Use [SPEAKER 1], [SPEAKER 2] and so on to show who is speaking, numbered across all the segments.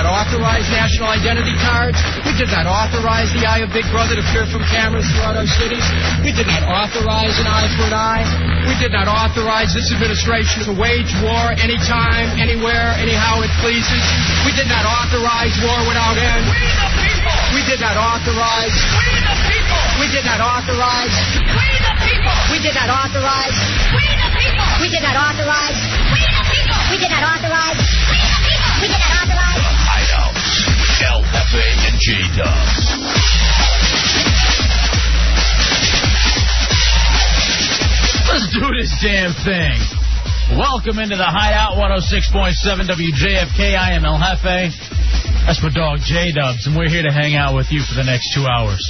[SPEAKER 1] authorize national identity cards. We did not authorize the eye of Big Brother to peer from cameras throughout our cities. We did not authorize an eye for an eye. We did not authorize this administration to wage war anytime, anywhere, anyhow it pleases. We did not authorize war without end.
[SPEAKER 2] We the people.
[SPEAKER 1] We did not authorize.
[SPEAKER 2] We the people.
[SPEAKER 1] We did not authorize.
[SPEAKER 2] We the people.
[SPEAKER 1] We did not authorize.
[SPEAKER 2] We the people.
[SPEAKER 3] We did not authorize.
[SPEAKER 2] We the people.
[SPEAKER 3] We did not authorize.
[SPEAKER 2] We the people.
[SPEAKER 3] We did not authorize.
[SPEAKER 4] Hideout. LFA and J Dubs.
[SPEAKER 5] Let's do this damn thing. Welcome into the Hideout 106.7 WJFK. I am El Jefe. That's my dog J Dubs, and we're here to hang out with you for the next two hours.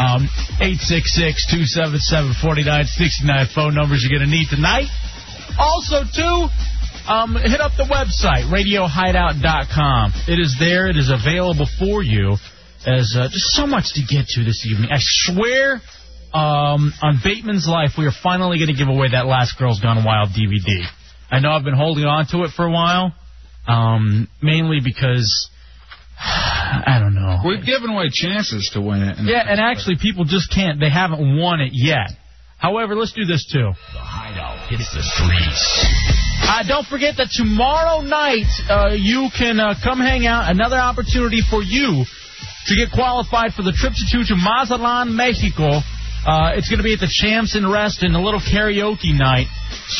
[SPEAKER 5] um, 866-277-4969 phone numbers you're going to need tonight. Also, too, um, hit up the website, radiohideout.com. It is there. It is available for you. As uh, Just so much to get to this evening. I swear um, on Bateman's Life, we are finally going to give away that last Girls Gone Wild DVD. I know I've been holding on to it for a while, um, mainly because, I don't know.
[SPEAKER 6] We've given away chances to win it. And
[SPEAKER 5] Yeah, and actually, people just can't. They haven't won it yet. However, let's do this too.
[SPEAKER 4] The Hideout hits the streets.
[SPEAKER 5] Uh, don't forget that tomorrow night uh, you can uh, come hang out. Another opportunity for you to get qualified for the trip to two to Mazatlan, Mexico. Uh, it's going to be at the Champs and Rest and a little karaoke night.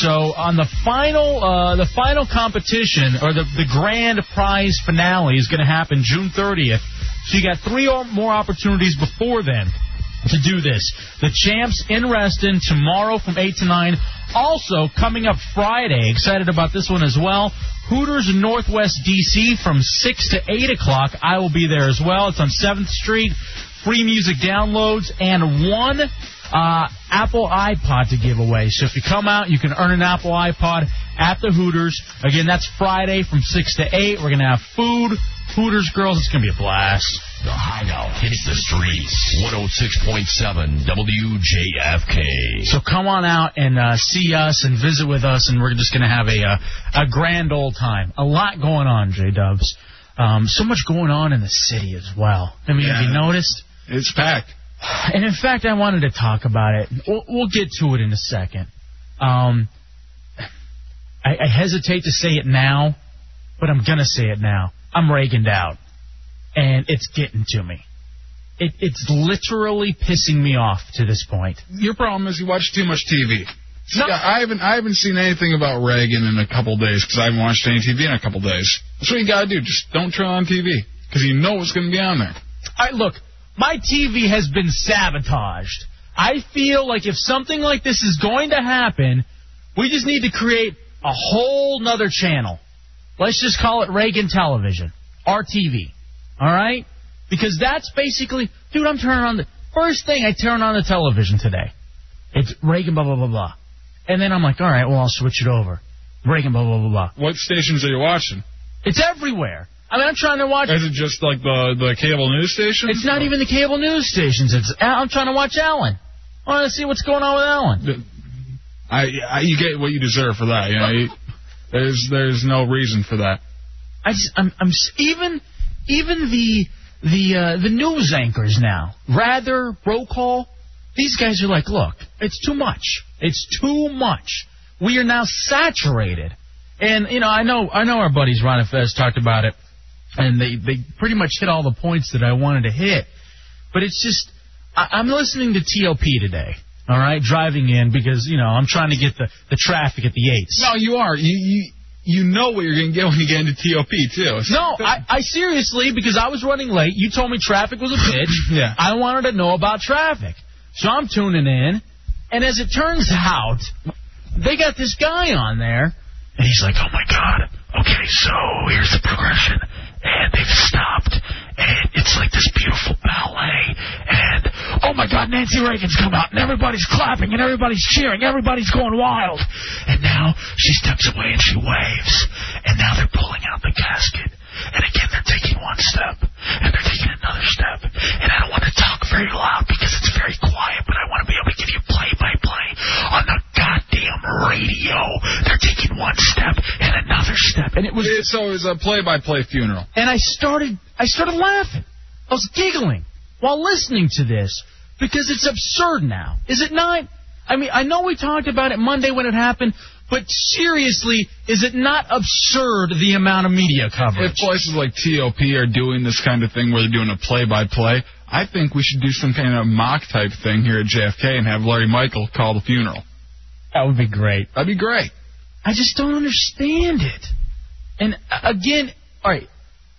[SPEAKER 5] So on the final, uh, the final competition or the the grand prize finale is going to happen June 30th. So you got three or more opportunities before then to do this. The champs in Reston tomorrow from 8 to 9. Also, coming up Friday, excited about this one as well. Hooters in Northwest D.C. from 6 to 8 o'clock. I will be there as well. It's on 7th Street. Free music downloads and one uh, Apple iPod to give away. So if you come out, you can earn an Apple iPod at the Hooters. Again, that's Friday from 6 to 8. We're going to have food, Hooters girls. It's going to be a blast.
[SPEAKER 4] The Hideout hits the streets. 106.7 WJFK.
[SPEAKER 5] So come on out and uh, see us and visit with us, and we're just going to have a uh, a grand old time. A lot going on, J Dubs. Um, so much going on in the city as well. I mean, have you
[SPEAKER 6] Yeah.
[SPEAKER 5] noticed?
[SPEAKER 6] it's packed.
[SPEAKER 5] And in fact, I wanted to talk about it. We'll, we'll get to it in a second. Um, I, I hesitate to say it now, but I'm gonna say it now. I'm ragined out, and it's getting to me. It, it's literally pissing me off to this point.
[SPEAKER 6] Your problem is you watch too much TV. See,
[SPEAKER 5] No.
[SPEAKER 6] I haven't I haven't seen anything about Reagan in a couple days because I haven't watched any TV in a couple days. That's what you gotta do. Just don't turn on TV because you know what's gonna be on there.
[SPEAKER 5] I look, my TV has been sabotaged. I feel like if something like this is going to happen, we just need to create a whole nother channel. Let's just call it Reagan Television, RTV. All right? Because that's basically, dude, I'm turning on the first thing I turn on the television today. It's Reagan, blah blah blah blah, and then I'm like, all right, well I'll switch it over. Reagan, blah blah blah blah.
[SPEAKER 6] What stations are you watching?
[SPEAKER 5] It's everywhere. I mean, I'm trying to watch.
[SPEAKER 6] Is it just like the the cable news stations?
[SPEAKER 5] It's not even the cable news stations. It's I'm trying to watch Ellen. I want to see what's going on with Ellen.
[SPEAKER 6] I, I you get what you deserve for that. You know, you, there's there's no reason for that.
[SPEAKER 5] I just I'm, I'm s- even even the the uh, the news anchors now. Rather Brokaw, these guys are like, look, it's too much. It's too much. We are now saturated. And you know, I know I know our buddies Ron and Fez talked about it, and they they pretty much hit all the points that I wanted to hit. But it's just, I, I'm listening to TLP today. All right, driving in because you know I'm trying to get the the traffic at the eights.
[SPEAKER 6] No, you are. You you you know what you're gonna get when you get into TOP too. It's-
[SPEAKER 5] No, I, I seriously, because I was running late. You told me traffic was a bitch.
[SPEAKER 6] Yeah.
[SPEAKER 5] I wanted to know about traffic. So I'm tuning in. And as it turns out, they got this guy on there. And he's like, oh my God. Okay, so here's the progression. And they've stopped. And it's like this beautiful ballet. And oh my God, Nancy Reagan's come out. And everybody's clapping. And everybody's cheering. Everybody's going wild. And now she steps away and she waves. And now they're pulling out the casket. And again, they're taking one step, and they're taking another step. And I don't want to talk very loud because it's very quiet, but I want to be able to give you play by play on the goddamn radio. They're taking one step and another step and it was
[SPEAKER 6] It's always a play-by-play funeral.
[SPEAKER 5] and I started I started laughing. I was giggling while listening to this because it's absurd now. Is it not? I mean, I know we talked about it Monday when it happened, but seriously, is it not absurd the amount of media coverage?
[SPEAKER 6] If places like TOP are doing this kind of thing where they're doing a play-by-play, I think we should do some kind of mock type thing here at JFK and have Larry Michael call the funeral.
[SPEAKER 5] That would be great.
[SPEAKER 6] That'd be great.
[SPEAKER 5] I just don't understand it. And uh, again, all right,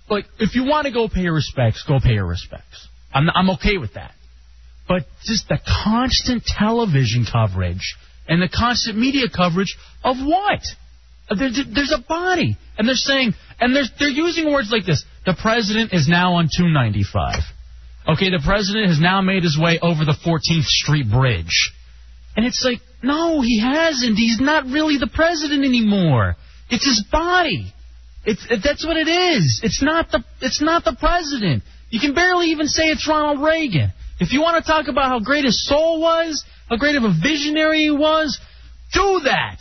[SPEAKER 5] like if you want to go pay your respects, go pay your respects. I'm I'm okay with that. But just the constant television coverage and the constant media coverage of what? There, there's a body, and they're saying, and they're they're using words like this. The president is now on 295. Okay, the president has now made his way over the 14th Street Bridge. And it's like, no, he hasn't. He's not really the president anymore. It's his body. It's it, that's what it is. It's not the it's not the president. You can barely even say it's Ronald Reagan. If you want to talk about how great his soul was, how great of a visionary he was, do that.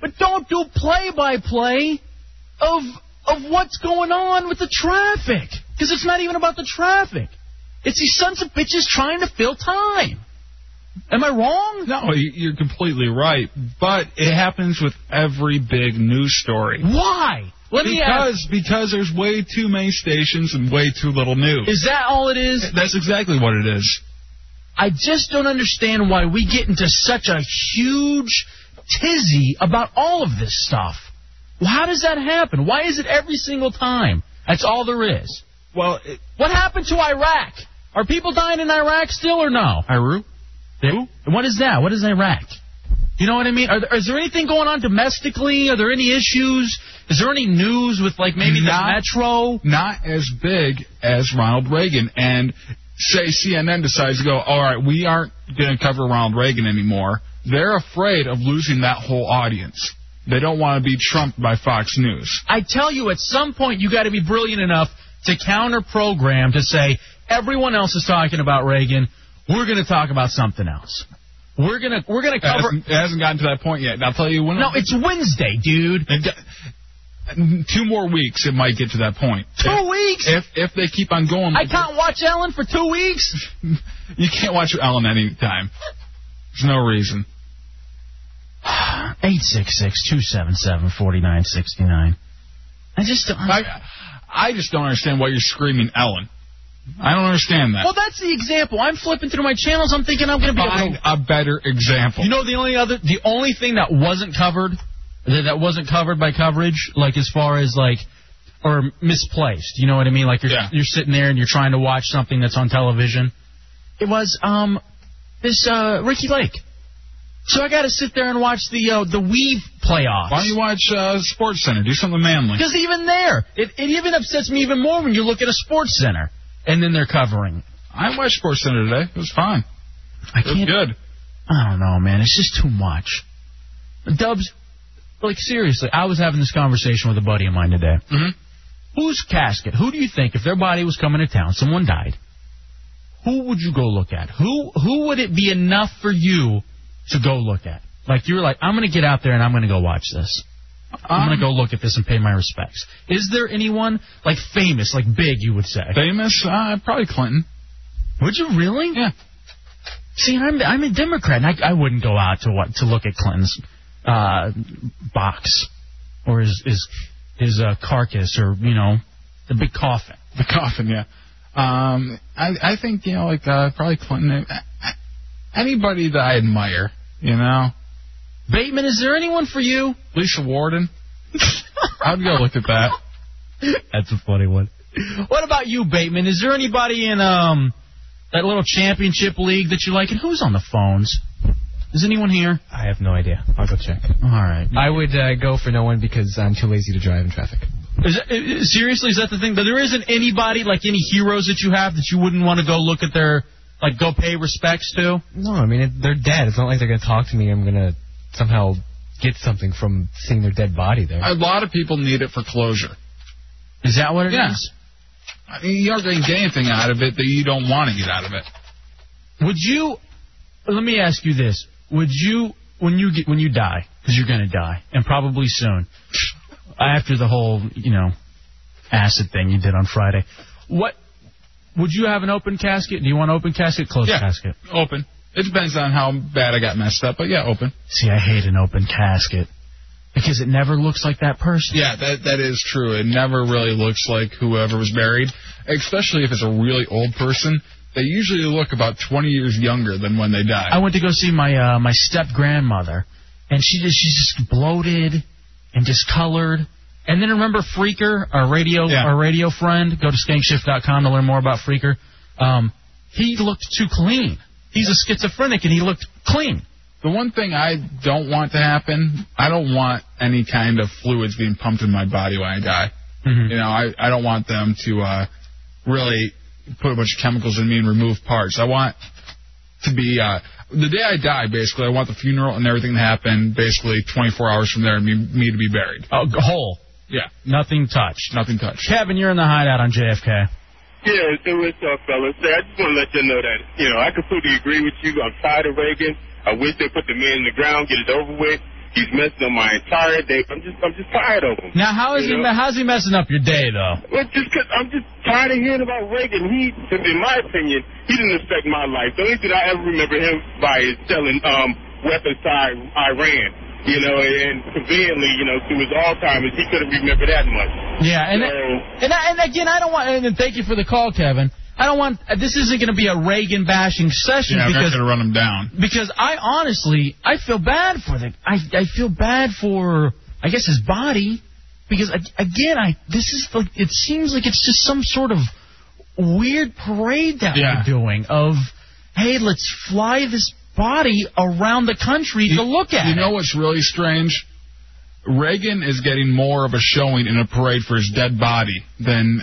[SPEAKER 5] But don't do play by play of of what's going on with the traffic because it's not even about the traffic. It's these sons of bitches trying to fill time. Am I wrong?
[SPEAKER 6] No, you- you're completely right, but it happens with every big news story.
[SPEAKER 5] Why? Let me
[SPEAKER 6] Because
[SPEAKER 5] ask.
[SPEAKER 6] because there's way too many stations and way too little news.
[SPEAKER 5] Is that all it is?
[SPEAKER 6] That's exactly what it is.
[SPEAKER 5] I just don't understand why we get into such a huge tizzy about all of this stuff. Well, How does that happen? Why is it every single time? That's all there is.
[SPEAKER 6] Well, it,
[SPEAKER 5] What happened to Iraq? Are people dying in Iraq still or no?
[SPEAKER 6] Iru,
[SPEAKER 5] Who? What is that? What is Iraq? You know what I mean? Are there, is there anything going on domestically? Are there any issues? Is there any news with like maybe
[SPEAKER 6] Not-
[SPEAKER 5] the metro?
[SPEAKER 6] not as big as Ronald Reagan, and say CNN decides to go, all right, we aren't going to cover Ronald Reagan anymore. They're afraid of losing that whole audience. They don't want to be trumped by Fox News.
[SPEAKER 5] I tell you, at some point, you got to be brilliant enough to counter program to say, everyone else is talking about Reagan. We're going to talk about something else. We're gonna we're gonna
[SPEAKER 6] It
[SPEAKER 5] cover.
[SPEAKER 6] hasn't, it hasn't gotten to that point yet. And I'll tell you when.
[SPEAKER 5] No, it's Wednesday, dude.
[SPEAKER 6] It d- two more weeks, it might get to that point.
[SPEAKER 5] Two weeks.
[SPEAKER 6] If if they keep on going,
[SPEAKER 5] I
[SPEAKER 6] like
[SPEAKER 5] can't watch Ellen for two weeks.
[SPEAKER 6] this, you can't watch Ellen any time. There's no reason.
[SPEAKER 5] Eight six six two seven seven forty nine sixty nine. I just don't.
[SPEAKER 6] I I just don't understand why you're screaming Ellen. I don't understand that.
[SPEAKER 5] well, that's the example. I'm flipping through my channels. I'm thinking I'm gonna be. able to-
[SPEAKER 6] Find a better example.
[SPEAKER 5] You know the only other the only thing that wasn't covered that, that wasn't covered by coverage, like as far as like or misplaced. You know what I mean? Like you're
[SPEAKER 6] Yeah.
[SPEAKER 5] you're sitting there and you're trying to watch something that's on television. It was um this uh Ricky Lake. So I got to sit there and watch the uh, the Weave playoffs.
[SPEAKER 6] why don't you watch uh, Sports Center? Do something manly.
[SPEAKER 5] Because even there, it, it even upsets me even more when you look at a sports center and then they're covering.
[SPEAKER 6] I watched Sports Center today. It was fine.
[SPEAKER 5] I
[SPEAKER 6] It was
[SPEAKER 5] can't
[SPEAKER 6] good.
[SPEAKER 5] I don't know, man. It's just too much. Dubs, like seriously, I was having this conversation with a buddy of mine today.
[SPEAKER 6] Mhm.
[SPEAKER 5] Whose casket? Who do you think, if their body was coming to town, someone died? Who would you go look at? Who who would it be enough for you to go look at? Like you're like, I'm gonna get out there and I'm gonna go watch this. I'm
[SPEAKER 6] Um,
[SPEAKER 5] gonna go look at this and pay my respects. Is there anyone like famous, like big? You would say?
[SPEAKER 6] Famous? Uh, probably Clinton.
[SPEAKER 5] Would you really?
[SPEAKER 6] Yeah.
[SPEAKER 5] See, I'm I'm a Democrat, and I, I wouldn't go out to what to look at Clinton's uh, box or his his his uh, carcass or you know the big coffin.
[SPEAKER 6] The coffin, yeah. Um, I I think you know, like uh, probably Clinton. I, I, anybody that I admire, you know,
[SPEAKER 5] Bateman, is there anyone for you?
[SPEAKER 6] Lisa Warden. I'd go look at that.
[SPEAKER 5] That's a funny one. What about you, Bateman? Is there anybody in um that little championship league that you like? And who's on the phones? Is anyone here?
[SPEAKER 7] I have no idea. I'll go check.
[SPEAKER 5] All right.
[SPEAKER 7] I would uh, go for no one because I'm too lazy to drive in traffic.
[SPEAKER 5] Is that, i- i- seriously, is that the thing? That there isn't anybody like any heroes that you have that you wouldn't want to go look at their like go pay respects to?
[SPEAKER 7] No, I mean it, they're dead. It's not like they're gonna talk to me. I'm gonna somehow get something from seeing their dead body there.
[SPEAKER 6] A lot of people need it for closure.
[SPEAKER 5] Is that what it is?
[SPEAKER 6] Yeah. I mean, you aren't going to get anything out of it that you don't want to get out of it.
[SPEAKER 5] Would you? Let me ask you this: Would you, when you get when you die, because you're gonna die, and probably soon, after the whole you know acid thing you did on Friday. What would you have an open casket? Do you want an open casket, closed
[SPEAKER 6] Yeah.
[SPEAKER 5] casket?
[SPEAKER 6] Open. It depends on how bad I got messed up, but yeah, open.
[SPEAKER 5] See, I hate an open casket because it never looks like that person.
[SPEAKER 6] Yeah, that that is true. It never really looks like whoever was buried, especially if it's a really old person. They usually look about 20 years younger than when they died.
[SPEAKER 5] I went to go see my uh, my step grandmother, and she just she's just bloated and discolored. And then remember Freaker, our radio
[SPEAKER 6] Yeah.
[SPEAKER 5] our radio friend. Go to skankshift.com to learn more about Freaker. Um, he looked too clean. He's a schizophrenic, and he looked clean.
[SPEAKER 6] The one thing I don't want to happen, I don't want any kind of fluids being pumped in my body when I die.
[SPEAKER 5] Mhm.
[SPEAKER 6] You know, I, I don't want them to uh, really put a bunch of chemicals in me and remove parts. I want to be uh, the day I die. Basically, I want the funeral and everything to happen basically 24 hours from there, and me, me to be buried.
[SPEAKER 5] Oh, whole,
[SPEAKER 6] Yeah,
[SPEAKER 5] nothing touched.
[SPEAKER 6] nothing touched.
[SPEAKER 5] Kevin, you're in the hideout on JFK.
[SPEAKER 8] Yeah, so what's up, fellas? Say, I just want to let you know that, you know, I completely agree with you. I'm tired of Reagan. I wish they put the man in the ground, get it over with. He's messing up my entire day. I'm just, I'm just tired of him.
[SPEAKER 5] Now, how is he? How's he messing up your day though?
[SPEAKER 8] Well, just cause I'm just tired of hearing about Reagan. He, in my opinion, he didn't affect my life. The only thing I ever remember him by is selling um, weapons to I- Iran. You know, and conveniently, you know, to his Alzheimer's, he couldn't remember that much.
[SPEAKER 5] Yeah, and
[SPEAKER 8] No.
[SPEAKER 5] and I, and again, I don't want. And thank you for the call, Kevin. I don't want. This isn't going to be a Reagan bashing session
[SPEAKER 6] Yeah, I'm not
[SPEAKER 5] because
[SPEAKER 6] gonna run them down.
[SPEAKER 5] because I honestly I feel bad for the I I feel bad for I guess his body because a- again I this is like it seems like it's just some sort of weird parade that
[SPEAKER 6] Yeah.
[SPEAKER 5] we're doing of hey let's fly this body around the country to look at
[SPEAKER 6] You
[SPEAKER 5] it.
[SPEAKER 6] know what's really strange? Reagan is getting more of a showing in a parade for his dead body than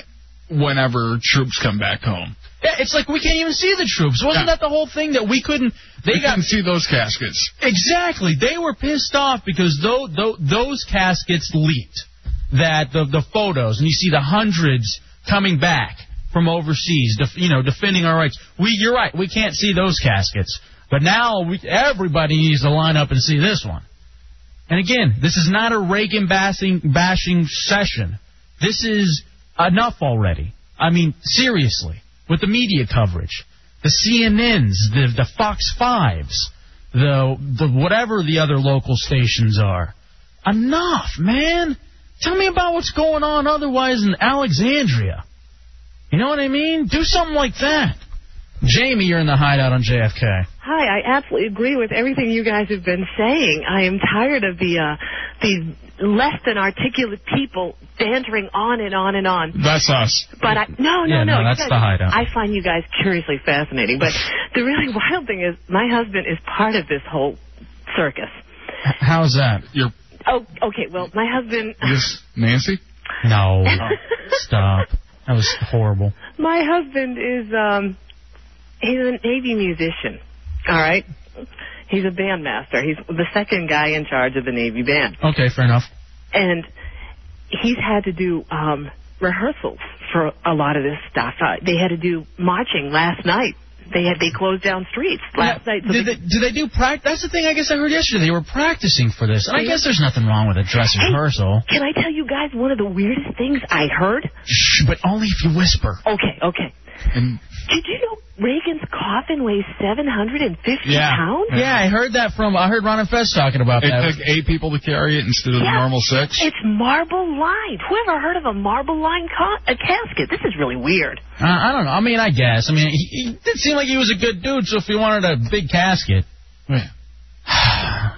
[SPEAKER 6] whenever troops come back home.
[SPEAKER 5] Yeah, it's like we can't even see the troops. Wasn't
[SPEAKER 6] Yeah.
[SPEAKER 5] that the whole thing that we couldn't? They
[SPEAKER 6] You
[SPEAKER 5] got
[SPEAKER 6] can see those caskets.
[SPEAKER 5] Exactly. They were pissed off because tho- tho- those caskets leaked. That the the photos and you see the hundreds coming back from overseas, def, you know, defending our rights. We, you're right. We can't see those caskets, but now we, everybody needs to line up and see this one. And again, this is not a Reagan bashing bashing session. This is enough already. I mean, seriously, with the media coverage, the CNNs, the the Fox Fives, the the whatever the other local stations are. Enough, man. Tell me about what's going on otherwise in Alexandria. You know what I mean? Do something like that. Jamie, you're in the hideout on JFK.
[SPEAKER 9] Hi, I absolutely agree with everything you guys have been saying. I am tired of the uh, these less than articulate people bantering on and on and on.
[SPEAKER 6] That's us.
[SPEAKER 9] But I no no
[SPEAKER 5] Yeah, no,
[SPEAKER 9] you
[SPEAKER 5] that's
[SPEAKER 9] guys-
[SPEAKER 5] the hideout.
[SPEAKER 9] I find you guys curiously fascinating. But the really wild thing is, my husband is part of this whole circus.
[SPEAKER 5] How's that?
[SPEAKER 6] You're
[SPEAKER 9] Oh, okay. Well, my husband,
[SPEAKER 6] yes, Nancy. Oh.
[SPEAKER 5] No. Stop. That was horrible.
[SPEAKER 9] my husband is um, he's a Navy musician. All right, he's a bandmaster. He's the second guy in charge of the Navy band.
[SPEAKER 5] Okay, fair enough.
[SPEAKER 9] and he's had to do um rehearsals for a lot of this stuff. Uh, they had to do marching last night. They had they closed down streets last night. So
[SPEAKER 5] Did
[SPEAKER 9] they-
[SPEAKER 5] they, do they do practice? That's the thing I guess I heard yesterday. They were practicing for this. And I guess there's nothing wrong with a dress rehearsal.
[SPEAKER 9] can I tell you guys one of the weirdest things I heard?
[SPEAKER 5] Shh, but only if you whisper.
[SPEAKER 9] Okay, okay.
[SPEAKER 6] And
[SPEAKER 9] Did you know Reagan's coffin weighs 750
[SPEAKER 6] Yeah.
[SPEAKER 9] pounds?
[SPEAKER 5] Yeah, I heard that from, I heard Ron and Fest talking about
[SPEAKER 6] it
[SPEAKER 5] that.
[SPEAKER 6] took eight people to carry it instead of the
[SPEAKER 9] Yeah.
[SPEAKER 6] normal six.
[SPEAKER 9] It's marble lined. Whoever heard of a marble lined ca- a casket? This is really weird.
[SPEAKER 5] Uh, I don't know. I mean, I guess. I mean, he, he did seem like he was a good dude, so if he wanted a big casket.
[SPEAKER 6] Yeah.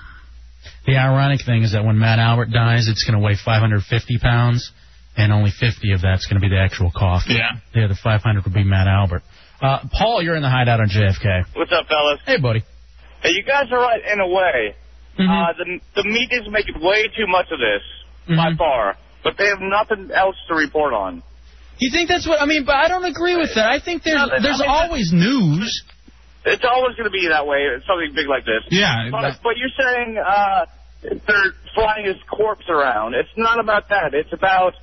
[SPEAKER 5] the ironic thing is that when Matt Albert dies, it's going to weigh 550 pounds, and only 50 of that's going to be the actual coffin.
[SPEAKER 6] Yeah.
[SPEAKER 5] The other 500 would be Matt Albert. Uh, Paul, you're in the hideout on JFK.
[SPEAKER 8] What's up, fellas?
[SPEAKER 5] Hey, buddy. Mm-hmm.
[SPEAKER 8] Hey, you guys are right in a way. Uh, the the media's making way too much of this by
[SPEAKER 5] Mhm.
[SPEAKER 8] far, but they have nothing else to report on.
[SPEAKER 5] You think that's what I mean? But I don't agree with that. I think there's
[SPEAKER 8] No, but-
[SPEAKER 5] there's
[SPEAKER 8] I mean,
[SPEAKER 5] always news.
[SPEAKER 8] It's always going to be that way. It's something big like this.
[SPEAKER 6] Yeah.
[SPEAKER 8] But,
[SPEAKER 6] that-
[SPEAKER 8] but you're saying uh, they're flying his corpse around. It's not about that. It's about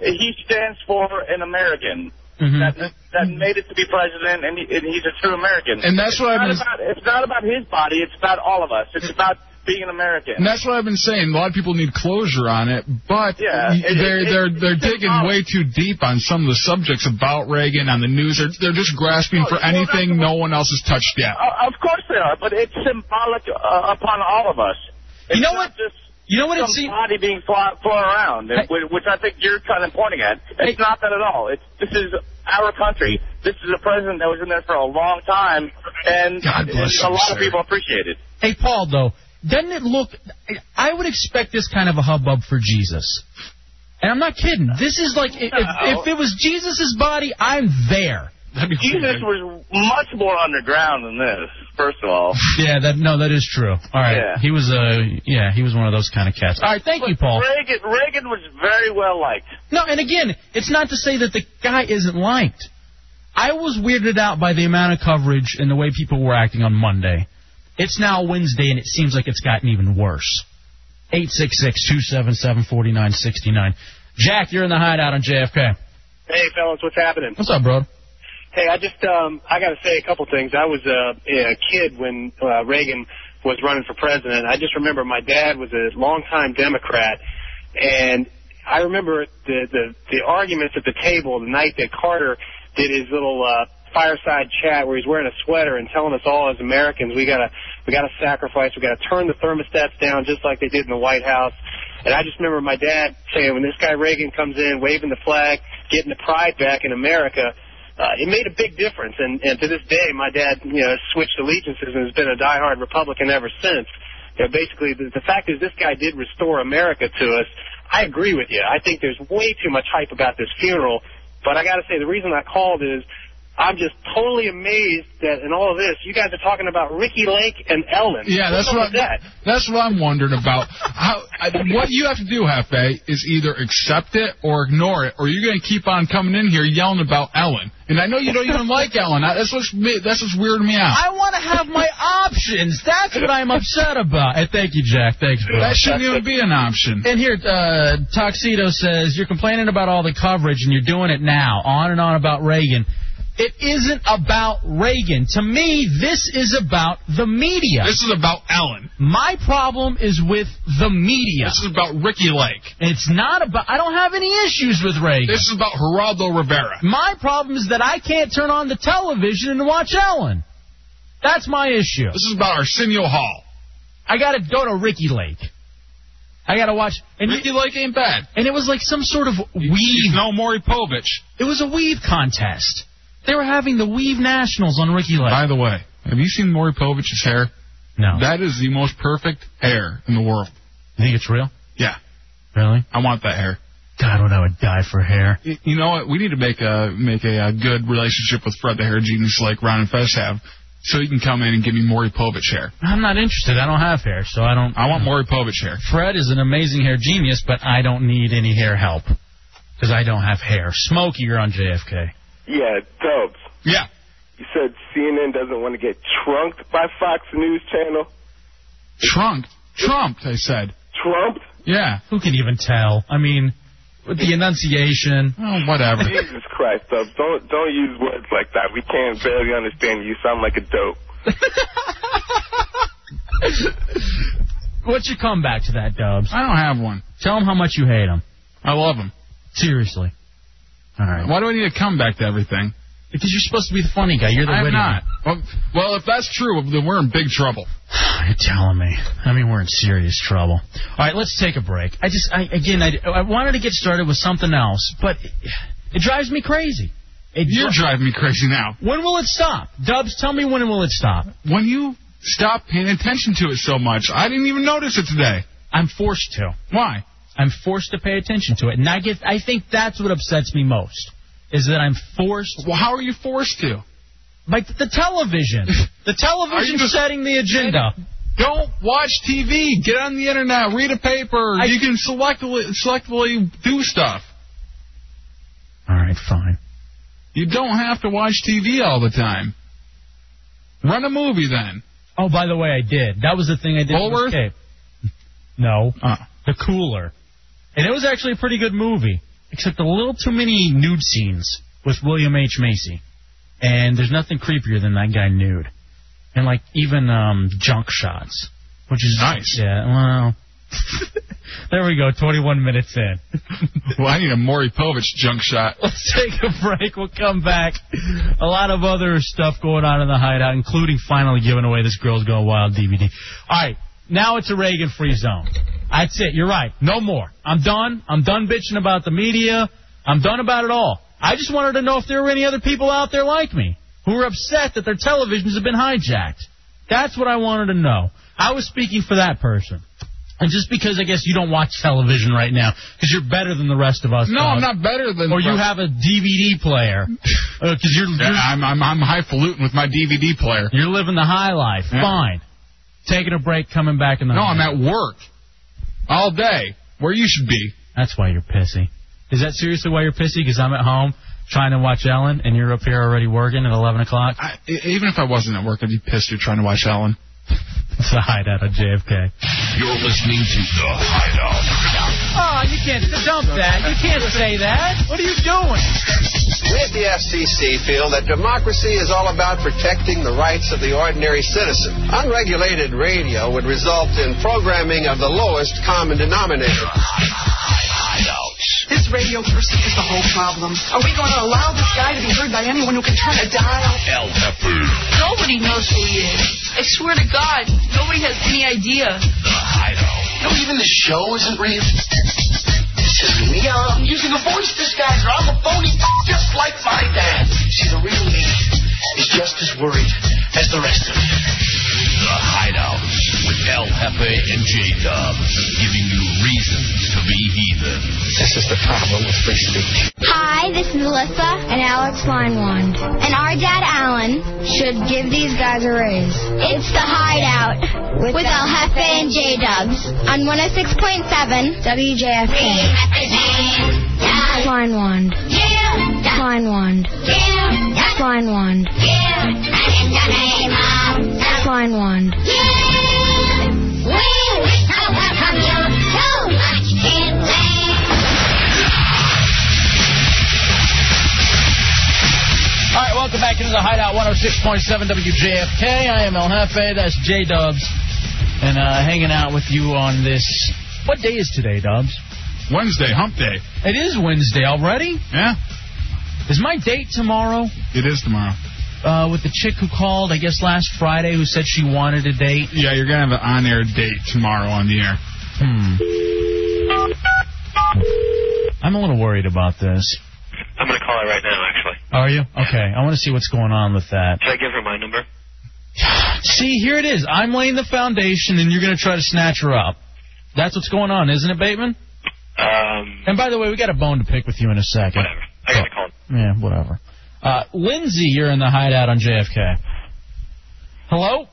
[SPEAKER 8] he stands for an American
[SPEAKER 6] Mm-hmm.
[SPEAKER 8] that that made it to be president, and, he, and he's a true American.
[SPEAKER 6] and that's what I've
[SPEAKER 8] It's not,
[SPEAKER 6] been.
[SPEAKER 8] about, it's not about his body. It's about all of us. It's about
[SPEAKER 10] being an American.
[SPEAKER 6] And that's what I've been saying. A lot of people need closure on it, but
[SPEAKER 10] Yeah,
[SPEAKER 8] Uh,
[SPEAKER 6] y-
[SPEAKER 10] it-
[SPEAKER 6] they're
[SPEAKER 10] it-
[SPEAKER 6] they're
[SPEAKER 10] it's
[SPEAKER 6] they're
[SPEAKER 10] just
[SPEAKER 6] digging
[SPEAKER 10] not-
[SPEAKER 6] way too deep on some of the subjects about Reagan on the news. They're they're just
[SPEAKER 10] No,
[SPEAKER 6] grasping for
[SPEAKER 10] well, that's
[SPEAKER 6] anything
[SPEAKER 10] the-
[SPEAKER 6] no one else has touched yet.
[SPEAKER 10] Uh, of course they are, but it's symbolic uh, upon all of us. It's
[SPEAKER 5] You know
[SPEAKER 10] not
[SPEAKER 5] what-
[SPEAKER 10] Just
[SPEAKER 5] You know what it
[SPEAKER 10] some
[SPEAKER 5] seems.
[SPEAKER 10] body being fly, flown around,
[SPEAKER 5] Hey.
[SPEAKER 10] whi- which I think you're kind of pointing at. It's
[SPEAKER 5] Hey.
[SPEAKER 10] not that at all. It's this is our country. This is a president that was in there for a long time, and
[SPEAKER 6] God bless
[SPEAKER 10] a
[SPEAKER 6] you,
[SPEAKER 10] lot
[SPEAKER 6] sir.
[SPEAKER 10] of people appreciate it.
[SPEAKER 5] Hey, Paul, though, doesn't it look? I would expect this kind of a hubbub for Jesus. And I'm not kidding. This is like if, if it was Jesus' body, I'm there.
[SPEAKER 6] That'd be
[SPEAKER 10] Jesus
[SPEAKER 6] hilarious.
[SPEAKER 10] was much more underground than this. First of all,
[SPEAKER 5] Yeah, that no, that is true. All right,
[SPEAKER 10] Yeah.
[SPEAKER 5] he was a yeah, he was one of those kind of cats. All right, thank you, Paul.
[SPEAKER 10] Reagan Reagan was very well liked.
[SPEAKER 5] No, and again, it's not to say that the guy isn't liked. I was weirded out by the amount of coverage and the way people were acting on Monday. It's now Wednesday, and it seems like it's gotten even worse. 866-277-4969. Jack, you're in the hideout on JFK.
[SPEAKER 8] Hey, fellas, what's happening?
[SPEAKER 5] What's up, bro?
[SPEAKER 8] Hey, I just um I got to say a couple things. I was uh, a kid when uh, Reagan was running for president. I just remember my dad was a longtime Democrat, and I remember the the, the arguments at the table the night that Carter did his little uh, fireside chat where he's wearing a sweater and telling us all as Americans we gotta we gotta sacrifice, we gotta turn the thermostats down just like they did in the White House. And I just remember my dad saying when this guy Reagan comes in waving the flag, getting the pride back in America uh, it made a big difference. And, and to this day, my dad, you know, switched allegiances and has been a diehard Republican ever since. You know, basically, the, the fact is this guy did restore America to us. I agree with you. I think there's way too much hype about this funeral. But I got to say, the reason I called is I'm just totally amazed that in all of this, you guys are talking about Ricky Lake and Ellen.
[SPEAKER 6] Yeah, that's
[SPEAKER 8] What's
[SPEAKER 6] what
[SPEAKER 8] up with that.
[SPEAKER 6] I'm, that's what I'm wondering about. How I, what you have to do, Hefe, is either accept it or ignore it, or you're going to keep on coming in here yelling about Ellen. And I know you don't even like Ellen. I- That's what's me- that's what's weirding me out.
[SPEAKER 5] I want to have my options. That's what I'm upset about. And thank you, Jack. Thanks, bro.
[SPEAKER 6] That shouldn't even be an option.
[SPEAKER 5] And here, uh, Tuxedo says, You're complaining about all the coverage and you're doing it now, on and on about Reagan. It isn't about Reagan. To me, this is about the media.
[SPEAKER 6] This is about Ellen.
[SPEAKER 5] My problem is with the media.
[SPEAKER 6] This is about Ricky Lake.
[SPEAKER 5] It's not about, I don't have any issues with Reagan.
[SPEAKER 6] This is about Geraldo Rivera.
[SPEAKER 5] My problem is that I can't turn on the television and watch Ellen. That's my issue.
[SPEAKER 6] This is about Arsenio Hall.
[SPEAKER 5] I gotta go to Ricky Lake. I gotta watch, and,
[SPEAKER 6] Ricky Lake ain't bad.
[SPEAKER 5] and it was like some sort of
[SPEAKER 6] He's
[SPEAKER 5] weave
[SPEAKER 6] no Moripovich.
[SPEAKER 5] It was a weave contest. They were having the weave nationals on Ricky Lake.
[SPEAKER 6] By the way, have you seen Moripovich's hair?
[SPEAKER 5] no,
[SPEAKER 6] That is the most perfect hair in the world.
[SPEAKER 5] you think it's real?
[SPEAKER 6] Yeah,
[SPEAKER 5] Really?
[SPEAKER 6] I want that hair.
[SPEAKER 5] God, what I would die for hair.
[SPEAKER 6] Y- You know what? We need to make a make a, uh good relationship with Fred the Hair Genius like Ron and Fez have, so he can come in and give me Moripovich hair.
[SPEAKER 5] I'm not interested. I don't have hair, so I don't.
[SPEAKER 6] I want Moripovich hair.
[SPEAKER 5] Fred is an amazing hair genius, but I don't need any hair help because I don't have hair. Smokey, you're on JFK.
[SPEAKER 10] Yeah, dope.
[SPEAKER 6] Yeah.
[SPEAKER 10] You said CNN doesn't want to get trunked by Fox News Channel.
[SPEAKER 6] Trump. Trump. I said.
[SPEAKER 10] Trumped?
[SPEAKER 6] Yeah.
[SPEAKER 5] Who can even tell? I mean, with the enunciation.
[SPEAKER 6] Oh, whatever.
[SPEAKER 10] Jesus Christ, Dubs. Don't don't use words like that. We can't barely understand you. You sound like a dope.
[SPEAKER 5] What's your comeback to that, Dubs?
[SPEAKER 6] I don't have one.
[SPEAKER 5] Tell him how much you hate him.
[SPEAKER 6] I love him.
[SPEAKER 5] Seriously. All right.
[SPEAKER 6] Why do I need to come back to everything?
[SPEAKER 5] Because you're supposed to be the funny guy. You're the
[SPEAKER 6] I'm
[SPEAKER 5] witty
[SPEAKER 6] not. Well, well, if that's true, then we're in big trouble.
[SPEAKER 5] You're telling me. I mean, we're in serious trouble. All right, let's take a break. I just, I, again, I, I wanted to get started with something else, but it, it drives me crazy. It
[SPEAKER 6] You're
[SPEAKER 5] dri-
[SPEAKER 6] driving me crazy now.
[SPEAKER 5] when will it stop? Dubs, tell me when will it stop?
[SPEAKER 6] When you stop paying attention to it so much, I didn't even notice it today.
[SPEAKER 5] I'm forced to.
[SPEAKER 6] Why?
[SPEAKER 5] I'm forced to pay attention to it, and I get. I think that's what upsets me most is that I'm forced
[SPEAKER 6] Well, how are you forced to?
[SPEAKER 5] by th- the television. The television
[SPEAKER 6] just-
[SPEAKER 5] setting the agenda.
[SPEAKER 6] Don't watch TV. Get on the internet. Read a paper.
[SPEAKER 5] I-
[SPEAKER 6] you can selectively, selectively do stuff.
[SPEAKER 5] All right, fine.
[SPEAKER 6] You don't have to watch TV all the time. Run a movie then.
[SPEAKER 5] Oh, by the way, I did. That was the thing I did.
[SPEAKER 6] Bullworth?
[SPEAKER 5] Escape. No.
[SPEAKER 6] Uh,
[SPEAKER 5] The Cooler. And it was actually a pretty good movie, except a little too many nude scenes with William H. Macy. And there's nothing creepier than that guy nude. And like even um junk shots. which is
[SPEAKER 6] Nice.
[SPEAKER 5] Yeah, well. there we go, 21 minutes in.
[SPEAKER 6] Well, I need a Maury Povich junk shot.
[SPEAKER 5] Let's take a break. We'll come back. A lot of other stuff going on in the hideout, including finally giving away this Girls Go Wild DVD. All right, now it's a Reagan free zone. That's it. You're right. No more. I'm done. I'm done bitching about the media. I'm done about it all. I just wanted to know if there were any other people out there like me who were upset that their televisions have been hijacked. That's what I wanted to know. I was speaking for that person. And just because I guess you don't watch television right now, because you're better than the rest of us.
[SPEAKER 6] No,
[SPEAKER 5] dogs
[SPEAKER 6] I'm not better than.
[SPEAKER 5] or you have a DVD player because you're,
[SPEAKER 6] Yeah,
[SPEAKER 5] you're
[SPEAKER 6] I'm, I'm I'm highfalutin with my DVD player.
[SPEAKER 5] you're living the high life.
[SPEAKER 6] Yeah.
[SPEAKER 5] Fine, taking a break, coming back in the
[SPEAKER 6] No, I'm
[SPEAKER 5] night.
[SPEAKER 6] at work all day, where you should be.
[SPEAKER 5] That's why you're pissy. Is that seriously why you're pissy? Because I'm at home trying to watch Ellen, and you're up here already working at 11 o'clock.
[SPEAKER 6] I, e- even if I wasn't at work, I'd be pissed you're trying to watch Ellen.
[SPEAKER 5] It's the hideout of JFK.
[SPEAKER 4] You're listening to The Hideout.
[SPEAKER 5] Oh, you can't dump that. You can't say that. What are you doing?
[SPEAKER 11] We at the FCC feel that democracy is all about protecting the rights of the ordinary citizen. Unregulated radio would result in programming of the lowest common denominator.
[SPEAKER 4] Hideout.
[SPEAKER 12] This radio person is the whole problem. Are we going to allow this guy to be heard by anyone who can turn a dial?
[SPEAKER 4] El Heifer.
[SPEAKER 2] Nobody knows who he is. I swear to God, nobody has any idea.
[SPEAKER 4] The Hideout.
[SPEAKER 12] No, even the show isn't real. This isn't me. I'm using a voice disguiser. I'm a phony just like my dad. See, the real me is just as worried as the rest of you.
[SPEAKER 4] The Hideout. With El Hefe and J Dub. Giving you reasons to be heathen.
[SPEAKER 11] This is the problem with free speech.
[SPEAKER 3] Hi, this is Alyssa and Alex Weinwand. And our dad, Alan, should give these guys a raise. It's the Hideout with, El Jefe and J Dubs on 106.7 WJFK. Weinwand. Weinwand. Weinwand. Weinwand.
[SPEAKER 5] All right, welcome back into the Hideout 106.7 WJFK. I am El Jefe. That's J Dubs, and uh, hanging out with you on this. What day is today, Dubs?
[SPEAKER 6] Wednesday, hump day.
[SPEAKER 5] It is Wednesday already.
[SPEAKER 6] Yeah,
[SPEAKER 5] Is my date tomorrow
[SPEAKER 6] it is tomorrow.
[SPEAKER 5] uh, with the chick who called? I guess last Friday who said she wanted a date.
[SPEAKER 6] Yeah, you're gonna have an on-air date tomorrow on the air.
[SPEAKER 5] Hmm. I'm a little worried about this.
[SPEAKER 10] I'm going to call her right now, actually.
[SPEAKER 5] Are you? Okay, I want to see what's going on with that.
[SPEAKER 10] Should I give her my number?
[SPEAKER 5] See, here it is. I'm laying the foundation, and you're going to try to snatch her up. That's what's going on, isn't it, Bateman?
[SPEAKER 10] Um,
[SPEAKER 5] And by the way, we got a bone to pick with you in a second. Oh,
[SPEAKER 10] whatever. I got to call.
[SPEAKER 5] Yeah, whatever. Uh, Lindsay, you're in the hideout on JFK. Hello?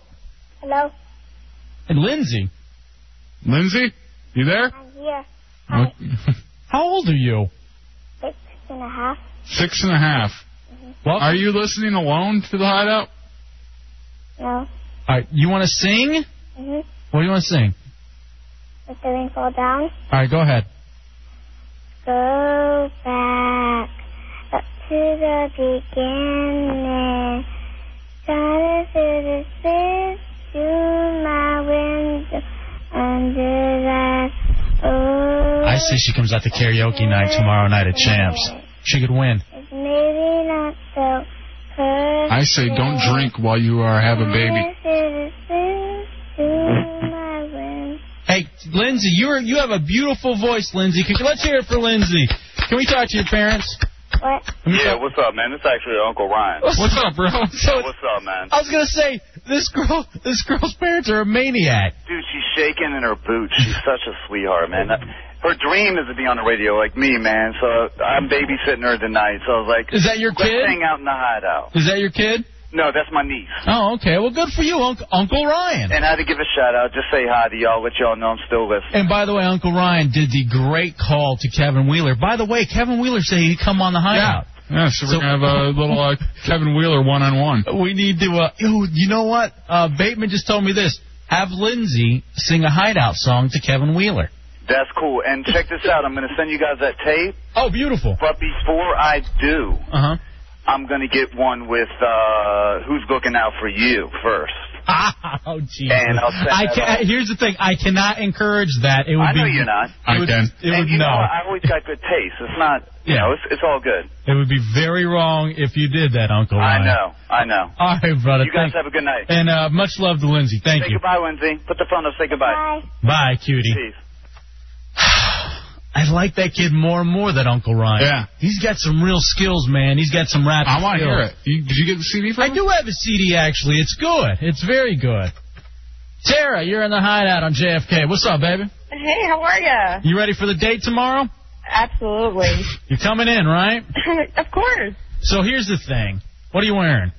[SPEAKER 3] Hello,
[SPEAKER 5] And Lindsay,
[SPEAKER 6] Lindsay, you there? Oh.
[SPEAKER 3] I'm here.
[SPEAKER 5] how old are you?
[SPEAKER 3] Six and a half.
[SPEAKER 6] Six and a half.
[SPEAKER 5] Well,
[SPEAKER 6] Are you listening alone to the hideout?
[SPEAKER 3] No.
[SPEAKER 5] all right, you want to sing?
[SPEAKER 3] Mhm.
[SPEAKER 5] What do you want to sing?
[SPEAKER 3] If the rain fall down,
[SPEAKER 5] All right, go ahead.
[SPEAKER 3] go back up to the beginning. Try to the fish through my window under that. Oh,
[SPEAKER 5] I see she comes out to karaoke night tomorrow night at Champs. She could win.
[SPEAKER 3] it's maybe not so perfect.
[SPEAKER 6] I say don't drink while you are have a baby.
[SPEAKER 5] Hey, Lindsay, you're you have a beautiful voice, Lindsay. Can, let's hear it for Lindsay. Can we talk to your parents?
[SPEAKER 3] What?
[SPEAKER 5] Let me
[SPEAKER 10] Yeah,
[SPEAKER 5] talk-
[SPEAKER 10] what's up, man? This is actually Uncle Ryan.
[SPEAKER 6] What's up, bro?
[SPEAKER 5] So it's-
[SPEAKER 10] What's up, man?
[SPEAKER 5] I was gonna say this girl, this girl's parents are a maniac.
[SPEAKER 10] Dude, she's shaking in her boots. She's such a sweetheart, man. That- Her dream is to be on the radio like me, man. So I'm babysitting her tonight. So I was like,
[SPEAKER 5] Is that your
[SPEAKER 10] let's
[SPEAKER 5] kid?
[SPEAKER 10] hang out in the hideout.
[SPEAKER 5] Is that your kid?
[SPEAKER 10] No, that's my niece.
[SPEAKER 5] Oh, okay. Well, good for you, Unc- Uncle Ryan.
[SPEAKER 10] And I had to give a shout out. Just say hi to y'all. Let y'all know I'm still listening.
[SPEAKER 5] And by the way, Uncle Ryan did the great call to Kevin Wheeler. By the way, Kevin Wheeler said he'd come on the hideout.
[SPEAKER 6] Yeah, so we're
[SPEAKER 5] So-
[SPEAKER 6] gonna have a little uh, Kevin Wheeler one-on-one.
[SPEAKER 5] We need to. Uh, yo, you know what? Uh, Bateman just told me this. Have Lindsay sing a hideout song to Kevin Wheeler.
[SPEAKER 10] That's cool. And check this out. I'm going to send you guys that tape.
[SPEAKER 5] Oh, beautiful.
[SPEAKER 10] But before I do,
[SPEAKER 5] Uh huh.
[SPEAKER 10] I'm going to get one with uh, Who's Looking Out for You first.
[SPEAKER 5] oh, jeez.
[SPEAKER 10] And I'll send
[SPEAKER 5] I
[SPEAKER 10] that
[SPEAKER 5] can, here's the thing. I cannot encourage that. It would
[SPEAKER 10] I know
[SPEAKER 5] be,
[SPEAKER 10] you're not.
[SPEAKER 5] It would, It
[SPEAKER 10] and
[SPEAKER 5] would
[SPEAKER 10] you
[SPEAKER 5] no.
[SPEAKER 10] know, I always got good taste. It's not, you
[SPEAKER 5] Yeah.
[SPEAKER 10] know, it's, it's all good.
[SPEAKER 5] it would be very wrong if you did that, Uncle.
[SPEAKER 10] I
[SPEAKER 5] Ryan.
[SPEAKER 10] know. I know.
[SPEAKER 5] All right, brother.
[SPEAKER 10] You guys have
[SPEAKER 5] thank-
[SPEAKER 10] a good night.
[SPEAKER 5] And uh, much love to Lindsay. Thank
[SPEAKER 10] say
[SPEAKER 5] you.
[SPEAKER 10] goodbye, Lindsay. Put the phone up. Say goodbye.
[SPEAKER 5] Bye, cutie.
[SPEAKER 10] Peace.
[SPEAKER 5] I like that kid more and more. That Uncle Ryan.
[SPEAKER 6] Yeah.
[SPEAKER 5] He's got some real skills, man. He's got some rap.
[SPEAKER 6] I wanna hear it.
[SPEAKER 5] did you get the CD from? I do have a CD actually. It's good. It's very good. Tara, you're in the hideout on JFK. What's up, baby?
[SPEAKER 13] Hey, how are ya?
[SPEAKER 5] You ready for the date tomorrow?
[SPEAKER 13] Absolutely.
[SPEAKER 5] You're coming in, right?
[SPEAKER 13] of course.
[SPEAKER 5] So here's the thing. What are you wearing?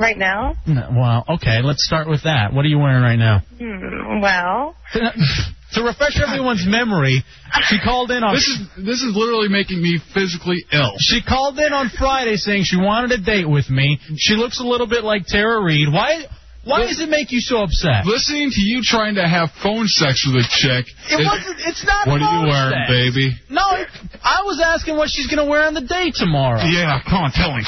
[SPEAKER 13] Right now?
[SPEAKER 5] No, well, okay, let's start with that. What are you wearing right now?
[SPEAKER 13] Hmm, well,
[SPEAKER 5] to refresh everyone's memory, she called in on.
[SPEAKER 6] This is this is literally making me physically ill.
[SPEAKER 5] She called in on Friday saying she wanted a date with me. She looks a little bit like Tara Reid. Why? Why does it make you so upset?
[SPEAKER 6] Listening to you trying to have phone sex with a chick.
[SPEAKER 5] It
[SPEAKER 6] is-
[SPEAKER 5] wasn't. It's not.
[SPEAKER 6] What are you
[SPEAKER 5] phone
[SPEAKER 6] wearing,
[SPEAKER 5] sex.
[SPEAKER 6] baby?
[SPEAKER 5] No, I was asking what she's gonna wear on the date tomorrow.
[SPEAKER 6] Yeah, come on, tell me.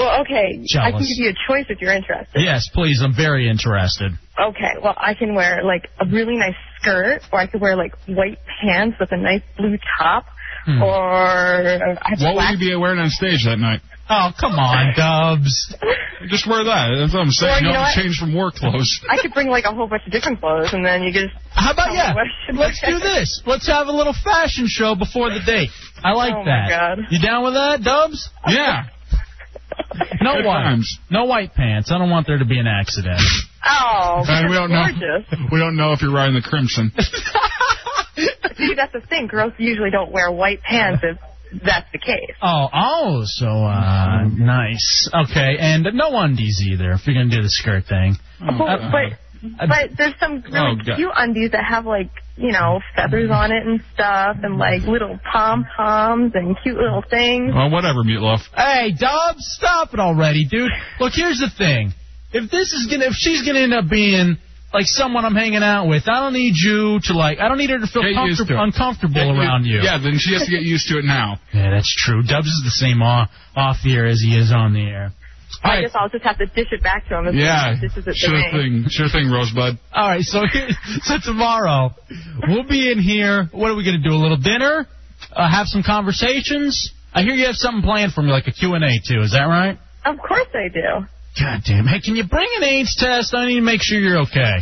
[SPEAKER 13] well, okay. I can
[SPEAKER 5] Jealous.
[SPEAKER 13] give you a choice if you're interested.
[SPEAKER 5] Yes, please. I'm very interested.
[SPEAKER 13] Okay, well, I can wear like a really nice skirt, or I could wear like white pants with a nice blue top,
[SPEAKER 6] Hmm.
[SPEAKER 13] or I have
[SPEAKER 6] What would
[SPEAKER 13] black.
[SPEAKER 6] you be wearing on stage that night?
[SPEAKER 5] Oh, come on, Dubs.
[SPEAKER 6] Just wear that. That's what I'm saying.
[SPEAKER 13] Well, you
[SPEAKER 6] you
[SPEAKER 13] know
[SPEAKER 6] don't have to
[SPEAKER 13] what?
[SPEAKER 6] change from work clothes.
[SPEAKER 13] I could bring like a whole bunch of different clothes, and then you could.
[SPEAKER 5] How about yeah?
[SPEAKER 13] Let's
[SPEAKER 5] do this. Let's have a little fashion show before the date. I like
[SPEAKER 13] Oh, my
[SPEAKER 5] that.
[SPEAKER 13] God.
[SPEAKER 5] You down with that, Dubs? Yeah. No
[SPEAKER 6] Good
[SPEAKER 5] white,
[SPEAKER 6] times.
[SPEAKER 5] no white pants. I don't want there to be an accident.
[SPEAKER 13] Oh,
[SPEAKER 6] and we
[SPEAKER 13] that's
[SPEAKER 6] don't know.
[SPEAKER 13] gorgeous.
[SPEAKER 6] We don't know if you're riding the crimson.
[SPEAKER 13] See, that's the thing. Girls usually don't wear white pants if that's the case.
[SPEAKER 5] Oh, oh, so uh,
[SPEAKER 6] Mm-hmm.
[SPEAKER 5] nice. Okay, and no undies either. If you're gonna do the skirt thing.
[SPEAKER 13] but,
[SPEAKER 6] Uh,
[SPEAKER 13] but but there's some really
[SPEAKER 5] Oh, God.
[SPEAKER 13] cute undies that have like you know feathers on it and stuff, and like little pom poms and cute little things.
[SPEAKER 6] well, whatever, Meatloaf.
[SPEAKER 5] Mm-hmm. Hey, Dubs, stop it already, dude. Look, here's the thing. If this is gonna, if she's gonna end up being like someone I'm hanging out with, I don't need you to like. I don't need her to feel
[SPEAKER 6] Get used
[SPEAKER 5] comfortable,
[SPEAKER 6] to it.
[SPEAKER 5] uncomfortable
[SPEAKER 6] Get u-
[SPEAKER 5] around you.
[SPEAKER 6] Yeah, then she has to get used to it now.
[SPEAKER 5] Yeah, that's true. Dubs is the same off, off the air as he is on the air.
[SPEAKER 13] I guess I'll just have to dish it back to him. As
[SPEAKER 6] Yeah,
[SPEAKER 13] this is it to
[SPEAKER 6] sure
[SPEAKER 13] me.
[SPEAKER 6] thing, sure thing, Rosebud.
[SPEAKER 5] All right, so so tomorrow we'll be in here. What are we gonna do? A little dinner? Uh, have some conversations? I hear you have something planned for me, like a Q and A too. Is that right?
[SPEAKER 13] Of course I do.
[SPEAKER 5] God damn! Hey, can you bring an AIDS test? I need to make sure you're okay.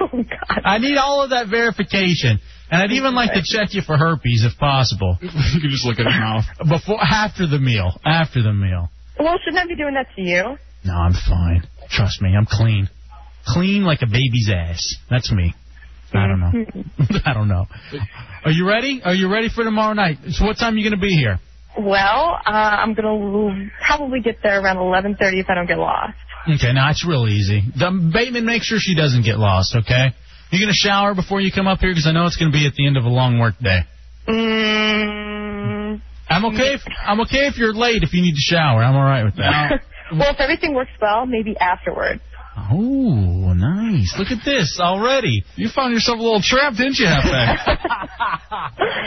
[SPEAKER 13] oh God.
[SPEAKER 5] I need all of that verification, and I'd even like to check you for herpes if possible. you
[SPEAKER 6] can just look at your mouth
[SPEAKER 5] before, after the meal. After the meal.
[SPEAKER 13] Well, shouldn't I be doing that to you?
[SPEAKER 5] No, I'm fine. Trust me, I'm clean. Clean like a baby's ass. That's me. I don't know. I don't know. Are you ready? Are you ready for tomorrow night? So what time are you going to be here?
[SPEAKER 13] Well, uh, I'm gonna l- probably get there around 11:30 if I don't get lost.
[SPEAKER 5] Okay, now it's real easy. The Bateman, make sure she doesn't get lost, okay? You're going to shower before you come up here because I know it's going to be at the end of a long work day.
[SPEAKER 13] Mm,
[SPEAKER 5] I'm okay if I'm okay if you're late if you need to shower. I'm all right with that.
[SPEAKER 13] well, if everything works well, maybe afterwards.
[SPEAKER 5] oh, nice. Look at this already.
[SPEAKER 6] You found yourself a little trap, didn't you, Halfback?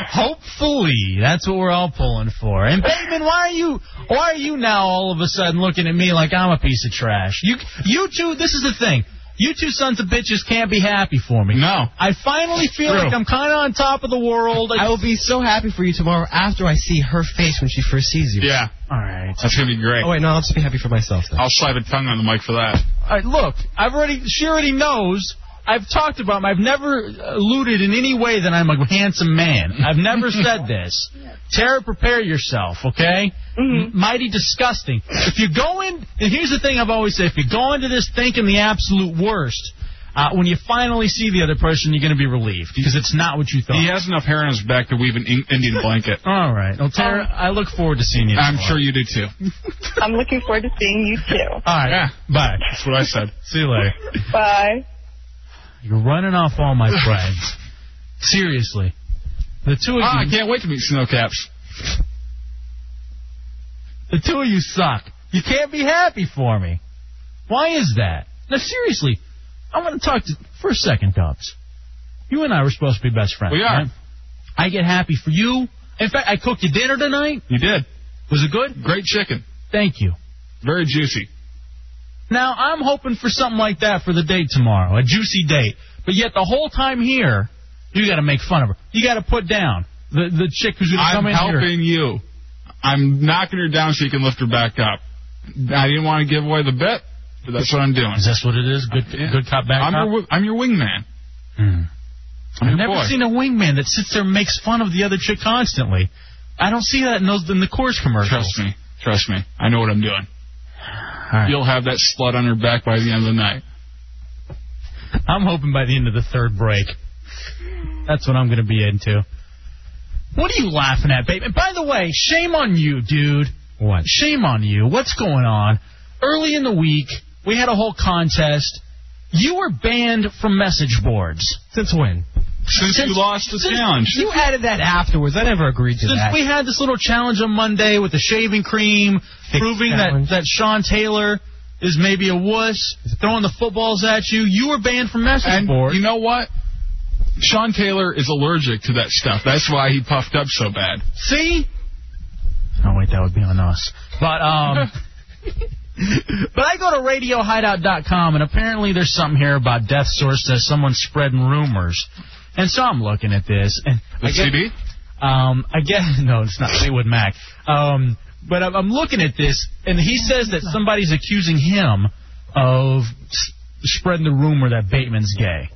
[SPEAKER 5] Hopefully, that's what we're all pulling for. And Bateman, why are you why are you now all of a sudden looking at me like I'm a piece of trash? You you two, this is the thing. You two sons of bitches can't be happy for me.
[SPEAKER 6] No.
[SPEAKER 5] I finally feel
[SPEAKER 7] True.
[SPEAKER 5] like I'm kind of on top of the world.
[SPEAKER 7] I will be so happy for you tomorrow after I see her face when she first sees you.
[SPEAKER 6] yeah,
[SPEAKER 5] All right.
[SPEAKER 6] that's gonna be great.
[SPEAKER 7] Oh wait, no, I'll just be happy for myself
[SPEAKER 5] Oh.
[SPEAKER 7] then.
[SPEAKER 6] I'll slide a tongue on the mic for that.
[SPEAKER 5] All right, look, I've already. She already knows. I've talked about. him. I've never alluded in any way that I'm a handsome man. I've never said this. Tara, prepare yourself, okay? M- Mighty disgusting. If you go in, and here's the thing I've always said: if you go into this thinking the absolute worst, uh, when you finally see the other person, you're going to be relieved because it's not what you thought.
[SPEAKER 6] He has enough hair on his back to weave an in- Indian blanket.
[SPEAKER 5] All right.
[SPEAKER 13] Um,
[SPEAKER 5] Well, Tara, I look forward to seeing you.
[SPEAKER 6] I'm
[SPEAKER 5] tomorrow.
[SPEAKER 6] sure you do too.
[SPEAKER 13] I'm looking forward to seeing you too.
[SPEAKER 5] All right. Bye.
[SPEAKER 6] That's what I said.
[SPEAKER 5] See you later.
[SPEAKER 13] Bye.
[SPEAKER 5] You're running off all my friends. Seriously. The two of
[SPEAKER 6] Ah, I
[SPEAKER 5] you
[SPEAKER 6] can't wait to meet Snowcaps.
[SPEAKER 5] the two of you suck. You can't be happy for me. Why is that? Now seriously, I want to talk to for a second, Dubs. You and I were supposed to be best friends.
[SPEAKER 6] We are.
[SPEAKER 5] right? I get happy for you. In fact, I cooked you dinner tonight.
[SPEAKER 6] You did.
[SPEAKER 5] Was it good?
[SPEAKER 6] Great chicken.
[SPEAKER 5] Thank you.
[SPEAKER 6] Very juicy.
[SPEAKER 5] Now, I'm hoping for something like that for the date tomorrow, a juicy date. But yet, the whole time here, you got to make fun of her. You got to put down the the chick who's going to
[SPEAKER 6] I'm
[SPEAKER 5] come in here.
[SPEAKER 6] helping you. I'm knocking her down so you can lift her back up. I didn't want to give away the bet, but that's what I'm doing. Is
[SPEAKER 5] that what it is? Good, good cop, bad
[SPEAKER 6] I'm
[SPEAKER 5] cop?
[SPEAKER 6] Your, wi- I'm your wingman. I'm
[SPEAKER 5] I've
[SPEAKER 6] your
[SPEAKER 5] never
[SPEAKER 6] boy.
[SPEAKER 5] seen a wingman that sits there and makes fun of the other chick constantly. I don't see that in those in the course commercials.
[SPEAKER 6] Trust me. Trust me. I know what I'm doing. You'll have that slut on her back by the end of the night.
[SPEAKER 5] I'm hoping by the end of the third break. That's what I'm going to be into. What are you laughing at, babe? And by the way, shame on you, dude. What? Shame on you. What's going on? Early in the week, we had a whole contest. You were banned from message boards. Since when?
[SPEAKER 6] Since, you lost the challenge.
[SPEAKER 5] You added that
[SPEAKER 7] afterwards. I never agreed to
[SPEAKER 5] since
[SPEAKER 7] that.
[SPEAKER 5] we had this little challenge on Monday with the shaving cream, proving that, that Sean Taylor is maybe a wuss, throwing the footballs at you, you were banned from message
[SPEAKER 6] And
[SPEAKER 5] board.
[SPEAKER 6] you know what? Sean Taylor is allergic to that stuff. That's why he puffed up so bad.
[SPEAKER 5] See? Oh wait, that would be on us. But um But I go to RadioHideout.com and apparently there's something here about Death Source that someone's spreading rumors. And so I'm looking at this and
[SPEAKER 6] The
[SPEAKER 5] I guess,
[SPEAKER 6] CD?
[SPEAKER 5] Um I guess no, it's not Fleetwood Mac. Um but I'm I'm looking at this and he says that somebody's accusing him of s- spreading the rumor that Bateman's gay.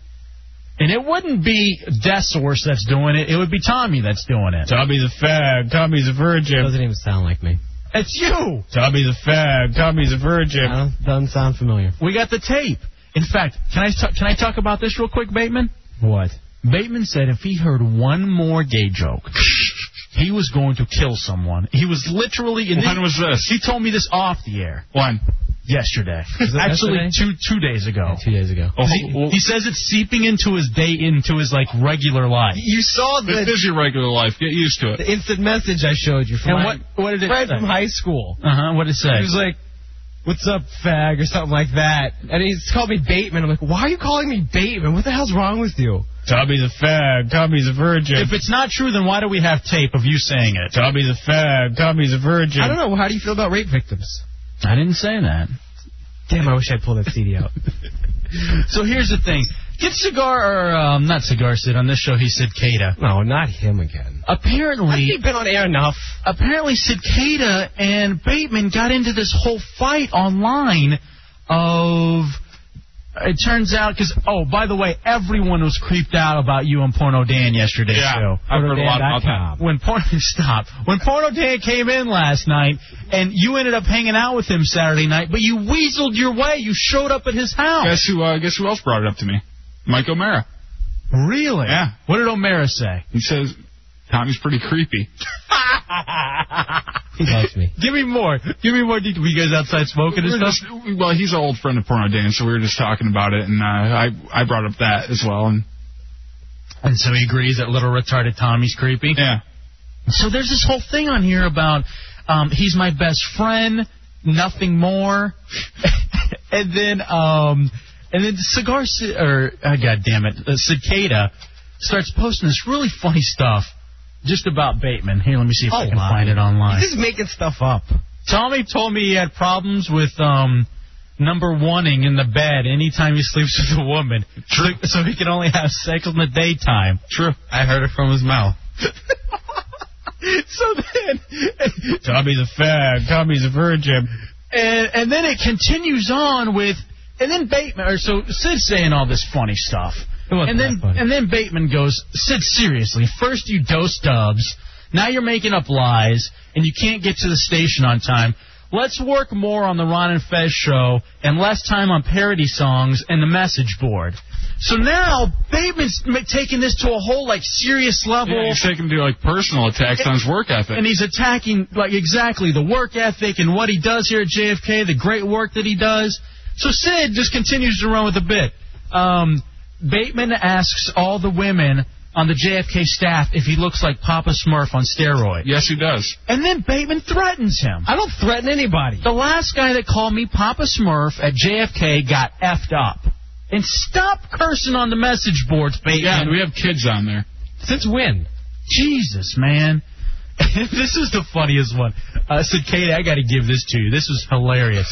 [SPEAKER 5] And it wouldn't be Death Source that's doing it. It would be Tommy that's doing it.
[SPEAKER 14] Tommy's a fag. Tommy's a virgin. Doesn't even sound like me.
[SPEAKER 5] It's you.
[SPEAKER 14] Tommy's a fag. Tommy's a virgin.
[SPEAKER 7] Doesn't sound familiar.
[SPEAKER 5] We got the tape. In fact, can I t- can I talk about this real quick, Bateman?
[SPEAKER 7] What?
[SPEAKER 5] Bateman said if he heard one more gay joke, he was going to kill someone. He was literally. In
[SPEAKER 6] When was this?
[SPEAKER 5] He told me this off the air.
[SPEAKER 6] One.
[SPEAKER 5] Yesterday.
[SPEAKER 6] Was it
[SPEAKER 5] Actually,
[SPEAKER 6] yesterday?
[SPEAKER 5] two two days ago.
[SPEAKER 7] two days ago.
[SPEAKER 6] Oh,
[SPEAKER 5] he, he says it's seeping into his day, into his like regular life.
[SPEAKER 7] You saw the-
[SPEAKER 6] This is your regular life. Get used to it.
[SPEAKER 7] The instant message I showed you from
[SPEAKER 5] And
[SPEAKER 7] my
[SPEAKER 5] what- what did it
[SPEAKER 7] friend
[SPEAKER 5] say?
[SPEAKER 7] from high school.
[SPEAKER 5] Uh huh. What did it say?
[SPEAKER 7] He was like, "What's up, fag?" or something like that. And he's called me Bateman. I'm like, "Why are you calling me Bateman? What the hell's wrong with you?"
[SPEAKER 14] Tommy's a fag. Tommy's a virgin.
[SPEAKER 5] If it's not true, then why do we have tape of you saying it?
[SPEAKER 14] Tommy's a fag. Tommy's a virgin.
[SPEAKER 7] I don't know. How do you feel about rape victims?
[SPEAKER 5] I didn't say that.
[SPEAKER 7] Damn, I wish I'd pulled that CD out.
[SPEAKER 5] So here's the thing. Get cigar or um, not cigar Sid on this show. He said Cada.
[SPEAKER 7] No, not him again.
[SPEAKER 5] Apparently,
[SPEAKER 7] Hasn't he been on air enough?
[SPEAKER 5] Apparently, Sid Cada and Bateman got into this whole fight online. Of it turns out because oh by the way, everyone was creeped out about you and Porno Dan yesterday's
[SPEAKER 6] Yeah,
[SPEAKER 5] show.
[SPEAKER 6] I've heard a lot about that.
[SPEAKER 5] When Porno stop when Porno Dan came in last night and you ended up hanging out with him Saturday night, but you weaseled your way. You showed up at his house.
[SPEAKER 6] Guess who? Uh, guess who else brought it up to me? Mike O'Mara.
[SPEAKER 5] Really?
[SPEAKER 6] Yeah.
[SPEAKER 5] What did O'Mara say?
[SPEAKER 6] He says Tommy's pretty creepy.
[SPEAKER 7] he loves me.
[SPEAKER 5] Give me more. Give me more detail. Were you guys outside smoking and
[SPEAKER 6] We're
[SPEAKER 5] stuff?
[SPEAKER 6] just- well, he's an old friend of Porno Dan, so we were just talking about it, and uh, I I brought up that as well. And
[SPEAKER 5] And so he agrees that little retarded Tommy's creepy.
[SPEAKER 6] Yeah.
[SPEAKER 5] So there's this whole thing on here about um, he's my best friend, nothing more, and then um, and then cigar Ci- or uh, God damn it, uh, cicada starts posting this really funny stuff just about Bateman. Here, let me see if I can find it online.
[SPEAKER 7] He's just making stuff up.
[SPEAKER 5] Tommy told me he had problems with um number oneing in the bed anytime he sleeps with a woman. True. So, so he can only have sex in the daytime.
[SPEAKER 6] True.
[SPEAKER 5] I heard it from his mouth. so then
[SPEAKER 14] Tommy's a fag. Tommy's a virgin.
[SPEAKER 5] and and then it continues on with and then Bateman or so Sid's saying all this funny stuff. and then and then Bateman goes, Sid, seriously, first you dose dubs, now you're making up lies, and you can't get to the station on time. Let's work more on the Ron and Fez show and less time on parody songs and the message board. So now Bateman's ma- taking this to a whole like serious level.
[SPEAKER 6] yeah, he's taking to like personal attacks on his work ethic.
[SPEAKER 5] And he's attacking like exactly the work ethic and what he does here at JFK, the great work that he does. So Sid just continues to run with the bit. Um, Bateman asks all the women on the JFK staff if he looks like Papa Smurf on steroids.
[SPEAKER 6] Yes, he does.
[SPEAKER 5] And then Bateman threatens him. I
[SPEAKER 7] don't threaten anybody.
[SPEAKER 5] The last guy that called me Papa Smurf at JFK got effed up. And stop cursing on the message boards, Bateman.
[SPEAKER 6] Yeah, and we have kids on there.
[SPEAKER 5] Since when? Jesus, man. this is the funniest one. Uh, Cicada, I got to give this to you. This was hilarious.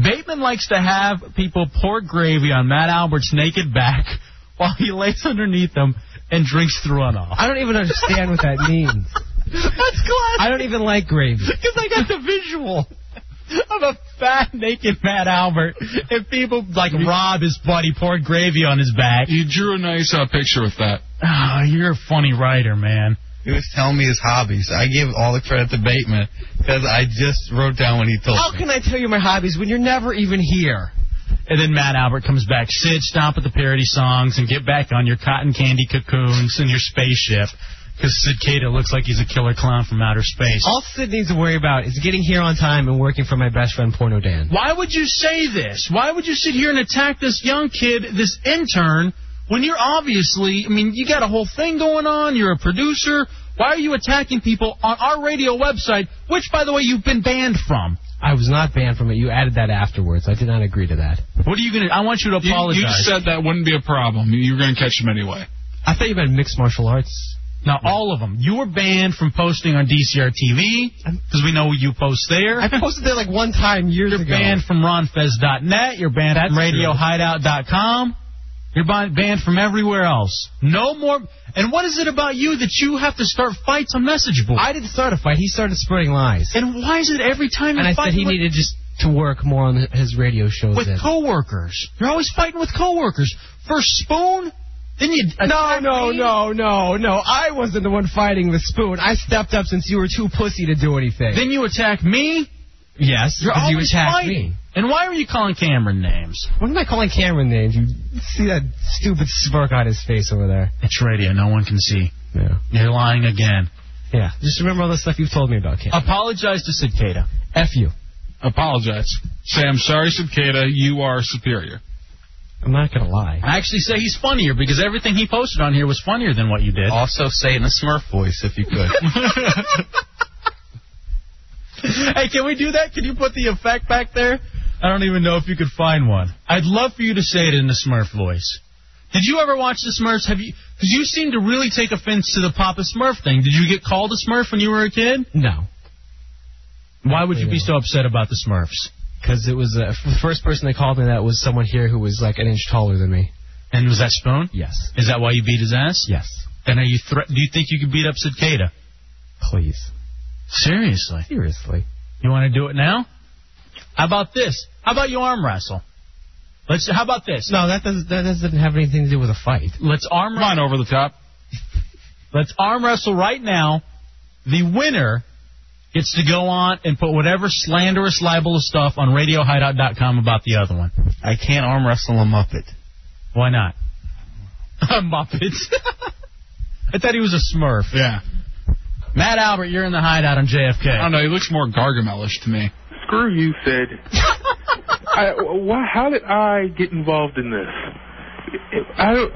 [SPEAKER 5] Bateman likes to have people pour gravy on Matt Albert's naked back while he lays underneath them and drinks the runoff.
[SPEAKER 7] I don't even understand what that means.
[SPEAKER 5] That's classic.
[SPEAKER 7] I don't even like gravy.
[SPEAKER 5] Because I got the visual of a fat, naked Matt Albert, and people like Rob, his buddy, pouring gravy on his back.
[SPEAKER 6] You drew a nice uh, picture with that.
[SPEAKER 5] Oh, you're a funny writer, man.
[SPEAKER 15] He was telling me his hobbies. I give all the credit to Bateman because I just wrote down what he told
[SPEAKER 7] How
[SPEAKER 15] me.
[SPEAKER 7] can I tell you my hobbies when you're never even here?
[SPEAKER 5] And then Matt Albert comes back. Sid, stop at the parody songs and get back on your cotton candy cocoons and your spaceship. Because Sid Cada looks like he's a killer clown from outer space.
[SPEAKER 7] All Sid needs to worry about is getting here on time and working for my best friend Porno Dan.
[SPEAKER 5] Why would you say this? Why would you sit here and attack this young kid, this intern, when you're obviously, I mean, you got a whole thing going on, you're a producer. Why are you attacking people on our radio website, which, by the way, you've been banned from?
[SPEAKER 7] I was not banned from it. You added that afterwards. I did not agree to that.
[SPEAKER 5] What are you going to, I want you to
[SPEAKER 6] You,
[SPEAKER 5] apologize.
[SPEAKER 6] you said that wouldn't be a problem. You were going to catch him anyway.
[SPEAKER 7] I thought you meant mixed martial arts.
[SPEAKER 5] Now, all of them. You were banned from posting on DCR TV because we know you post there. I
[SPEAKER 7] posted there like one time years
[SPEAKER 5] You're banned from ronfez.net. You're banned from radiohideout.com. You're ban- banned from everywhere else. No more. And what is it about you that you have to start fights on message board?
[SPEAKER 7] I didn't start a fight. He started spreading lies.
[SPEAKER 5] And why is it every time
[SPEAKER 7] And
[SPEAKER 5] you
[SPEAKER 7] I
[SPEAKER 5] fight
[SPEAKER 7] said he
[SPEAKER 5] with-
[SPEAKER 7] needed just to work more on his radio shows.
[SPEAKER 5] with
[SPEAKER 7] then.
[SPEAKER 5] coworkers? You're always fighting with coworkers. First spoon, then you.
[SPEAKER 7] No, no, no, no, no. I wasn't the one fighting with Spoon. I stepped up since you were too pussy to do anything.
[SPEAKER 5] Then you attack me.
[SPEAKER 7] yes,
[SPEAKER 5] You're
[SPEAKER 7] 'cause
[SPEAKER 5] always
[SPEAKER 7] you attacked
[SPEAKER 5] fighting.
[SPEAKER 7] me.
[SPEAKER 5] And why are you calling Cameron names?
[SPEAKER 7] What am I calling Cameron names? You see that stupid smirk on his face over there.
[SPEAKER 5] It's radio. No one can see.
[SPEAKER 7] Yeah.
[SPEAKER 5] You're lying again.
[SPEAKER 7] Yeah. Just remember all the stuff you've told me about Cameron.
[SPEAKER 5] Apologize to Cicada.
[SPEAKER 7] F you.
[SPEAKER 6] Apologize. Say, I'm sorry, Cicada. You are superior.
[SPEAKER 7] I'm not going to lie.
[SPEAKER 5] I actually say he's funnier because everything he posted on here was funnier than what you did.
[SPEAKER 15] Also, say it in a Smurf voice if you could.
[SPEAKER 5] hey, can we do that? Can you put the effect back there? I don't even know if you could find one. I'd love for you to say it in the Smurf voice. Did you ever watch the Smurfs? Have you? Because you seem to really take offense to the Papa Smurf thing. Did you get called a Smurf when you were a kid?
[SPEAKER 7] No.
[SPEAKER 5] Why would you be so upset about the Smurfs?
[SPEAKER 7] Because it was uh, the first person that called me that was someone here who was like an inch taller than me.
[SPEAKER 5] And was that Spoon?
[SPEAKER 7] Yes.
[SPEAKER 5] Is that why you beat his ass?
[SPEAKER 7] Yes.
[SPEAKER 5] And are you thre- do you think you could beat up Cicada?
[SPEAKER 7] Please.
[SPEAKER 5] Seriously.
[SPEAKER 7] Seriously.
[SPEAKER 5] You want to do it now? How about this? How about you arm wrestle? Let's. How about this?
[SPEAKER 7] No, that doesn't that doesn't have anything to do with a fight.
[SPEAKER 5] Let's arm
[SPEAKER 6] Come on,
[SPEAKER 5] wrestle.
[SPEAKER 6] over the top.
[SPEAKER 5] Let's arm wrestle right now. The winner gets to go on and put whatever slanderous, libelous stuff on RadioHideout.com about the other one.
[SPEAKER 15] I can't arm wrestle a Muppet.
[SPEAKER 5] Why not? Muppets. I thought he was a Smurf.
[SPEAKER 6] Yeah.
[SPEAKER 5] Matt Albert, you're in the hideout on JFK.
[SPEAKER 6] I don't know. He looks more Gargamelish to me.
[SPEAKER 8] Screw you, Sid. I, why, how did I get involved in this? I don't,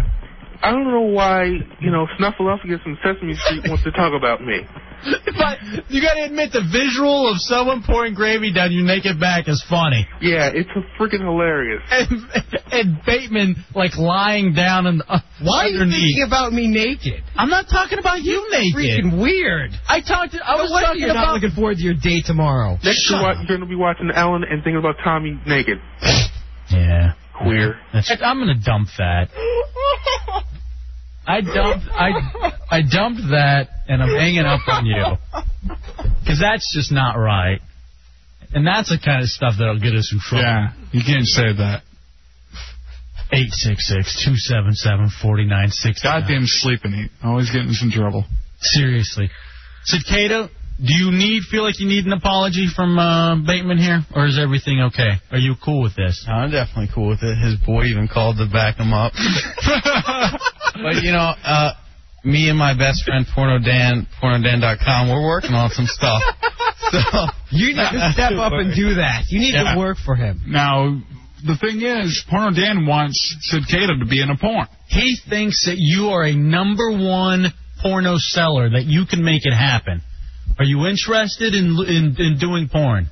[SPEAKER 8] I don't know why, you know, Snuffleupagus from Sesame Street wants to talk about me.
[SPEAKER 5] but you got to admit the visual of someone pouring gravy down your naked back is funny.
[SPEAKER 8] Yeah, it's a freaking hilarious.
[SPEAKER 5] And, and Bateman like lying down and uh,
[SPEAKER 7] Why are you
[SPEAKER 5] underneath.
[SPEAKER 7] thinking about me naked?
[SPEAKER 5] I'm not talking about you naked.
[SPEAKER 7] Freaking weird.
[SPEAKER 5] I talked. To, oh. I was
[SPEAKER 7] what if
[SPEAKER 5] talking
[SPEAKER 7] you're not
[SPEAKER 5] about.
[SPEAKER 7] looking forward to your day
[SPEAKER 5] Oh.
[SPEAKER 7] tomorrow?
[SPEAKER 8] Next, you're, wa- you're going to be watching Alan and thinking about Tommy naked.
[SPEAKER 5] yeah.
[SPEAKER 8] Queer.
[SPEAKER 5] That's, I'm gonna dump that. I dumped. I I dumped that, and I'm hanging up on you because that's just not right. And that's the kind of stuff that'll get us in trouble.
[SPEAKER 6] Yeah. You can't say that.
[SPEAKER 5] 866-277-4969.
[SPEAKER 6] Goddamn sleeping eat. Always getting us in trouble.
[SPEAKER 5] Seriously. Cicada, do you need feel like you need an apology from uh, Bateman here, or is everything okay? Are you cool with this?
[SPEAKER 15] I'm definitely cool with it. His boy even called to back him up. but you know, uh, me and my best friend Porno Dan, PornoDan.com, we're working on some stuff. So
[SPEAKER 7] You need to step up and do that. You need
[SPEAKER 6] Yeah.
[SPEAKER 7] to work for him.
[SPEAKER 6] Now, the thing is, Porno Dan wants Cicada to be in a porn.
[SPEAKER 5] He thinks that you are a number one porno seller that you can make it happen. Are you interested in in, in doing porn?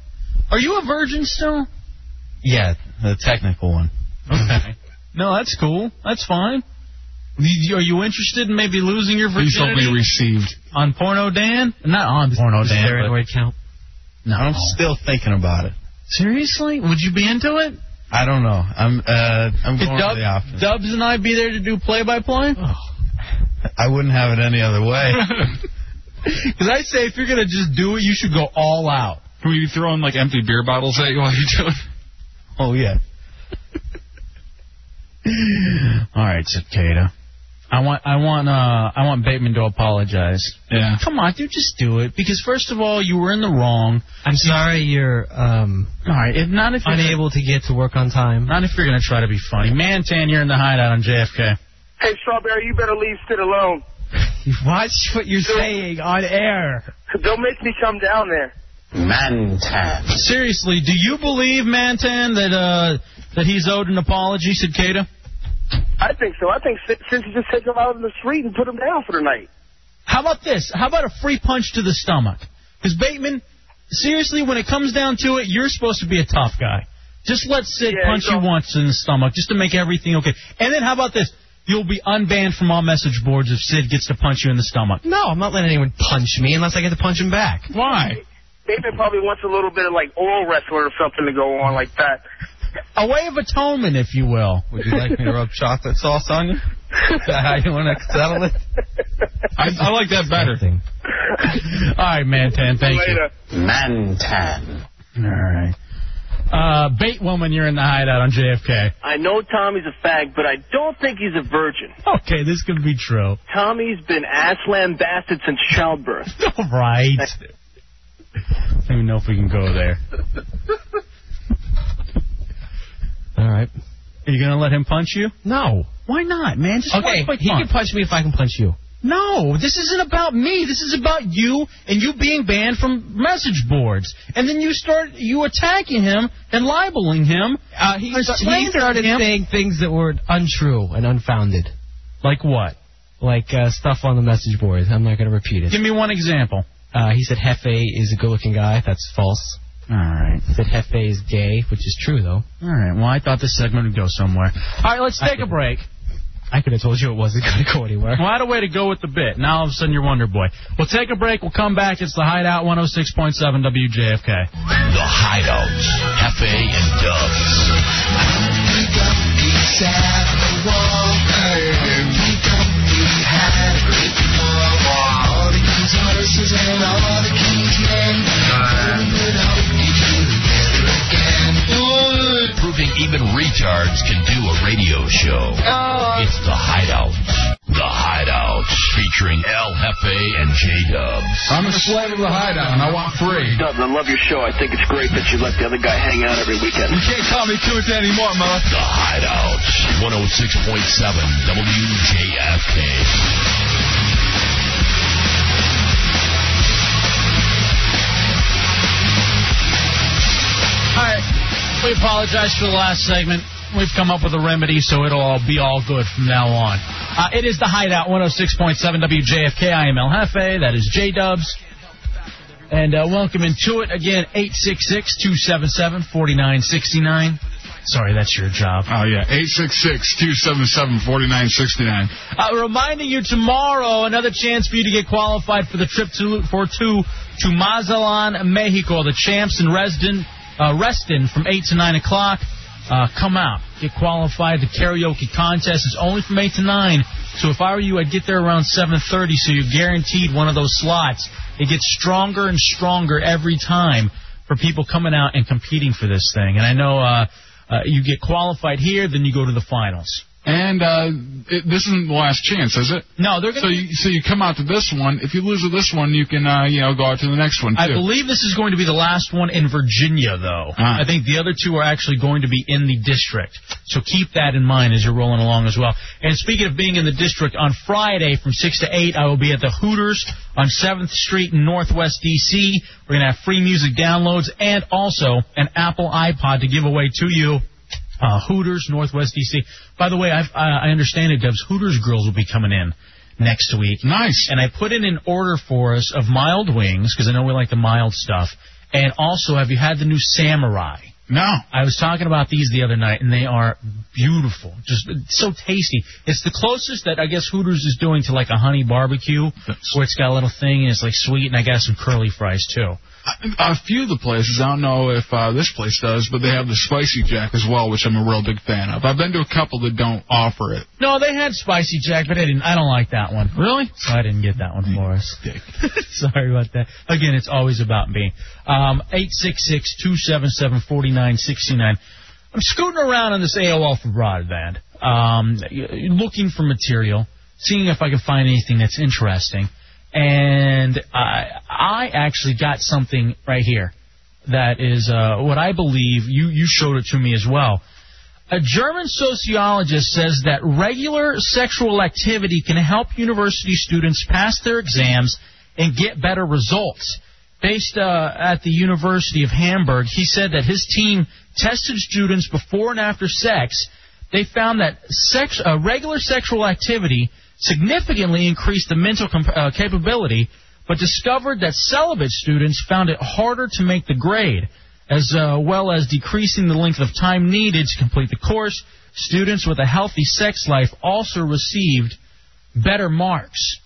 [SPEAKER 5] Are you a virgin still?
[SPEAKER 15] yeah, the technical one.
[SPEAKER 5] Okay. no, that's cool. That's fine. You- Are you interested in maybe losing your
[SPEAKER 6] Please don't
[SPEAKER 5] virginity
[SPEAKER 6] be received.
[SPEAKER 5] on Porno Dan? Not on Porno
[SPEAKER 7] Is
[SPEAKER 5] Dan.
[SPEAKER 7] there
[SPEAKER 5] but-
[SPEAKER 7] an count?
[SPEAKER 5] No.
[SPEAKER 15] I'm still thinking about it.
[SPEAKER 5] Seriously? Would you be into it? I don't know. I'm uh I'm
[SPEAKER 16] Could
[SPEAKER 5] going
[SPEAKER 16] Dub-
[SPEAKER 5] to the office. Dubs and I be there to do play by play? I wouldn't have it any other way.
[SPEAKER 17] Because I say if you're gonna just do it, you should go all out.
[SPEAKER 6] Were you throwing like empty beer bottles at you while you do it?
[SPEAKER 5] Oh yeah. All right, cicada. I want I want uh I want Bateman to apologize.
[SPEAKER 6] Yeah.
[SPEAKER 5] Come on, dude, just do it. Because first of all, you were in the wrong.
[SPEAKER 7] I'm sorry you're um
[SPEAKER 5] All right, if not if you're
[SPEAKER 7] unable to get to work on time.
[SPEAKER 5] Not if you're gonna try to be funny. Mantan, you're in the hideout on JFK.
[SPEAKER 8] Hey, Strawberry, you better leave shit alone.
[SPEAKER 7] Watch what you're saying on air.
[SPEAKER 8] Don't make me come down there.
[SPEAKER 5] Mantan. Seriously, do you believe Mantan that uh that he's owed an apology, Cicada?
[SPEAKER 8] I think so. I think si- since you just take him out on the street and put him down for the night.
[SPEAKER 17] How about this? How about a free punch to the stomach? Because Bateman, seriously, when it comes down to it, you're supposed to be a tough guy. Just let Sid punch you once in the stomach, just to make everything okay. And then how about this? You'll be unbanned from all message boards if Sid gets to punch you in the stomach.
[SPEAKER 7] No, I'm not letting anyone punch me unless I get to punch him back.
[SPEAKER 17] Why?
[SPEAKER 8] David probably wants a little bit of like oral wrestler or something to go on like that.
[SPEAKER 17] A way of atonement, if you will.
[SPEAKER 5] Would you like me to rub chocolate sauce on you? Is that how you want to settle it?
[SPEAKER 6] I, I like that better.
[SPEAKER 5] All right, Mantan, thank
[SPEAKER 8] Later.
[SPEAKER 5] you. Mantan. All right. Uh, Bait Woman, you're in the hideout on JFK.
[SPEAKER 18] I know Tommy's a fag, but I don't think he's a virgin.
[SPEAKER 5] Okay, this could be true.
[SPEAKER 18] Tommy's been ass lambasted since childbirth.
[SPEAKER 5] All right. I don't even know if we can go there. All right. Are you going to let him punch you? No. Why not, man? Just
[SPEAKER 7] Okay,
[SPEAKER 5] one quick
[SPEAKER 7] he
[SPEAKER 5] punch.
[SPEAKER 7] can punch me if I can punch you.
[SPEAKER 17] No, this isn't about me. This is about you and you being banned from message boards. And then you start you attacking him and libeling him.
[SPEAKER 7] Uh, he,
[SPEAKER 17] or
[SPEAKER 7] sta- he
[SPEAKER 17] slandering
[SPEAKER 7] started
[SPEAKER 17] him.
[SPEAKER 7] saying things that were untrue and unfounded.
[SPEAKER 17] Like what?
[SPEAKER 7] Like uh, stuff on the message board. I'm not going to repeat it.
[SPEAKER 17] Give me one example.
[SPEAKER 7] Uh, he said Hefe is a good-looking guy. That's false.
[SPEAKER 5] All right.
[SPEAKER 7] He said Hefe is gay, which is true though.
[SPEAKER 5] All right. Well, I thought this segment would go somewhere. All right, let's take a break.
[SPEAKER 7] I could have told you it wasn't going to go anywhere.
[SPEAKER 5] What a way to go with the bit. Now all of a sudden you're Wonder Boy. We'll take a break. We'll come back. It's the Hideout 106.7
[SPEAKER 4] The
[SPEAKER 5] WJFK.
[SPEAKER 4] Hideout, Hefe and Dubs. Proving even retards can do a radio show. It's The Hideout. The Hideout, featuring El Hefe and J Dubs.
[SPEAKER 6] I'm a slave of the hideout, and I want free.
[SPEAKER 18] Dubs, I love your show. I think it's great that you let the other guy hang out every weekend.
[SPEAKER 6] You can't call me to it anymore, Mo.
[SPEAKER 4] The Hideout, 106.7 WJFK.
[SPEAKER 5] All right. We apologize for the last segment. We've come up with a remedy, so it'll all be all good from now on. Uh, it is the Hideout 106.7 WJFK. I am El Jefe. That is J Dubs. And uh, welcome into it again, 866 277 4969. Sorry, that's your job.
[SPEAKER 6] Oh, yeah. 866 277 4969.
[SPEAKER 5] Uh, reminding you tomorrow, another chance for you to get qualified for the trip to for two to Mazalan, Mexico. The champs in Resden, uh, Reston from eight to nine o'clock. Uh, come out, get qualified. The karaoke contest is only from eight to nine. So if I were you, I'd get there around seven thirty. So you're guaranteed one of those slots. It gets stronger and stronger every time for people coming out and competing for this thing. And I know uh, uh, you get qualified here, then you go to the finals.
[SPEAKER 6] And uh, it, this isn't the last chance, is it?
[SPEAKER 5] No, they're
[SPEAKER 6] so you, so you come out to this one. If you lose to this one, you can uh, you know go out to the next one too.
[SPEAKER 5] I believe this is going to be the last one in Virginia, though.
[SPEAKER 6] Ah.
[SPEAKER 5] I think the other two are actually going to be in the district. So keep that in mind as you're rolling along as well. And speaking of being in the district, on Friday from 6 to 8, I will be at the Hooters on 7th Street in Northwest D.C. We're going to have free music downloads and also an Apple iPod to give away to you. Uh, Hooters, Northwest D.C. By the way, I've, I I understand it, Dubs. Hooters girls will be coming in next week.
[SPEAKER 6] Nice.
[SPEAKER 5] And I put in an order for us of mild wings because I know we like the mild stuff. And also, have you had the new Samurai?
[SPEAKER 6] No.
[SPEAKER 5] I was talking about these the other night, and they are beautiful, just so tasty. It's the closest that I guess Hooters is doing to like a honey barbecue, where it's got a little thing and it's like sweet, and I got some curly fries too.
[SPEAKER 6] a few of the places. I don't know if uh, this place does, but they have the spicy jack as well, which I'm a real big fan of. I've been to a couple that don't offer it.
[SPEAKER 5] No, they had spicy jack, but I didn't. I don't like that one.
[SPEAKER 6] Really?
[SPEAKER 5] So I didn't get that one for us. Sorry about that. Again, it's always about me. Um, eight six six two seven seven forty nine sixty nine. I'm scooting around on this AOL for broadband, um, y- y- looking for material, seeing if I can find anything that's interesting, and I, I actually got something right here that is uh, what I believe you you showed it to me as well. A German sociologist says that regular sexual activity can help university students pass their exams and get better results. Based uh, at the University of Hamburg, he said that his team tested students before and after sex. They found that sex, uh, regular sexual activity significantly increased the mental comp- uh, capability, but discovered that celibate students found it harder to make the grade as uh, well as decreasing the length of time needed to complete the course. Students with a healthy sex life also received better marks.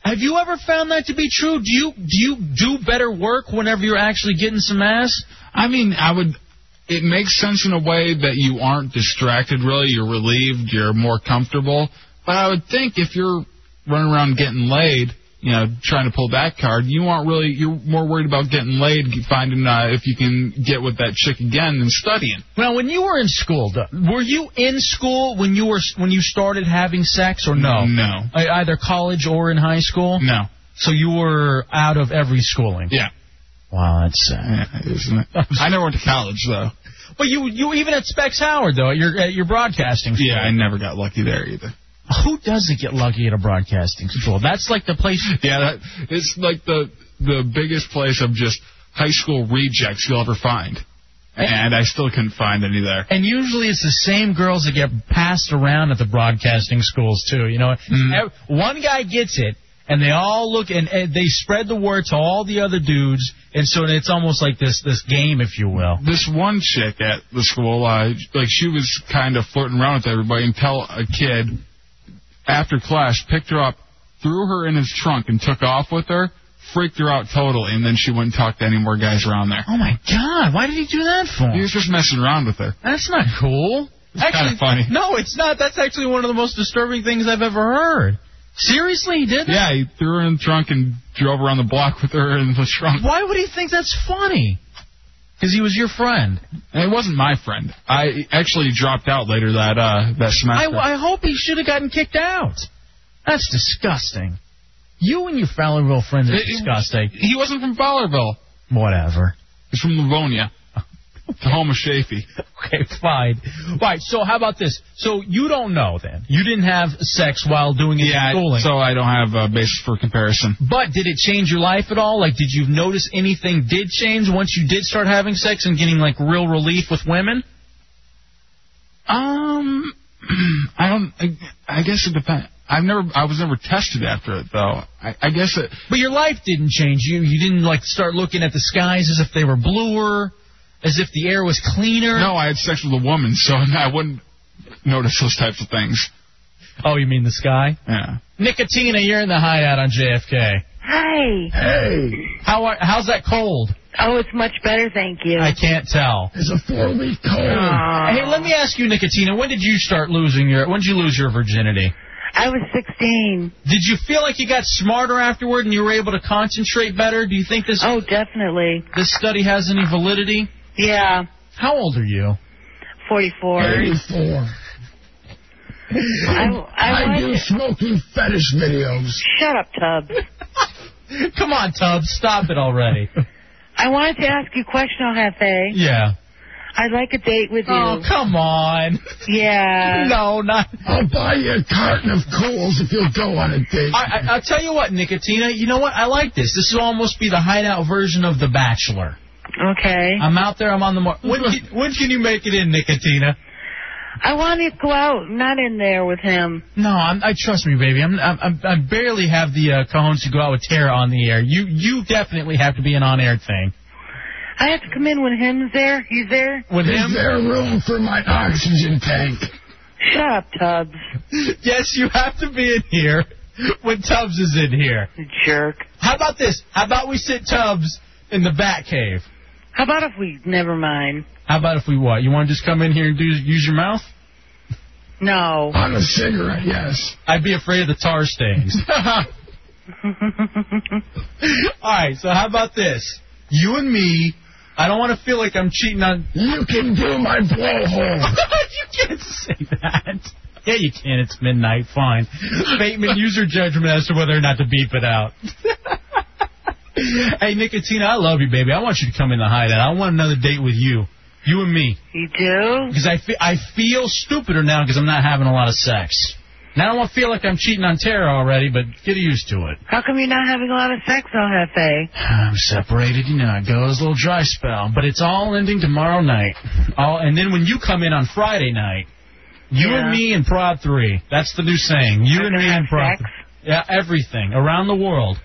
[SPEAKER 5] Have you ever found that to be true? Do you do you do better work whenever you're actually getting some ass?
[SPEAKER 6] I mean, I would. It makes sense in a way that you aren't distracted. Really, you're relieved. You're more comfortable. But I would think if you're running around getting laid, you know, trying to pull that card, you aren't really. You're more worried about getting laid, finding uh, if you can get with that chick again, than studying.
[SPEAKER 5] Now, when you were in school, th- were you in school when you were when you started having sex or no?
[SPEAKER 6] No.
[SPEAKER 5] E- Either college or in high school?
[SPEAKER 6] No.
[SPEAKER 5] So you were out of every schooling.
[SPEAKER 6] Yeah.
[SPEAKER 5] Wow, that's
[SPEAKER 6] sad, isn't it? I never went to college though.
[SPEAKER 5] But you you even at Specs Howard though at your at your broadcasting. School.
[SPEAKER 6] Yeah, I never got lucky there either.
[SPEAKER 5] Who doesn't get lucky at a broadcasting school? That's like the place.
[SPEAKER 6] Yeah, that, it's like the the biggest place of just high school rejects you'll ever find. And I still couldn't find any there.
[SPEAKER 5] And usually it's the same girls that get passed around at the broadcasting schools too. You know, Ev- one guy gets it, and they all look and, and they spread the word to all the other dudes, and so it's almost like this this game, if you will.
[SPEAKER 6] This one chick at the school, uh, like she was kind of flirting around with everybody until a kid after class picked her up, threw her in his trunk, and took off with her. Freaked her out totally, and then she wouldn't talk to any more guys around there.
[SPEAKER 5] Oh my God! Why did he do that for?
[SPEAKER 6] He was just messing around with her.
[SPEAKER 5] That's not cool.
[SPEAKER 6] It's kind of funny.
[SPEAKER 5] No, it's not. That's actually one of the most disturbing things I've ever heard. Seriously, he did that?
[SPEAKER 6] Yeah, he threw her in the trunk and drove around the block with her in the trunk.
[SPEAKER 5] Why would he think that's funny? Because he was your friend.
[SPEAKER 6] And it wasn't my friend. I actually dropped out later that uh that
[SPEAKER 5] I,
[SPEAKER 6] semester.
[SPEAKER 5] I hope he should have gotten kicked out. That's disgusting. You and your Fowlerville friends are
[SPEAKER 6] It- it-
[SPEAKER 5] disgusting.
[SPEAKER 6] he wasn't from Fowlerville.
[SPEAKER 5] Whatever.
[SPEAKER 6] He's from Livonia. the home of Shafee.
[SPEAKER 5] Okay, fine. Right. So how about this? So you don't know then. You didn't have sex while doing it
[SPEAKER 6] Yeah,
[SPEAKER 5] in schooling.
[SPEAKER 6] so I don't have a basis for comparison.
[SPEAKER 5] but did it change your life at all? Like, did you notice anything did change once you did start having sex and getting like real relief with women?
[SPEAKER 6] Um, I don't. I, I guess it depends. I've never. I was never tested after it though. I, I guess it.
[SPEAKER 5] But your life didn't change. You you didn't like start looking at the skies as if they were bluer, as if the air was cleaner.
[SPEAKER 6] No, I had sex with a woman, so I wouldn't notice those types of things.
[SPEAKER 5] Oh, you mean the sky?
[SPEAKER 6] Yeah.
[SPEAKER 5] Nicotina, you're in the hideout on JFK.
[SPEAKER 19] Hi.
[SPEAKER 6] Hey.
[SPEAKER 5] How are, how's that cold?
[SPEAKER 19] Oh, it's much better, thank you.
[SPEAKER 5] I can't tell.
[SPEAKER 19] It's a four-week cold. Aw.
[SPEAKER 5] Hey, let me ask you, Nicotina, when did you start losing your? When did you lose your virginity?
[SPEAKER 19] I was 16.
[SPEAKER 5] Did you feel like you got smarter afterward and you were able to concentrate better? Do you think this?
[SPEAKER 19] Oh, definitely.
[SPEAKER 5] This study has any validity?
[SPEAKER 19] Yeah,
[SPEAKER 5] How old are you?
[SPEAKER 19] 44.
[SPEAKER 7] 34. I,
[SPEAKER 19] I
[SPEAKER 7] do smoking fetish videos.
[SPEAKER 19] Shut up, Tubbs.
[SPEAKER 5] Come on, Tubbs, stop it already.
[SPEAKER 19] I wanted to ask you a question, El Jefe.
[SPEAKER 5] yeah.
[SPEAKER 19] I'd like a date with you.
[SPEAKER 5] Oh, come on.
[SPEAKER 19] Yeah.
[SPEAKER 5] No, not.
[SPEAKER 7] I'll buy you a carton of coals if you'll go on a date.
[SPEAKER 5] I, I, I'll tell you what, Nicotina. You know what? I like this. This will almost be the hideout version of The Bachelor.
[SPEAKER 19] Okay.
[SPEAKER 5] I'm out there. I'm on the. Mar- when, can, when can you make it in, Nicotina?
[SPEAKER 19] I want to go out, not in there with him.
[SPEAKER 5] No, I'm, I trust me, baby. I'm, I'm, I'm I barely have the uh, cojones to go out with Tara on the air. You, you definitely have to be an on-air thing.
[SPEAKER 19] I have to come in when him's there. He's there.
[SPEAKER 5] With
[SPEAKER 7] Is
[SPEAKER 5] him?
[SPEAKER 7] there room for my oxygen tank?
[SPEAKER 19] Shut up, Tubbs.
[SPEAKER 5] yes, you have to be in here when Tubbs is in here.
[SPEAKER 19] Jerk.
[SPEAKER 5] How about this? How about we sit Tubbs in the Bat Cave.
[SPEAKER 19] How about if we? Never mind.
[SPEAKER 5] How about if we what? You want to just come in here and do use your mouth?
[SPEAKER 19] No.
[SPEAKER 20] On a cigarette, yes.
[SPEAKER 5] I'd be afraid of the tar stains. All right, so how about this? You and me. I don't want to feel like I'm cheating on.
[SPEAKER 20] You can do my blowhole.
[SPEAKER 5] you can't say that. Yeah, you can. It's midnight. Fine. Bateman, use your judgment as to whether or not to beep it out. hey, Nicotina, I love you, baby. I want you to come in the hideout. I want another date with you. You and me.
[SPEAKER 19] You do?
[SPEAKER 5] Because I, fe- I feel stupider now because I'm not having a lot of sex. Now I don't want to feel like I'm cheating on Tara already, but get used to it.
[SPEAKER 19] How come you're not having a lot of sex, El Jefe?
[SPEAKER 5] I'm separated, you know. It goes a little dry spell, but it's all ending tomorrow night. All and then when you come in on Friday night, you
[SPEAKER 19] Yeah.
[SPEAKER 5] and me and Prod Three. That's the new saying. You and me and Prod.
[SPEAKER 19] sex?
[SPEAKER 5] Yeah, everything around the world.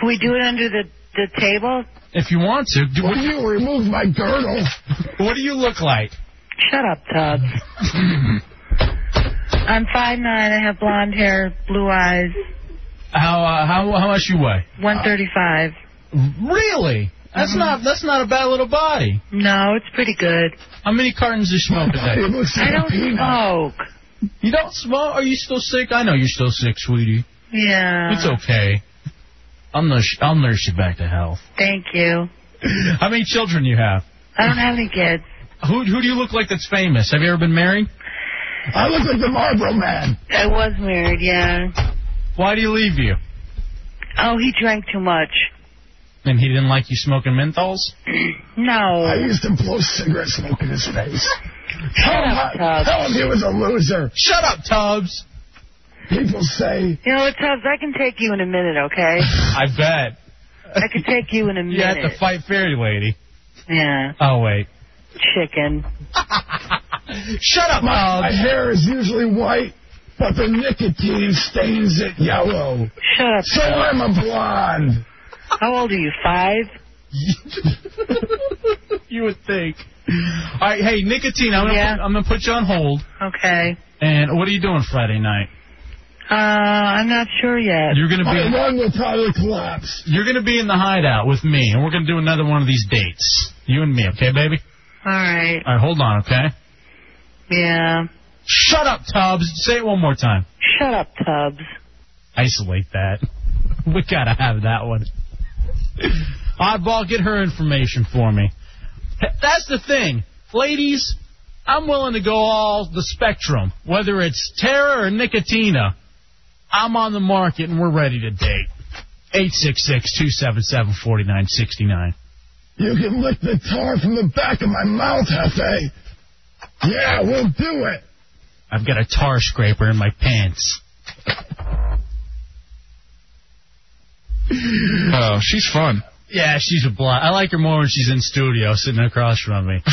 [SPEAKER 19] Can we do it under the the table?
[SPEAKER 5] If you want to, do
[SPEAKER 20] Will you remove my girdle?
[SPEAKER 5] What do you look like?
[SPEAKER 19] Shut up, Tubbs. I'm five nine. I have blonde hair, blue eyes,
[SPEAKER 5] How uh, how how much you weigh?
[SPEAKER 19] 135.
[SPEAKER 5] Really? That's not that's not a bad little body.
[SPEAKER 19] Uh-huh. No, it's pretty good.
[SPEAKER 5] How many cartons do you smoke a day?
[SPEAKER 19] I don't smoke.
[SPEAKER 5] You don't smoke? Are you still sick? I know you're still sick, sweetie.
[SPEAKER 19] Yeah.
[SPEAKER 5] It's okay. I'll nurse I'll nurse you back to health.
[SPEAKER 19] Thank you.
[SPEAKER 5] How many children you have?
[SPEAKER 19] I don't have any kids.
[SPEAKER 5] Who who do you look like that's famous? Have you ever been married?
[SPEAKER 20] I look like the Marlboro man.
[SPEAKER 19] I was married, yeah.
[SPEAKER 5] Why do you leave you?
[SPEAKER 19] Oh, he drank too much.
[SPEAKER 5] And he didn't like you smoking menthols?
[SPEAKER 19] No.
[SPEAKER 20] I used to blow cigarette smoke in his face.
[SPEAKER 19] Shut up, Tubbs.
[SPEAKER 20] Tell him he was a loser.
[SPEAKER 5] Shut up, Tubbs.
[SPEAKER 20] People say,
[SPEAKER 19] You know what, Tubbs? I can take you in a minute, okay?
[SPEAKER 5] I bet.
[SPEAKER 19] I can take you in a
[SPEAKER 5] You have
[SPEAKER 19] minute.
[SPEAKER 5] to fight fairy lady.
[SPEAKER 19] yeah,
[SPEAKER 5] Oh wait.
[SPEAKER 19] chicken.
[SPEAKER 5] Shut up,
[SPEAKER 20] my, my
[SPEAKER 5] Tubbs.
[SPEAKER 20] hair is usually white, but the nicotine stains it yellow.
[SPEAKER 19] Shut up.
[SPEAKER 20] So I'm a blonde.
[SPEAKER 19] How old are you? Five?
[SPEAKER 5] you would think. All right, hey, nicotine. I'm gonna
[SPEAKER 19] Yeah.
[SPEAKER 5] put, I'm gonna put you on hold.
[SPEAKER 19] Okay.
[SPEAKER 5] And what are you doing Friday night?
[SPEAKER 19] Uh, I'm not sure yet.
[SPEAKER 5] You're gonna
[SPEAKER 20] My
[SPEAKER 5] be
[SPEAKER 20] lung will probably collapse.
[SPEAKER 5] you're gonna be in the hideout with me, and we're gonna do another one of these dates. You and me, okay, baby?
[SPEAKER 19] All right.
[SPEAKER 5] All right, hold on, okay?
[SPEAKER 19] Yeah.
[SPEAKER 5] Shut up, Tubbs. Say it one more time.
[SPEAKER 19] Shut up, Tubbs.
[SPEAKER 5] Isolate that. We gotta have that one. Oddball, get her information for me. That's the thing, ladies. I'm willing to go all the spectrum, whether it's Tara or Nicotina. I'm on the market and we're ready to date. 866-277-4969.
[SPEAKER 20] You can lick the tar from the back of my mouth, Hefe. Yeah, we'll do it.
[SPEAKER 5] I've got a tar scraper in my pants.
[SPEAKER 6] Oh, she's fun.
[SPEAKER 5] Yeah, she's a blonde. I like her more when she's in studio sitting across from me.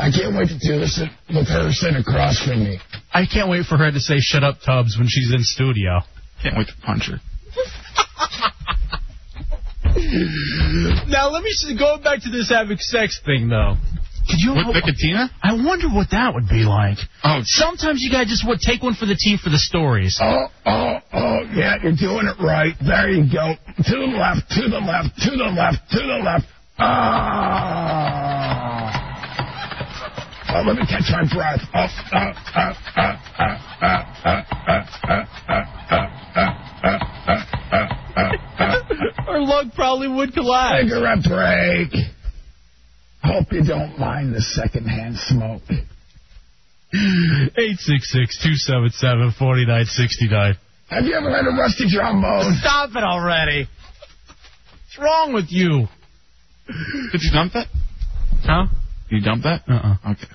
[SPEAKER 20] I can't wait to do this with her sitting across from me.
[SPEAKER 5] I can't wait for her to say shut up Tubbs when she's in studio.
[SPEAKER 6] Can't wait to punch her.
[SPEAKER 5] Now let me s- go back to this having sex thing though. Could you
[SPEAKER 6] With Nicotina?
[SPEAKER 5] I wonder what that would be like.
[SPEAKER 6] Oh,
[SPEAKER 5] Sometimes you guys just would take one for the team for the stories.
[SPEAKER 20] Oh, oh, oh, yeah, you're doing it right. There you go. To the left, to the left, to the left, to the left. Ah. Oh, let me catch my breath. Oh, uh, uh, uh, uh, uh, uh, uh, uh, uh, uh, uh, uh, uh, uh, uh, uh.
[SPEAKER 5] Her lug probably would collapse.
[SPEAKER 20] Cigarette break. Hope you don't mind the secondhand smoke.
[SPEAKER 5] 866-277-4969.
[SPEAKER 20] Have you ever had a rusty trombone?
[SPEAKER 5] Stop it already. What's wrong with you?
[SPEAKER 6] Did you dump that?
[SPEAKER 5] Huh?
[SPEAKER 6] You dump that?
[SPEAKER 5] Uh-uh.
[SPEAKER 6] Okay.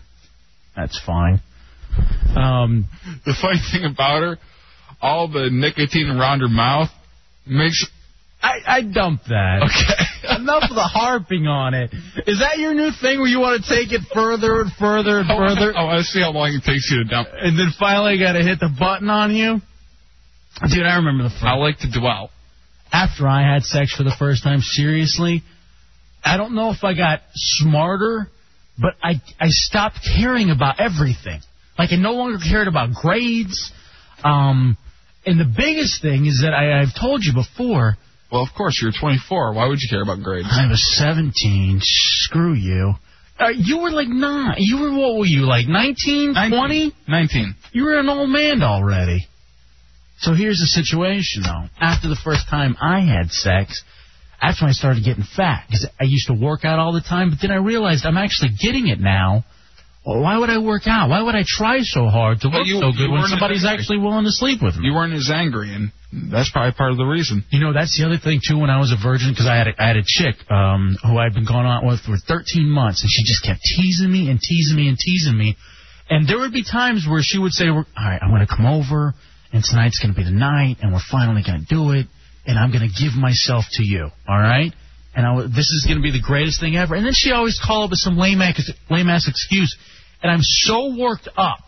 [SPEAKER 5] That's fine. Um,
[SPEAKER 6] The funny thing about her, all the nicotine around her mouth makes.
[SPEAKER 5] I, I dump that.
[SPEAKER 6] Okay.
[SPEAKER 5] Enough of the harping on it. Is that your new thing where you want to take it further and further and further?
[SPEAKER 6] Oh, I see how long it takes you to dump.
[SPEAKER 5] And then finally got to hit the button on you? Dude, I remember the first
[SPEAKER 6] I like to dwell.
[SPEAKER 5] after I had sex for the first time, seriously, I don't know if I got smarter, but I I stopped caring about everything. Like I no longer cared about grades. Um, and the biggest thing is that I, I've told you before
[SPEAKER 6] Well, of course, you're 24. Why would you care about grades?
[SPEAKER 5] I was 17. Screw you. Uh, you were like nine. You were what were you like 19, 20?
[SPEAKER 6] 19.
[SPEAKER 5] You were an old man already. So here's the situation though. After the first time I had sex, that's when I started getting fat because I used to work out all the time. But then I realized I'm actually getting it now. Well, why would I work out? Why would I try so hard to
[SPEAKER 6] Well,
[SPEAKER 5] look
[SPEAKER 6] you-
[SPEAKER 5] so good
[SPEAKER 6] you
[SPEAKER 5] when
[SPEAKER 6] weren't
[SPEAKER 5] somebody's
[SPEAKER 6] angry.
[SPEAKER 5] actually willing to sleep with me?
[SPEAKER 6] You weren't as angry, and that's probably part of the reason.
[SPEAKER 5] You know, that's the other thing too. When I was a virgin, because I had a, I had a chick um, who I'd been going out with for 13 months, and she just kept teasing me and teasing me and teasing me. And there would be times where she would say, "All right, I'm going to come over, and tonight's going to be the night, and we're finally going to do it, and I'm going to give myself to you. All right." And I w- this is going to be the greatest thing ever. And then she always called up with some lame ass, lame ass excuse. And I'm so worked up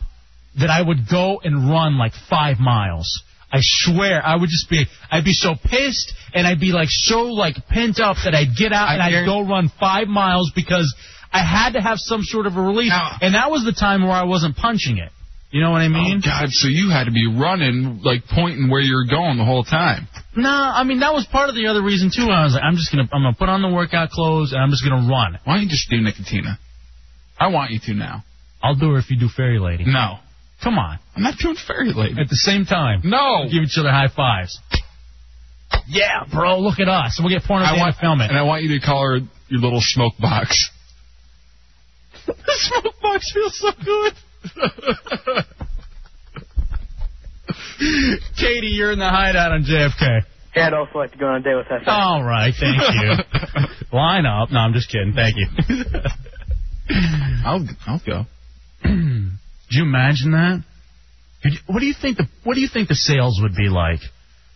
[SPEAKER 5] that I would go and run like five miles. I swear, I would just be, I'd be so pissed and I'd be like so like pent up that I'd get out and I'd go run five miles because I had to have some sort of a release. and that was the time where I wasn't punching it. You know what I mean?
[SPEAKER 6] Oh, God, so you had to be running, like pointing where you're going the whole time.
[SPEAKER 5] Nah, I mean that was part of the other reason too. I was like, I'm just gonna, I'm gonna put on the workout clothes and I'm just gonna run.
[SPEAKER 6] Why don't you just do Nicotina? I want you to now.
[SPEAKER 5] I'll do her if you do Fairy Lady.
[SPEAKER 6] No.
[SPEAKER 5] Come on.
[SPEAKER 6] I'm not doing Fairy Lady.
[SPEAKER 5] At the same time.
[SPEAKER 6] No.
[SPEAKER 5] Give each other high fives. Yeah, bro, look at us. We'll get porn
[SPEAKER 6] I want,
[SPEAKER 5] film it.
[SPEAKER 6] And I want you to call her your little smoke box.
[SPEAKER 5] the smoke box feels so good. Katie, you're in the hideout on JFK.
[SPEAKER 8] Yeah, I'd also like to go on a date with that.
[SPEAKER 5] All right, thank you. Line up. No, I'm just kidding. Thank you.
[SPEAKER 6] I'll I'll go.
[SPEAKER 5] Could you imagine that? Could you- what do you think the What do you think the sales would be like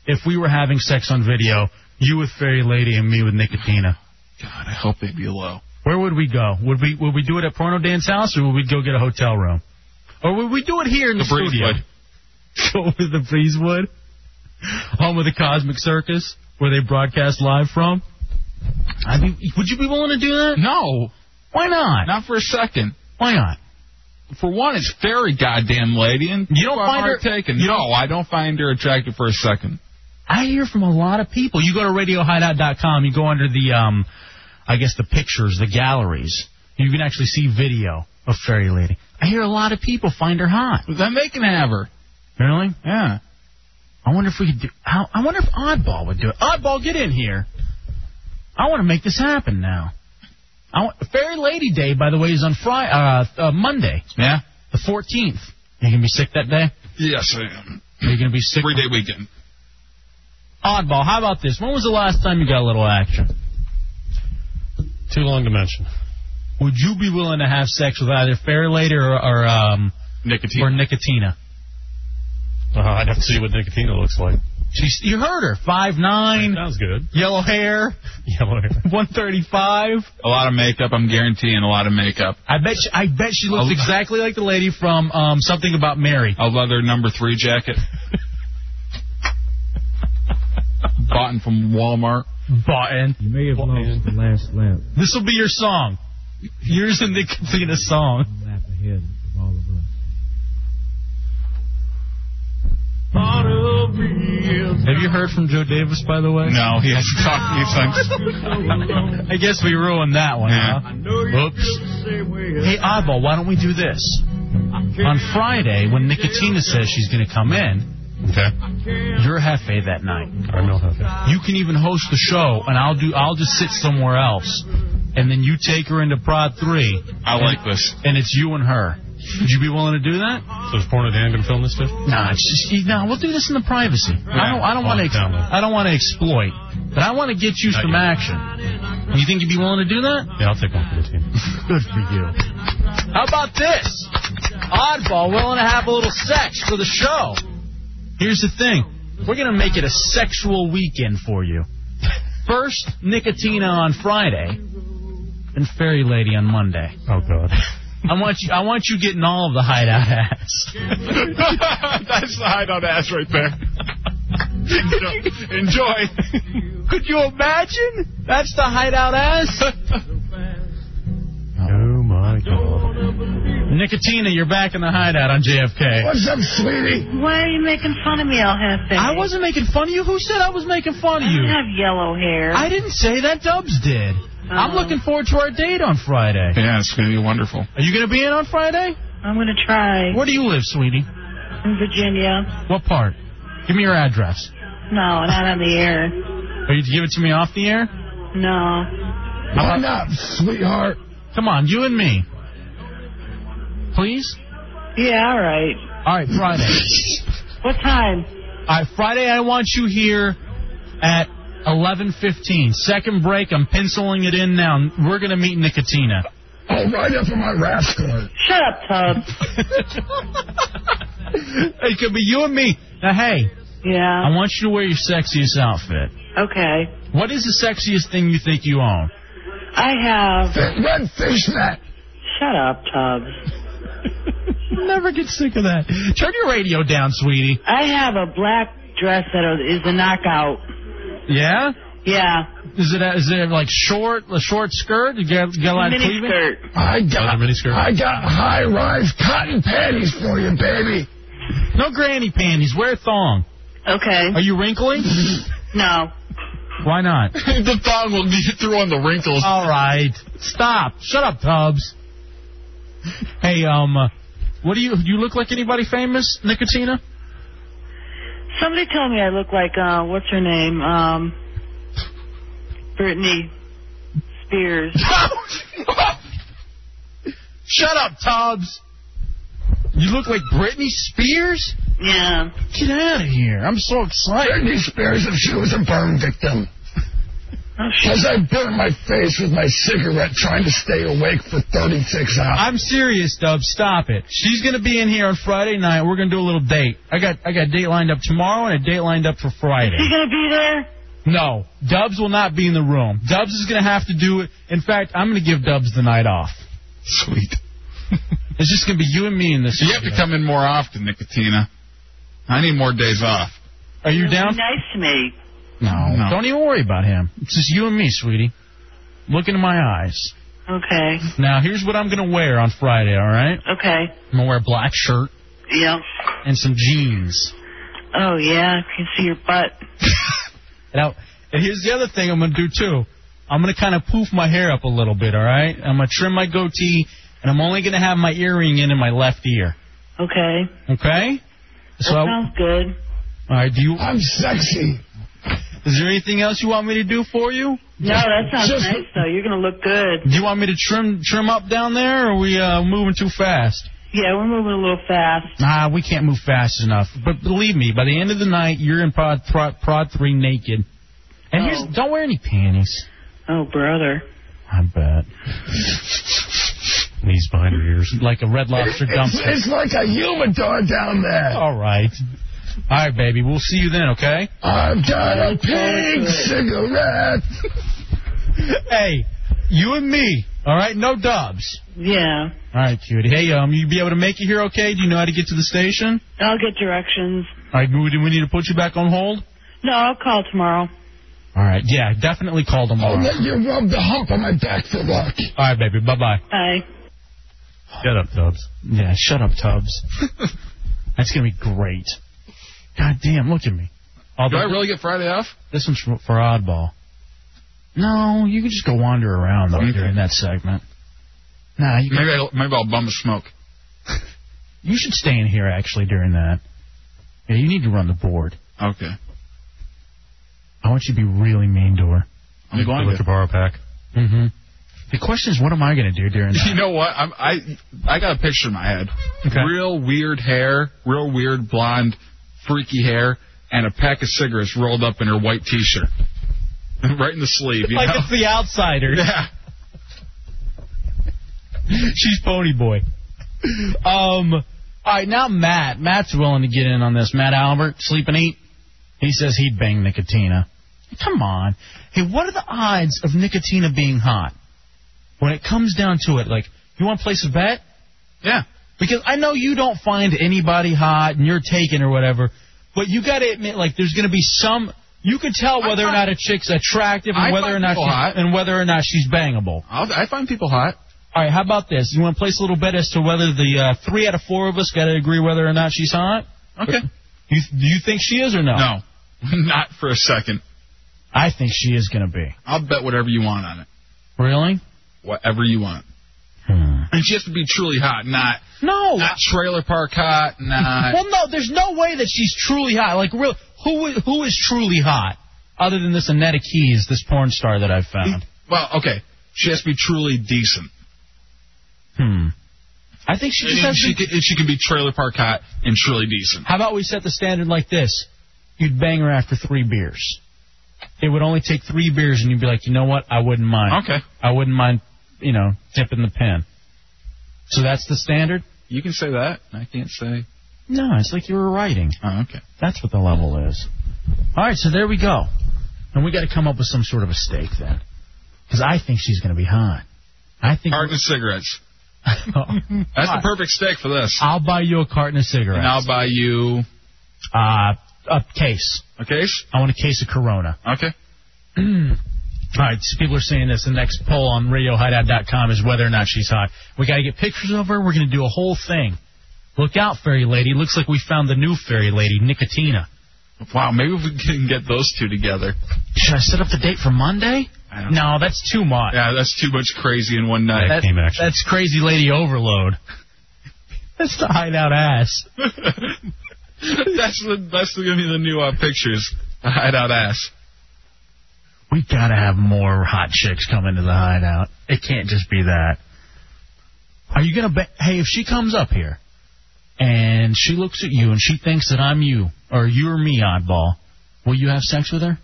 [SPEAKER 5] if we were having sex on video? You with Fairy Lady and me with Nicotina.
[SPEAKER 6] God, I hope they'd be low.
[SPEAKER 5] Where would we go? Would we Would we do it at Porno Dan's house, or would we go get a hotel room, or would we do it here in the, studio? Go with the Breezewood, home of the Cosmic Circus, where they broadcast live from. I mean, would you be willing to do that?
[SPEAKER 6] No.
[SPEAKER 5] Why not?
[SPEAKER 6] Not for a second.
[SPEAKER 5] Why not?
[SPEAKER 6] For one, it's very goddamn lady, and you
[SPEAKER 5] don't find her-
[SPEAKER 6] taken.
[SPEAKER 5] you
[SPEAKER 6] No, I don't find her attractive for a second.
[SPEAKER 5] I hear from a lot of people. You go to RadioHideout.com. You go under the, um, I guess the pictures, the galleries. You can actually see video of Fairy Lady. I hear a lot of people find her hot.
[SPEAKER 6] Then they can have her.
[SPEAKER 5] Really?
[SPEAKER 6] Yeah.
[SPEAKER 5] I wonder if we could do. How, I wonder if Oddball would do it. Oddball, get in here. I want to make this happen now. I want, Fairy Lady Day, by the way, is on Friday, uh, uh, Monday.
[SPEAKER 6] Yeah.
[SPEAKER 5] The 14th. You gonna be sick that day?
[SPEAKER 6] Yes, I am.
[SPEAKER 5] Are you gonna be sick?
[SPEAKER 6] Three day weekend.
[SPEAKER 5] Oddball, how about this? When was the last time you got a little action? Too long to mention. Would you be willing to have sex with either Fair Lady or, or um
[SPEAKER 6] Nicotina?
[SPEAKER 5] Or Nicotina?
[SPEAKER 14] Uh, I'd have to see what Nicotina looks like.
[SPEAKER 5] She's, you heard her. Five nine.
[SPEAKER 14] Sounds good.
[SPEAKER 5] Yellow hair.
[SPEAKER 14] Yellow hair.
[SPEAKER 5] One thirty five.
[SPEAKER 6] A lot of makeup. I'm guaranteeing a lot of makeup.
[SPEAKER 5] I bet she, I bet she looks
[SPEAKER 6] Oh.
[SPEAKER 5] exactly like the lady from um something about Mary.
[SPEAKER 6] A leather number three jacket. Bought in from Walmart.
[SPEAKER 5] Button. You may have lost the last lap. This will be your song. Yours and Nicotina's song. Lap ahead of all of us. Have you heard from Joe Davis, by the way?
[SPEAKER 6] No, he hasn't talked to me since.
[SPEAKER 5] I guess we ruined that one,
[SPEAKER 6] Yeah.
[SPEAKER 5] huh? Oops. Hey, Oddball, why don't we do this? On Friday, when Nicotina says she's going to come in,
[SPEAKER 14] okay.
[SPEAKER 5] you're Hefe that night.
[SPEAKER 14] I know how to.
[SPEAKER 5] You can even host the show, and I'll do. I'll just sit somewhere else, and then you take her into Prod Three.
[SPEAKER 6] I
[SPEAKER 5] and-
[SPEAKER 6] like this.
[SPEAKER 5] And it's you and her. Would you be willing to do that?
[SPEAKER 14] So is Porno Dan gonna film this stuff?
[SPEAKER 5] Nah, it's just you- nah. We'll do this in the privacy. I don't. I don't want to. Ex- I don't want to exploit, but I want to get you some action. You think you'd be willing to do that?
[SPEAKER 14] Yeah, I'll take one for the team.
[SPEAKER 5] Good for you. How about this? Oddball willing to have a little sex for the show. Here's the thing. We're going to make it a sexual weekend for you. First, Nicotina on Friday, and Fairy Lady on Monday.
[SPEAKER 14] Oh God.
[SPEAKER 5] I want you. I want you getting all of the hideout ass.
[SPEAKER 6] That's the hideout ass right there. Enjoy.
[SPEAKER 5] Could you imagine? That's the hideout ass.
[SPEAKER 14] Oh my God.
[SPEAKER 5] Nicotina, you're back in the hideout on JFK.
[SPEAKER 20] What's up, sweetie?
[SPEAKER 19] Why are you making fun of me all half day?
[SPEAKER 5] I wasn't making fun of you. Who said I was making fun of you?
[SPEAKER 19] I have yellow hair. Oh.
[SPEAKER 5] I didn't say that. Dubs did. I'm looking forward to our date on Friday.
[SPEAKER 6] Yeah, it's going to be wonderful.
[SPEAKER 5] Are you going to be in on Friday?
[SPEAKER 19] I'm going to try.
[SPEAKER 5] Where do you live, sweetie?
[SPEAKER 19] In Virginia.
[SPEAKER 5] What part? Give me your address.
[SPEAKER 19] No, not on the air.
[SPEAKER 5] Are you give it to me off the air?
[SPEAKER 19] No.
[SPEAKER 20] Why not, sweetheart?
[SPEAKER 5] Come on, you and me. Please?
[SPEAKER 19] Yeah, all right.
[SPEAKER 5] All right, Friday.
[SPEAKER 19] What time?
[SPEAKER 5] All right, Friday I want you here at 11:15. Second break. I'm penciling it in now. We're going to meet Nicotina.
[SPEAKER 20] All Oh, right up in my rascal.
[SPEAKER 19] Shut up, Tub.
[SPEAKER 5] It could be you and me. Now, hey,
[SPEAKER 19] Yeah.
[SPEAKER 5] I want you to wear your sexiest outfit.
[SPEAKER 19] Okay.
[SPEAKER 5] What is the sexiest thing you think you own?
[SPEAKER 19] I have.
[SPEAKER 20] Red fishnet.
[SPEAKER 19] Shut up, Tubbs.
[SPEAKER 5] Never get sick of that. Turn your radio down, sweetie.
[SPEAKER 19] I have a black dress that is a knockout.
[SPEAKER 5] Yeah?
[SPEAKER 19] Yeah.
[SPEAKER 5] Is it is it like short a short skirt? You got, you got a lot of
[SPEAKER 19] Mini
[SPEAKER 5] cleavage?
[SPEAKER 19] skirt.
[SPEAKER 20] I got, I got high-rise cotton panties for you, baby.
[SPEAKER 5] No granny panties. Wear a thong.
[SPEAKER 19] Okay.
[SPEAKER 5] Are you wrinkly?
[SPEAKER 19] No.
[SPEAKER 5] Why not?
[SPEAKER 6] the thong will get through on the wrinkles.
[SPEAKER 5] All right. Stop. Shut up, Tubbs. Hey, um, uh, what do you you look like anybody famous, Nicotina?
[SPEAKER 19] Somebody told me I look like uh, what's her name? Um, Brittany Spears.
[SPEAKER 5] Shut up, Tubbs. You look like Britney Spears?
[SPEAKER 19] Yeah.
[SPEAKER 5] Get out of here. I'm so excited.
[SPEAKER 20] Britney Spears if she was a burn victim. Because I burned my face with my cigarette trying to stay awake for 36 hours.
[SPEAKER 5] I'm serious, Dub. Stop it. She's gonna be in here on Friday night. We're gonna do a little date. I got I got a date lined up tomorrow and a date lined up for
[SPEAKER 19] Is he
[SPEAKER 5] Friday.
[SPEAKER 19] gonna be there?
[SPEAKER 5] No, Dubs will not be in the room. Dubs is gonna have to do it. In fact, I'm gonna give Dubs the night off.
[SPEAKER 6] Sweet.
[SPEAKER 5] It's just gonna be you and me in this.
[SPEAKER 6] You have to come in more often, Nicotina. I need more days off.
[SPEAKER 5] Are you down?
[SPEAKER 19] Nice to me.
[SPEAKER 6] No. no.
[SPEAKER 5] Don't even worry about him. It's just you and me, sweetie. Look into my eyes.
[SPEAKER 19] Okay.
[SPEAKER 5] Now, here's what I'm gonna wear on Friday. All right?
[SPEAKER 19] Okay.
[SPEAKER 5] I'm gonna wear a black shirt
[SPEAKER 19] Yeah.
[SPEAKER 5] and some jeans.
[SPEAKER 19] Oh yeah. I can see your butt.
[SPEAKER 5] Now, and here's the other thing I'm going to do too. I'm going to kind of poof my hair up a little bit, all right? I'm going to trim my goatee, and I'm only going to have my earring in in my left ear.
[SPEAKER 19] Okay.
[SPEAKER 5] Okay? So,
[SPEAKER 19] that
[SPEAKER 5] all
[SPEAKER 19] sounds good.
[SPEAKER 5] right. Do you?
[SPEAKER 20] I'm sexy.
[SPEAKER 5] Is there anything else you want me to do for you?
[SPEAKER 19] No, that sounds
[SPEAKER 20] Just-
[SPEAKER 19] nice though. You're gonna look good.
[SPEAKER 5] Do you want me to trim trim up down there, or are we uh, moving too fast?
[SPEAKER 19] Yeah, we're moving a little fast.
[SPEAKER 5] Nah, we can't move fast enough. But believe me, by the end of the night, you're in prod prod, prod three naked. And here's don't wear any panties.
[SPEAKER 19] Oh brother.
[SPEAKER 5] I bet. Knees behind your ears. Like a red lobster
[SPEAKER 20] It's,
[SPEAKER 5] dumpster. Oh.
[SPEAKER 20] it's like a humidor down there.
[SPEAKER 5] All right. All right, baby. We'll see you then, okay?
[SPEAKER 20] I've got a pink cigarette.
[SPEAKER 5] Hey, you and me. All right, no dubs.
[SPEAKER 19] Yeah.
[SPEAKER 5] All right, cutie. Hey, um, you be able to make it here, okay? Do you know how to get to the station?
[SPEAKER 19] I'll get directions.
[SPEAKER 5] All right, we- do we need to put you back on hold?
[SPEAKER 19] No, I'll call tomorrow.
[SPEAKER 5] All right, yeah, definitely call
[SPEAKER 20] Oh,
[SPEAKER 5] tomorrow.
[SPEAKER 20] let you rub the hump on my back for luck.
[SPEAKER 5] All right, baby. Bye bye.
[SPEAKER 19] Bye.
[SPEAKER 21] Shut up, Tubbs.
[SPEAKER 5] Yeah, shut up, Tubbs. That's gonna be great. God damn, look at me.
[SPEAKER 6] Do I
[SPEAKER 5] Although
[SPEAKER 6] really get Friday off?
[SPEAKER 5] this one's for, for oddball. No, you can just go wander around though
[SPEAKER 6] Okay.
[SPEAKER 5] during that segment. Nah, you
[SPEAKER 6] Maybe I'll, maybe I'll bum a smoke.
[SPEAKER 5] You should stay in here actually during that. Yeah, you need to run the board.
[SPEAKER 6] Okay.
[SPEAKER 5] I want you to be really mean to her.
[SPEAKER 6] I'm going
[SPEAKER 21] Look
[SPEAKER 6] to.
[SPEAKER 21] at Borrow Pack.
[SPEAKER 5] Mm-hmm. The question is, what am I going to do during
[SPEAKER 6] You
[SPEAKER 5] that?
[SPEAKER 6] know what? I'm, I I got a picture in my head.
[SPEAKER 5] Okay.
[SPEAKER 6] Real weird hair, real weird blonde, freaky hair, and a pack of cigarettes rolled up in her white T-shirt, right in the sleeve. You know?
[SPEAKER 5] the outsider.
[SPEAKER 6] yeah.
[SPEAKER 5] She's pony boy. Um. All right, now Matt. Matt's willing to get in on this. Matt Albert, sleep and eat. He says he'd bang Nicotina. Come on. Hey, what are the odds of Nicotina being hot? When it comes down to it, like, you want to place a bet?
[SPEAKER 6] Yeah.
[SPEAKER 5] Because I know you don't find anybody hot and you're taken or whatever, but you got to admit, like, there's going to be some. You can tell whether or not a chick's attractive
[SPEAKER 6] I
[SPEAKER 5] and whether
[SPEAKER 6] find
[SPEAKER 5] or not
[SPEAKER 6] people
[SPEAKER 5] she's,
[SPEAKER 6] hot.
[SPEAKER 5] and whether or not she's bangable.
[SPEAKER 6] I'll, I find people hot.
[SPEAKER 5] All right, how about this? You want to place a little bet as to whether the uh, three out of four of us got to agree whether or not she's hot?
[SPEAKER 6] Okay.
[SPEAKER 5] You, do you think she is or no?
[SPEAKER 6] No, not for a second.
[SPEAKER 5] I think she is going to be.
[SPEAKER 6] I'll bet whatever you want on it.
[SPEAKER 5] Really? Hmm.
[SPEAKER 6] Whatever you want. And she has to be truly hot, not
[SPEAKER 5] no,
[SPEAKER 6] not trailer park hot, not
[SPEAKER 5] well, no, there's no way that she's truly hot. Like, real, who is, who is truly hot other than this Annetta Keys, this porn star that I've found?
[SPEAKER 6] Well, okay. She has to be truly decent.
[SPEAKER 5] Hmm. I think she just
[SPEAKER 6] And
[SPEAKER 5] has
[SPEAKER 6] she,
[SPEAKER 5] to.
[SPEAKER 6] can, and she can be trailer park hot and truly decent.
[SPEAKER 5] How about we set the standard like this? You'd bang her after three beers. It would only take three beers, and you'd be like, you know what? I wouldn't mind.
[SPEAKER 6] Okay.
[SPEAKER 5] I wouldn't mind, you know, dipping the pen. So that's the standard.
[SPEAKER 6] You can say that. I can't say.
[SPEAKER 5] No, it's like you were writing.
[SPEAKER 6] Oh, okay.
[SPEAKER 5] That's what the level is. All right, so there we go. And we got to come up with some sort of a stake then, because I think she's going to be hot. I think.
[SPEAKER 6] Carton of cigarettes. That's the perfect steak for this.
[SPEAKER 5] I'll buy you a carton of cigarettes.
[SPEAKER 6] And I'll buy you
[SPEAKER 5] uh, a case.
[SPEAKER 6] A case?
[SPEAKER 5] I want a case of Corona.
[SPEAKER 6] Okay.
[SPEAKER 5] All right, so people are saying this. The next poll on RadioHideout.com is whether or not she's hot. We got to get pictures of her. We're going to do a whole thing. Look out, fairy lady. Looks like we found the new fairy lady, Nicotina.
[SPEAKER 6] Wow, maybe we can get those two together.
[SPEAKER 5] Should I set up the date for Monday? No, that's too much.
[SPEAKER 6] Yeah, that's too much crazy in one night.
[SPEAKER 5] That- That's crazy lady overload. that's the hideout ass.
[SPEAKER 6] that's the, that's going to be the new uh, pictures. The hideout ass.
[SPEAKER 5] We gotta have more hot chicks come into the hideout. It can't just be that. Are you gonna bet? Hey, if she comes up here and she looks at you and she thinks that I'm you or you're me, oddball, will you have sex with her?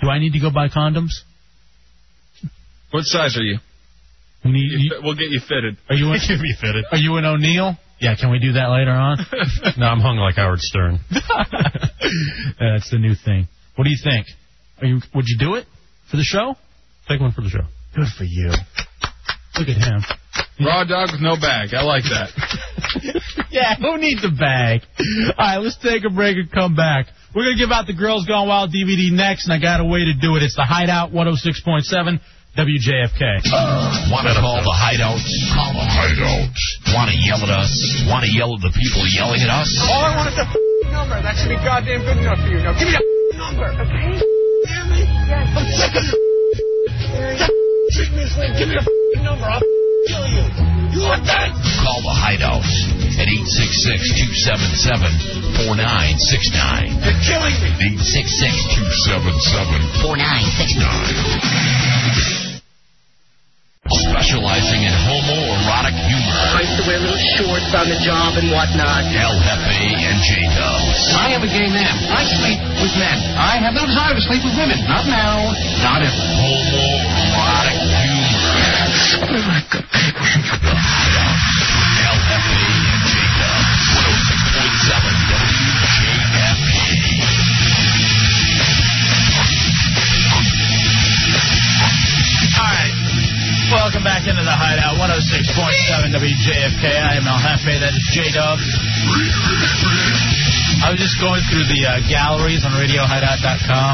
[SPEAKER 5] Do I need to go buy condoms?
[SPEAKER 6] What size are you?
[SPEAKER 5] We need-
[SPEAKER 6] You fit- we'll get you fitted.
[SPEAKER 5] Are you? An,
[SPEAKER 6] Get me fitted.
[SPEAKER 5] Are you an O'Neill? Yeah, can we do that later on?
[SPEAKER 8] no, I'm hung like Howard Stern.
[SPEAKER 5] That's the new thing. What do you think? Are you? Would you do it for the show?
[SPEAKER 8] Take one for the show.
[SPEAKER 5] Good for you. Look at him.
[SPEAKER 6] Raw dog with no bag. I like that.
[SPEAKER 5] yeah, who needs a bag? All right, let's take a break and come back. We're going to give out the Girls Gone Wild DVD next, and I got a way to do it. It's the Hideout 106.7 WJFK.
[SPEAKER 4] Want to call the hideout? Call the hideout. Want to yell at us? Want to yell at the people yelling at us?
[SPEAKER 7] All I want is a number. That should be goddamn good enough for you. Now give me that number, okay? I'm sick of Give me the number. I'll kill you. You want that?
[SPEAKER 4] Call the hideout at 866-277-4969. You're killing me. 866-277-4969. Specializing in homoerotic humor. I used to wear little shorts on the job and whatnot. El Jefe and J Dubs. I am a gay man. I sleep with men. I have no desire to sleep with women. Not now. Not if homoerotic humor. oh
[SPEAKER 5] All right. Welcome back into the Hideout 106.7 WJFK. I am El Jefe. That is J Dub. I was just going through the uh, galleries on RadioHideout.com,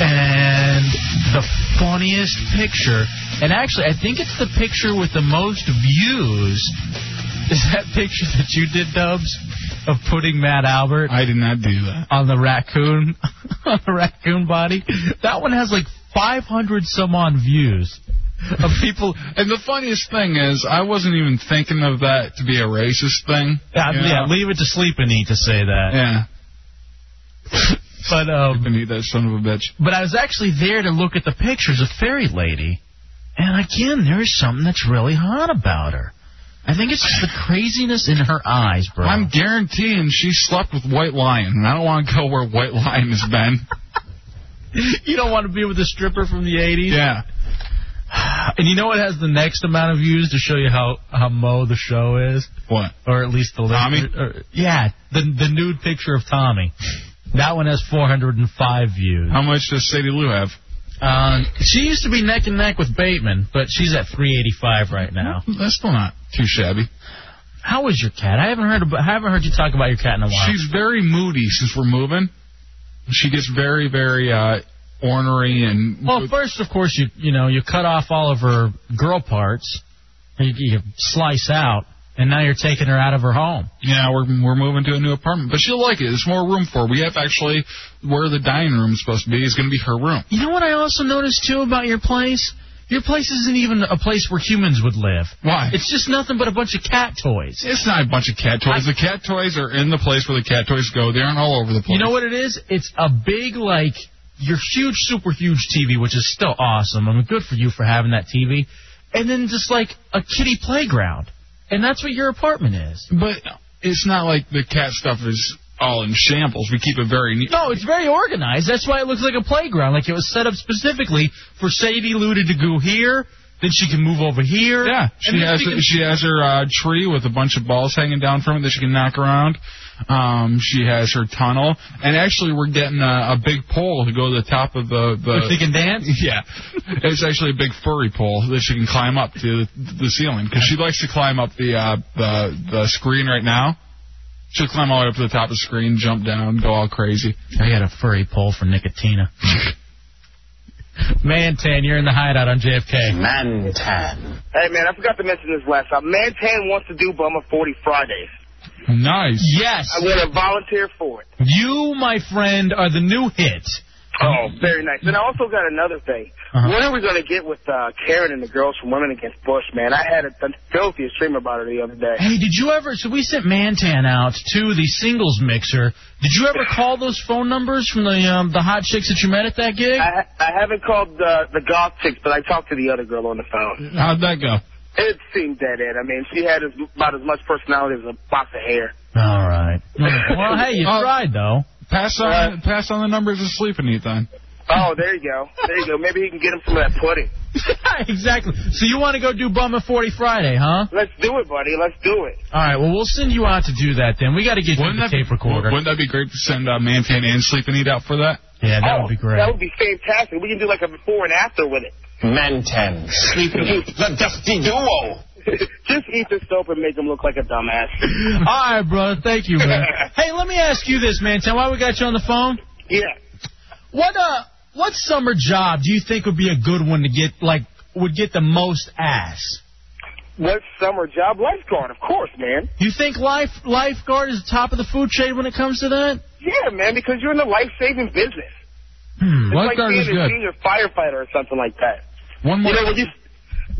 [SPEAKER 5] and the funniest picture, and actually, I think it's the picture with the most views. Is that picture that you did, Dubs, of putting Matt Albert?
[SPEAKER 6] I did not do that.
[SPEAKER 5] on the raccoon on the raccoon body. That one has like 500 some on views of people.
[SPEAKER 6] And the funniest thing is, I wasn't even thinking of that to be a racist thing.
[SPEAKER 5] Yeah,
[SPEAKER 6] you
[SPEAKER 5] yeah,
[SPEAKER 6] know?
[SPEAKER 5] leave it to sleep and eat to say that.
[SPEAKER 6] Yeah.
[SPEAKER 5] But um,
[SPEAKER 6] need that son of a bitch.
[SPEAKER 5] But I was actually there to look at the pictures of Fairy Lady, and again, there's something that's really hot about her. I think it's just the craziness in her eyes, bro.
[SPEAKER 6] I'm guaranteeing she slept with White Lion, and I don't want to go where White Lion has been.
[SPEAKER 5] you don't want to be with a stripper from the 80s.
[SPEAKER 6] Yeah.
[SPEAKER 5] And you know what has the next amount of views to show you how how mo the show is?
[SPEAKER 6] What?
[SPEAKER 5] Or at least the link-
[SPEAKER 6] Tommy?
[SPEAKER 5] or- yeah, the the nude picture of Tommy. That one has 405 views.
[SPEAKER 6] How much does Sadie Lou have?
[SPEAKER 5] Um, she used to be neck and neck with Bateman, but she's at 385 right now.
[SPEAKER 6] That's still not too shabby.
[SPEAKER 5] How is your cat? I haven't heard about, I haven't heard you talk about your cat in a while.
[SPEAKER 6] She's very moody since we're moving. She gets very, very uh, ornery and
[SPEAKER 5] Well, first, of course, you you know you cut off all of her girl parts, you, you slice out, and now you're taking her out of her home.
[SPEAKER 6] Yeah, we're we're moving to a new apartment, but she'll like it. There's more room for her. We have actually where the dining room's supposed to be is going to be her room.
[SPEAKER 5] You know what I also noticed too about your place? Your place isn't even a place where humans would live.
[SPEAKER 6] Why?
[SPEAKER 5] It's just nothing but a bunch of cat toys.
[SPEAKER 6] It's not a bunch of cat toys. the cat toys are in the place where the cat toys go. They aren't all over the place.
[SPEAKER 5] You know what it is? It's a big like your huge, super huge TV, which is still awesome. I mean, good for you for having that TV. And then just like a kitty playground, and that's what your apartment is.
[SPEAKER 6] But it's not like the cat stuff is all in shambles. We keep it very neat.
[SPEAKER 5] No, it's very organized. That's why it looks like a playground. Like it was set up specifically for Sadie Lou to go here. Then she can move over here.
[SPEAKER 6] Yeah,
[SPEAKER 5] And
[SPEAKER 6] she
[SPEAKER 5] then
[SPEAKER 6] has
[SPEAKER 5] she can-
[SPEAKER 6] she has her uh, tree with a bunch of balls hanging down from it that she can knock around. Um, she has her tunnel, and actually we're getting a, a big pole to go to the top of the. the
[SPEAKER 5] Which she can dance.
[SPEAKER 6] Yeah, it's actually a big furry pole that she can climb up to the ceiling because she likes to climb up the uh, the the screen right now. She'll climb all the way up to the top of the screen, jump down, go all crazy.
[SPEAKER 5] I got a furry pole for Nicotina. Mantan, you're in the hideout on JFK. Mantan.
[SPEAKER 8] Hey, man, I forgot to mention this last time. Mantan wants to do Bummer 40 Fridays.
[SPEAKER 6] Nice.
[SPEAKER 5] Yes.
[SPEAKER 8] I'm going to volunteer for it.
[SPEAKER 5] You, my friend, are the new hit.
[SPEAKER 8] Oh, very nice. And I also got another thing.
[SPEAKER 5] Uh-huh.
[SPEAKER 8] What are we going to get with uh, Karen and the girls from Women Against Bush, man? I had a th- filthiest dream about her the other day.
[SPEAKER 5] Hey, did you ever? So we sent Mantan out to the singles mixer. Did you ever call those phone numbers from the um, the hot chicks that you met at that gig?
[SPEAKER 8] I, I haven't called the, the goth chicks, but I talked to the other girl on the phone.
[SPEAKER 6] How'd that go?
[SPEAKER 8] It seemed dead end. I mean, she had as, about as much personality as a box of hair.
[SPEAKER 5] All right. well, hey, you
[SPEAKER 6] Uh,
[SPEAKER 5] tried though.
[SPEAKER 6] Pass on pass on the numbers of sleeping Ethan.
[SPEAKER 8] Oh, there you go. There you go. Maybe he can get him some of that pudding.
[SPEAKER 5] exactly. So you want to go do Bum at 40 Friday, huh?
[SPEAKER 8] Let's do it, buddy. Let's do it.
[SPEAKER 5] All right. Well, we'll send you out to do that then. We got to get you
[SPEAKER 6] Wouldn't that
[SPEAKER 5] the
[SPEAKER 6] be-
[SPEAKER 5] tape recorder.
[SPEAKER 6] Wouldn't that be great to send uh, Mantan and Sleeping Eat out for that?
[SPEAKER 5] Yeah, that would
[SPEAKER 7] Oh,
[SPEAKER 5] be great.
[SPEAKER 8] That would be fantastic. We can do like a before and after with it.
[SPEAKER 6] Mantan, Sleeping Eat, the Dusty Duo.
[SPEAKER 8] Just eat the soap and make him look like a dumbass.
[SPEAKER 5] All right, brother. Thank you, man. hey, let me ask you this, man. Tell why we got you on the phone.
[SPEAKER 8] Yeah.
[SPEAKER 5] What uh, what summer job do you think would be a good one to get? Like, would get the most ass?
[SPEAKER 8] What summer job? Lifeguard, of course, man.
[SPEAKER 5] You think life lifeguard is top of the food chain when it comes to that?
[SPEAKER 8] Yeah, man, because you're in the life saving business.
[SPEAKER 5] Hmm,
[SPEAKER 8] It's
[SPEAKER 6] Lifeguard
[SPEAKER 8] like being
[SPEAKER 6] is
[SPEAKER 8] a
[SPEAKER 6] good.
[SPEAKER 8] junior firefighter or something like that.
[SPEAKER 6] One
[SPEAKER 8] more. You know, when you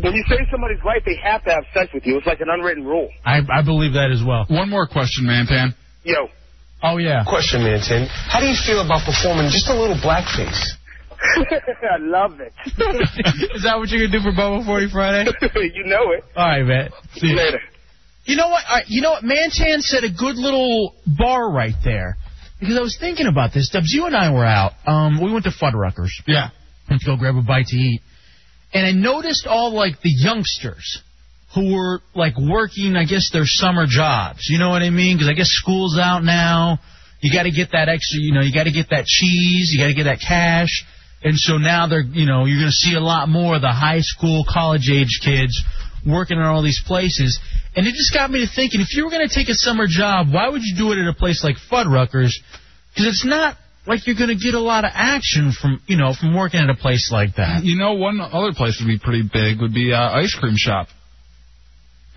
[SPEAKER 8] when you save somebody's life, they have to have sex with you. It's like an unwritten rule.
[SPEAKER 5] I I believe that as well.
[SPEAKER 6] One more question, Mantan.
[SPEAKER 8] Yo.
[SPEAKER 5] Oh yeah.
[SPEAKER 7] Question, Manton. How do you feel about performing just a little blackface?
[SPEAKER 8] I love it.
[SPEAKER 5] is that what you're gonna do for Bubba 40 Friday?
[SPEAKER 8] you know it.
[SPEAKER 5] All right, man. See you.
[SPEAKER 8] Later.
[SPEAKER 5] You know what? All right, you know what? Manchan said a good little bar right there because I was thinking about this. Dubs, you and I were out. Um, we went to Fuddruckers.
[SPEAKER 6] Yeah.
[SPEAKER 5] Went to go grab a bite to eat, and I noticed all like the youngsters who were like working, I guess, their summer jobs. You know what I mean? Because I guess school's out now. You got to get that extra. You know, you got to get that cheese. You got to get that cash. And so now they're, you know, you're going to see a lot more of the high school, college age kids working in all these places. And it just got me to thinking: if you were going to take a summer job, why would you do it at a place like Fuddruckers? Because it's not like you're going to get a lot of action from, you know, from working at a place like that.
[SPEAKER 6] You know, one other place would be pretty big would be uh, ice cream shop.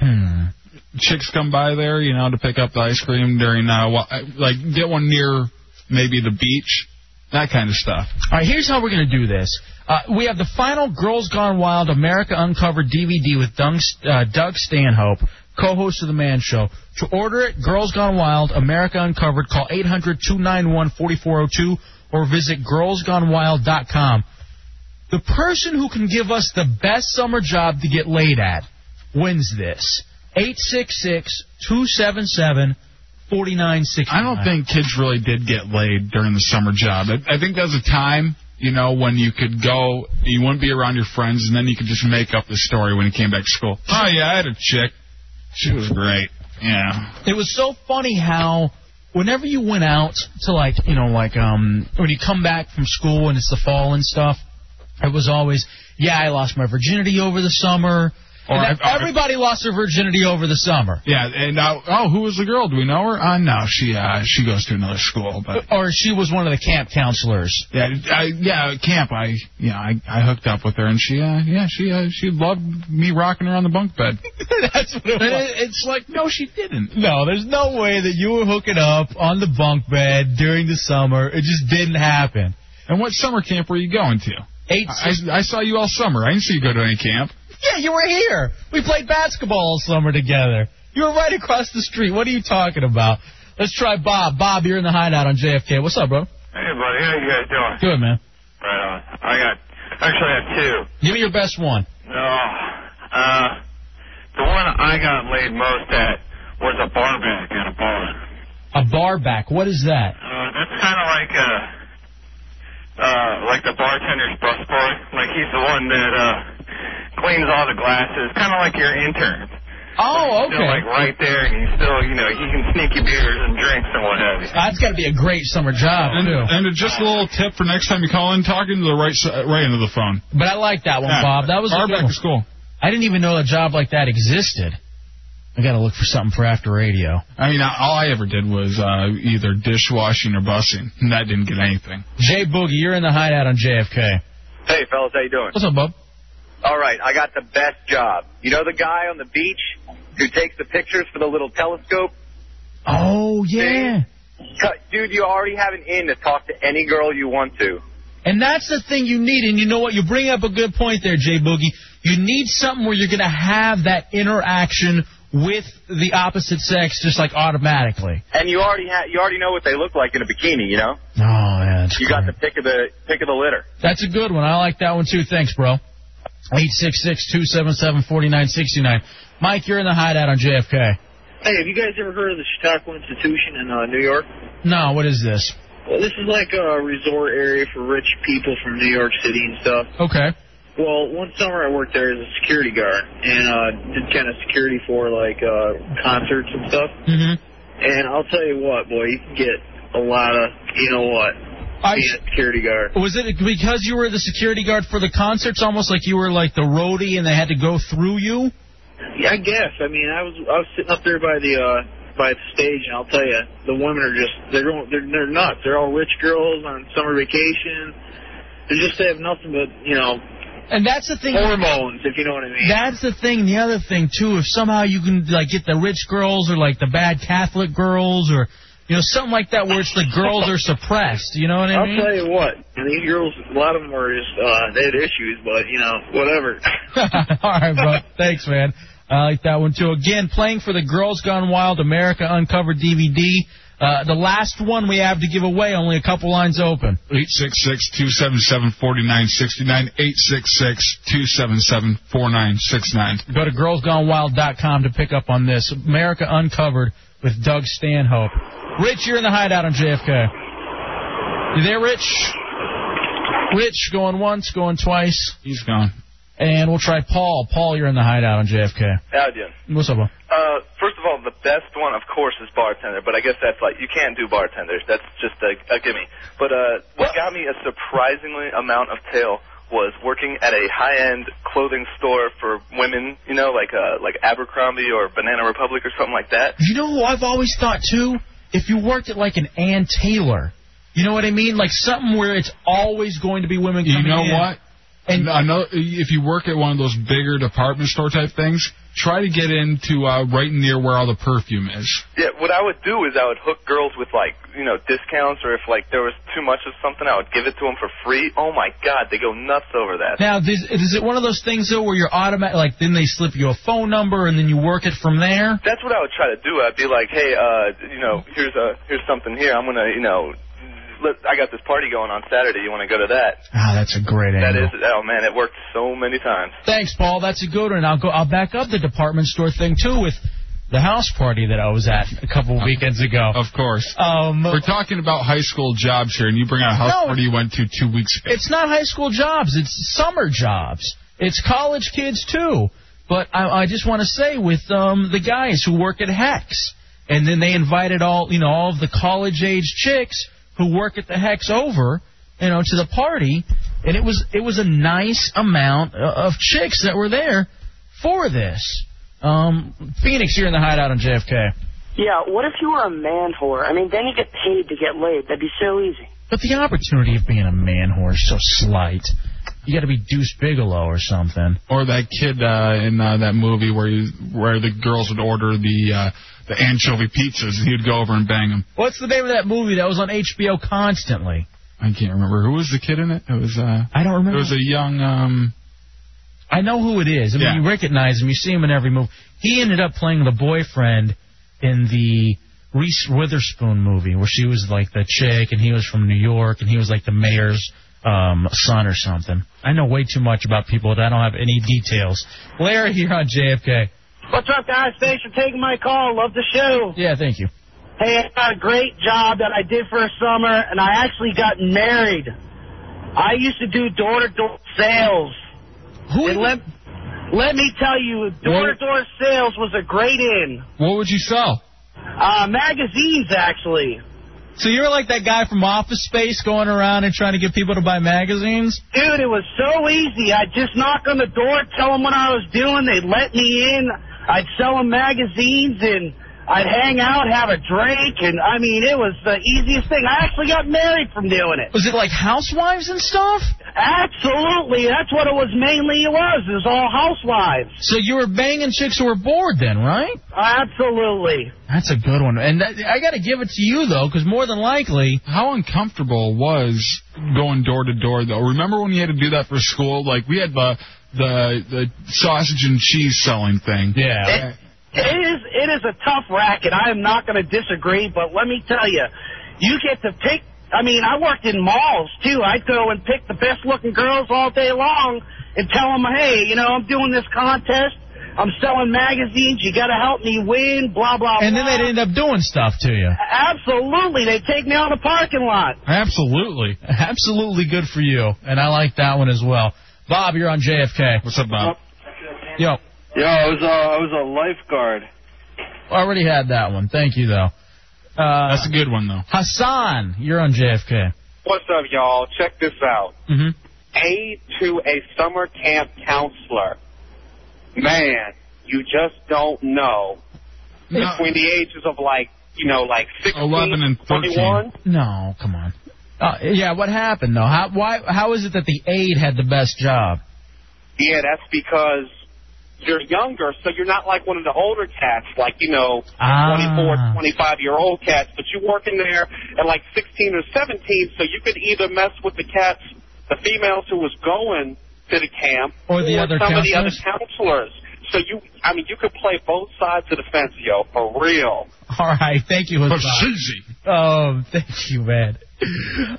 [SPEAKER 5] Hmm.
[SPEAKER 6] Chicks come by there, you know, to pick up the ice cream during uh, wa- like get one near maybe the beach, that kind of stuff.
[SPEAKER 5] All right, here's how we're going to do this. Uh, we have the final Girls Gone Wild America Uncovered DVD with Doug, uh, Doug Stanhope, co-host of The Man Show. To order it, Girls Gone Wild America Uncovered, call 800-291-4402 or visit girlsgonewild.com. The person who can give us the best summer job to get laid at wins this. 866-277-4969.
[SPEAKER 6] I don't think kids really did get laid during the summer job. I, I think that was a time, you know, when you could go, you wouldn't be around your friends, and then you could just make up the story when you came back to school. Oh yeah, I had a chick. She was great. Yeah.
[SPEAKER 5] It was so funny how whenever you went out to like you know like um when you come back from school and it's the fall and stuff, it was always yeah I lost my virginity over the summer. And that- everybody lost their virginity over the summer.
[SPEAKER 6] Yeah, and now, oh, who was the girl? Do we know her? Uh, no, she uh, she goes to another school, but
[SPEAKER 5] or she was one of the camp counselors.
[SPEAKER 6] Yeah, I, yeah, at camp. I yeah, I, I hooked up with her, and she uh, yeah, she uh, she loved me rocking her on the bunk bed.
[SPEAKER 5] That's what it was.
[SPEAKER 6] it's like no, she didn't.
[SPEAKER 5] No, there's no way that you were hooking up on the bunk bed during the summer. It just didn't happen.
[SPEAKER 6] And what summer camp were you going to?
[SPEAKER 5] Eight.
[SPEAKER 6] I, I, I saw you all summer. I didn't see you go to any camp.
[SPEAKER 5] Yeah, you were here. We played basketball all summer together. You were right across the street. What are you talking about? Let's try Bob. Bob, you're in the hideout on JFK. What's up, bro?
[SPEAKER 7] Hey, buddy, how you guys doing?
[SPEAKER 5] Good, man.
[SPEAKER 7] Right on. I got, actually, I have two.
[SPEAKER 5] Give me your best one.
[SPEAKER 7] No, uh, the one I got laid most at was a barback at a bar.
[SPEAKER 5] A bar back. What is that?
[SPEAKER 7] Uh, that's kind of like a, uh, like the bartender's busboy. Like he's the one that uh, cleans all the glasses, kind of like your intern.
[SPEAKER 5] Oh,
[SPEAKER 7] Still, like right there, and he's still, you know, he can sneak you beers and drinks and what have you.
[SPEAKER 5] That's got to be a great summer job,
[SPEAKER 6] And,
[SPEAKER 5] too.
[SPEAKER 6] and just a little tip for next time you call in, talking to the right si- right end of the phone.
[SPEAKER 5] But I like that one,
[SPEAKER 6] Yeah.
[SPEAKER 5] Bob. That was a
[SPEAKER 6] Bar
[SPEAKER 5] good
[SPEAKER 6] back to
[SPEAKER 5] one.
[SPEAKER 6] school.
[SPEAKER 5] I didn't even know a job like that existed. I got to look for something for after radio.
[SPEAKER 6] I mean, all I ever did was uh, either dishwashing or busing, and that didn't get anything.
[SPEAKER 5] Jay Boogie, you're in the hideout on JFK.
[SPEAKER 22] Hey, fellas, how you doing?
[SPEAKER 5] What's up, Bob?
[SPEAKER 22] All right, I got the best job. You know the guy on the beach who takes the pictures for the little telescope?
[SPEAKER 5] Oh, yeah.
[SPEAKER 22] Cut- Dude, you already have an in to talk to any girl you want to.
[SPEAKER 5] And that's the thing you need. And you know what? You bring up a good point there, Jay Boogie. You need something where you're going to have that interaction with the opposite sex just like automatically.
[SPEAKER 22] And you already ha- you already know what they look like in a bikini, you know?
[SPEAKER 5] Oh, yeah. That's
[SPEAKER 22] You got the pick of the pick of the litter.
[SPEAKER 5] That's a good one. I like that one too. Thanks, bro. 866-277-4969. Mike, you're in the hideout on JFK.
[SPEAKER 8] Hey, have you guys ever heard of the Chautauqua Institution in uh, New York?
[SPEAKER 5] No, what is this?
[SPEAKER 8] Well, this is like a resort area for rich people from New York City and stuff.
[SPEAKER 5] Okay.
[SPEAKER 8] Well, one summer I worked there as a security guard and uh, did kind of security for like uh, concerts and stuff.
[SPEAKER 5] Mm-hmm.
[SPEAKER 8] And I'll tell you what, boy, you can get a lot of you know what being a security guard.
[SPEAKER 5] Was it because you were the security guard for the concerts, almost like you were like the roadie and they had to go through you?
[SPEAKER 8] Yeah, I guess. I mean, I was I was sitting up there by the uh, by the stage, and I'll tell you, the women are just they're going they're they're nuts. They're all rich girls on summer vacation. They just have nothing but you know
[SPEAKER 5] And that's the thing.
[SPEAKER 8] hormones, if you know what I mean.
[SPEAKER 5] That's the thing. The other thing too, if somehow you can like get the rich girls or like the bad Catholic girls or you know something like that, where it's the girls are suppressed. You know what I
[SPEAKER 8] I'll
[SPEAKER 5] mean?
[SPEAKER 8] tell you what, and these girls, a lot of them are just uh, they had issues, but you know whatever.
[SPEAKER 5] All right, bro. Thanks, man. I like that one too. Again, playing for the Girls Gone Wild America Uncovered DVD. Uh, the last one we have to give away. Only a couple lines open.
[SPEAKER 6] 866-277-4969, 866-277-4969.
[SPEAKER 5] Go to girlsgonewild.com to pick up on this. America Uncovered with Doug Stanhope. Rich, you're in the hideout on JFK. You there, Rich? Rich going once, going twice.
[SPEAKER 6] He's gone.
[SPEAKER 5] And we'll try Paul. Paul, you're in the hideout on JFK.
[SPEAKER 23] How you doing?
[SPEAKER 5] What's up, bro?
[SPEAKER 23] Uh, first of all, the best one, of course, is bartender. But I guess that's like you can't do bartenders. That's just a, a gimme. But uh, what got me a surprisingly amount of tail was working at a high-end clothing store for women. You know, like uh, like Abercrombie or Banana Republic or something like that.
[SPEAKER 5] You know who I've always thought too? If you worked at like an Ann Taylor, you know what I mean? Like something where it's always going to be women.
[SPEAKER 6] You
[SPEAKER 5] coming
[SPEAKER 6] know
[SPEAKER 5] in.
[SPEAKER 6] what? And I know if you work at one of those bigger department store type things, try to get into uh, right near where all the perfume is.
[SPEAKER 23] Yeah, what I would do is I would hook girls with like you know discounts, or if like there was too much of something, I would give it to them for free. Oh my God, they go nuts over that.
[SPEAKER 5] Now, is, is it one of those things though where you're automatic? Like then they slip you a phone number and then you work it from there.
[SPEAKER 23] That's what I would try to do. I'd be like, hey, uh, you know, here's a here's something here. I'm gonna, you know, let, I got this party going on Saturday. You want to go to that?
[SPEAKER 5] Ah, that's a great
[SPEAKER 23] That
[SPEAKER 5] angle.
[SPEAKER 23] is, oh man, it worked so many times.
[SPEAKER 5] Thanks, Paul. That's a good one. I'll go. I'll back up the department store thing too with the house party that I was at a couple weekends ago.
[SPEAKER 6] Of course.
[SPEAKER 5] Um,
[SPEAKER 6] We're talking about high school jobs here, and you bring out a house
[SPEAKER 5] No.
[SPEAKER 6] party you went to two weeks ago.
[SPEAKER 5] It's not high school jobs. It's summer jobs. It's college kids too. But I, I just want to say with um, the guys who work at Hex, and then they invited all you know all of the college age chicks who work at the Hex over, you know, to uh, the party, and it was it was a nice amount o- of chicks that were there for this. Um, Phoenix, you're in the hideout on JFK.
[SPEAKER 19] Yeah, what if you were a man whore? I mean, then you get paid to get laid. That'd be so easy.
[SPEAKER 5] But the opportunity of being a man whore is so slight. You got to be Deuce Bigelow or something.
[SPEAKER 6] Or that kid uh, in uh, that movie where you, where the girls would order the uh, the anchovy pizzas and he'd go over and bang them.
[SPEAKER 5] What's the name of that movie that was on HBO constantly?
[SPEAKER 6] I can't remember who was the kid in it. It was uh,
[SPEAKER 5] I don't remember.
[SPEAKER 6] It was a young. Um,
[SPEAKER 5] I know who it is. I mean,
[SPEAKER 6] Yeah.
[SPEAKER 5] you recognize him. You see him in every movie. He ended up playing the boyfriend in the Reese Witherspoon movie, where she was like the chick, and he was from New York, and he was like the mayor's um, son or something. I know way too much about people that I don't have any details. Larry here on JFK.
[SPEAKER 8] What's up, guys? Thanks for taking my call. Love the show.
[SPEAKER 5] Yeah, thank you.
[SPEAKER 8] Hey, I got a great job that I did for a summer, and I actually got married. I used to do door-to-door sales.
[SPEAKER 5] Who?
[SPEAKER 8] And let, let me tell you, door-to-door sales was a great in.
[SPEAKER 6] What would you sell?
[SPEAKER 8] Uh, magazines, actually.
[SPEAKER 5] So you were like that guy from Office Space going around and trying to get people to buy magazines?
[SPEAKER 8] Dude, it was so easy. I'd just knock on the door, tell them what I was doing. They'd let me in. I'd sell them magazines, and I'd hang out, have a drink. And, I mean, it was the easiest thing. I actually got married from doing it.
[SPEAKER 5] Was it like housewives and stuff?
[SPEAKER 8] Absolutely. That's what it was mainly it was. It was all housewives.
[SPEAKER 5] So you were banging chicks who were bored then, right?
[SPEAKER 8] Uh, Absolutely.
[SPEAKER 5] That's a good one. And that, I got to give it to you though, because more than likely,
[SPEAKER 6] how uncomfortable was going door to door though? Remember when you had to do that for school? Like we had the the the sausage and cheese selling thing.
[SPEAKER 5] Yeah.
[SPEAKER 8] It is it is a tough racket. I am not going to disagree, but let me tell you, you get to pick. I mean, I worked in malls too. I'd go and pick the best looking girls all day long and tell them, hey, you know, I'm doing this contest. I'm selling magazines. You got to help me win. Blah blah.
[SPEAKER 5] and then
[SPEAKER 8] blah.
[SPEAKER 5] they'd end up doing stuff to you.
[SPEAKER 8] Absolutely, they take me out of the parking lot.
[SPEAKER 5] Absolutely, absolutely good for you. And I like that one as well. Bob, you're on JFK. What's up, Bob? Yo,
[SPEAKER 14] Yo, I was a, I was a lifeguard.
[SPEAKER 5] already had that one. Thank you though. Uh,
[SPEAKER 6] That's a good one though.
[SPEAKER 5] Hassan, you're on JFK.
[SPEAKER 7] What's up, y'all? Check this out.
[SPEAKER 6] Mm-hmm.
[SPEAKER 5] hmm
[SPEAKER 7] Aid to a summer camp counselor. Man, you just don't know.
[SPEAKER 6] No.
[SPEAKER 7] Between the ages of like, you know, like 16,
[SPEAKER 6] 11 and 13.
[SPEAKER 7] 21.
[SPEAKER 5] No, come on. Uh, yeah, what happened though? How why how is it that the aide had the best job?
[SPEAKER 7] Yeah, that's because you're younger, so you're not like one of the older cats, like, you know,
[SPEAKER 5] Ah.
[SPEAKER 7] twenty-four, twenty-five year old cats, but you work in there at like 16 or 17, so you could either mess with the cats, the females who was going to the camp,
[SPEAKER 5] Or the other
[SPEAKER 7] some of the other
[SPEAKER 5] counselors?
[SPEAKER 7] counselors. So you, I mean, you could play both sides of the fence, yo, for real.
[SPEAKER 5] All right, thank you, Hassan. Oh, thank you, man.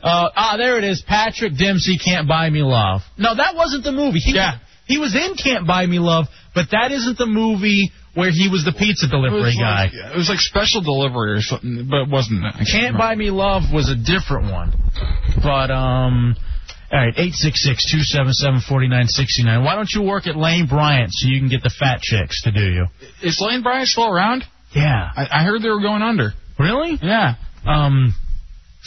[SPEAKER 5] Uh, ah, there it is. Patrick Dempsey can't buy me love. No, that wasn't the movie. He, yeah. He was in Can't Buy Me Love, but that isn't the movie where he was the pizza
[SPEAKER 6] It
[SPEAKER 5] delivery
[SPEAKER 6] was
[SPEAKER 5] guy.
[SPEAKER 6] like- yeah, it was like special delivery or something, but it wasn't. I
[SPEAKER 5] Can't Buy Me Love was a different one. But, um, all right, 866-277-4969. Why don't you work at Lane Bryant so you can get the fat chicks to do you?
[SPEAKER 6] Is Lane Bryant still around?
[SPEAKER 5] Yeah.
[SPEAKER 6] I, I heard they were going under.
[SPEAKER 5] Really?
[SPEAKER 6] Yeah.
[SPEAKER 5] Um,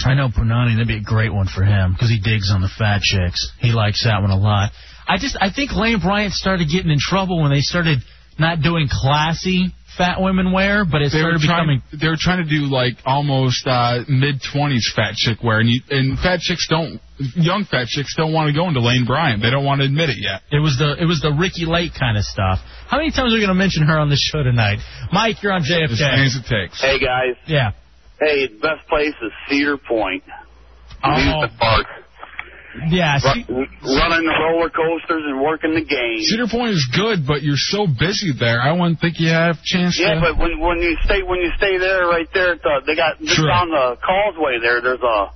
[SPEAKER 5] I know Punani. That'd be a great one for him because he digs on the fat chicks. He likes that one a lot. I just I think Lane Bryant started getting in trouble when they started not doing classy fat women wear, but it
[SPEAKER 6] They were
[SPEAKER 5] started
[SPEAKER 6] trying.
[SPEAKER 5] becoming
[SPEAKER 6] They were trying to do like almost uh, mid twenties fat chick wear, and you, and fat chicks don't, young fat chicks don't want to go into Lane Bryant. They don't want to admit it yet.
[SPEAKER 5] it was the it was the Ricky Lake kind of stuff. How many times are we gonna mention her on this show tonight? Mike, you're on JFK.
[SPEAKER 6] As many as it takes.
[SPEAKER 24] Hey guys,
[SPEAKER 5] Yeah.
[SPEAKER 24] hey, the best place is Cedar Point.
[SPEAKER 5] Oh.
[SPEAKER 24] Amusement park.
[SPEAKER 5] Yeah.
[SPEAKER 24] Ru- running the roller coasters and working the game.
[SPEAKER 6] Cedar Point is good, but you're so busy there. I wouldn't think you have a chance
[SPEAKER 24] Yeah,
[SPEAKER 6] to.
[SPEAKER 24] but when when you stay when you stay there right there at the they got just
[SPEAKER 6] Sure.
[SPEAKER 24] on the causeway there there's a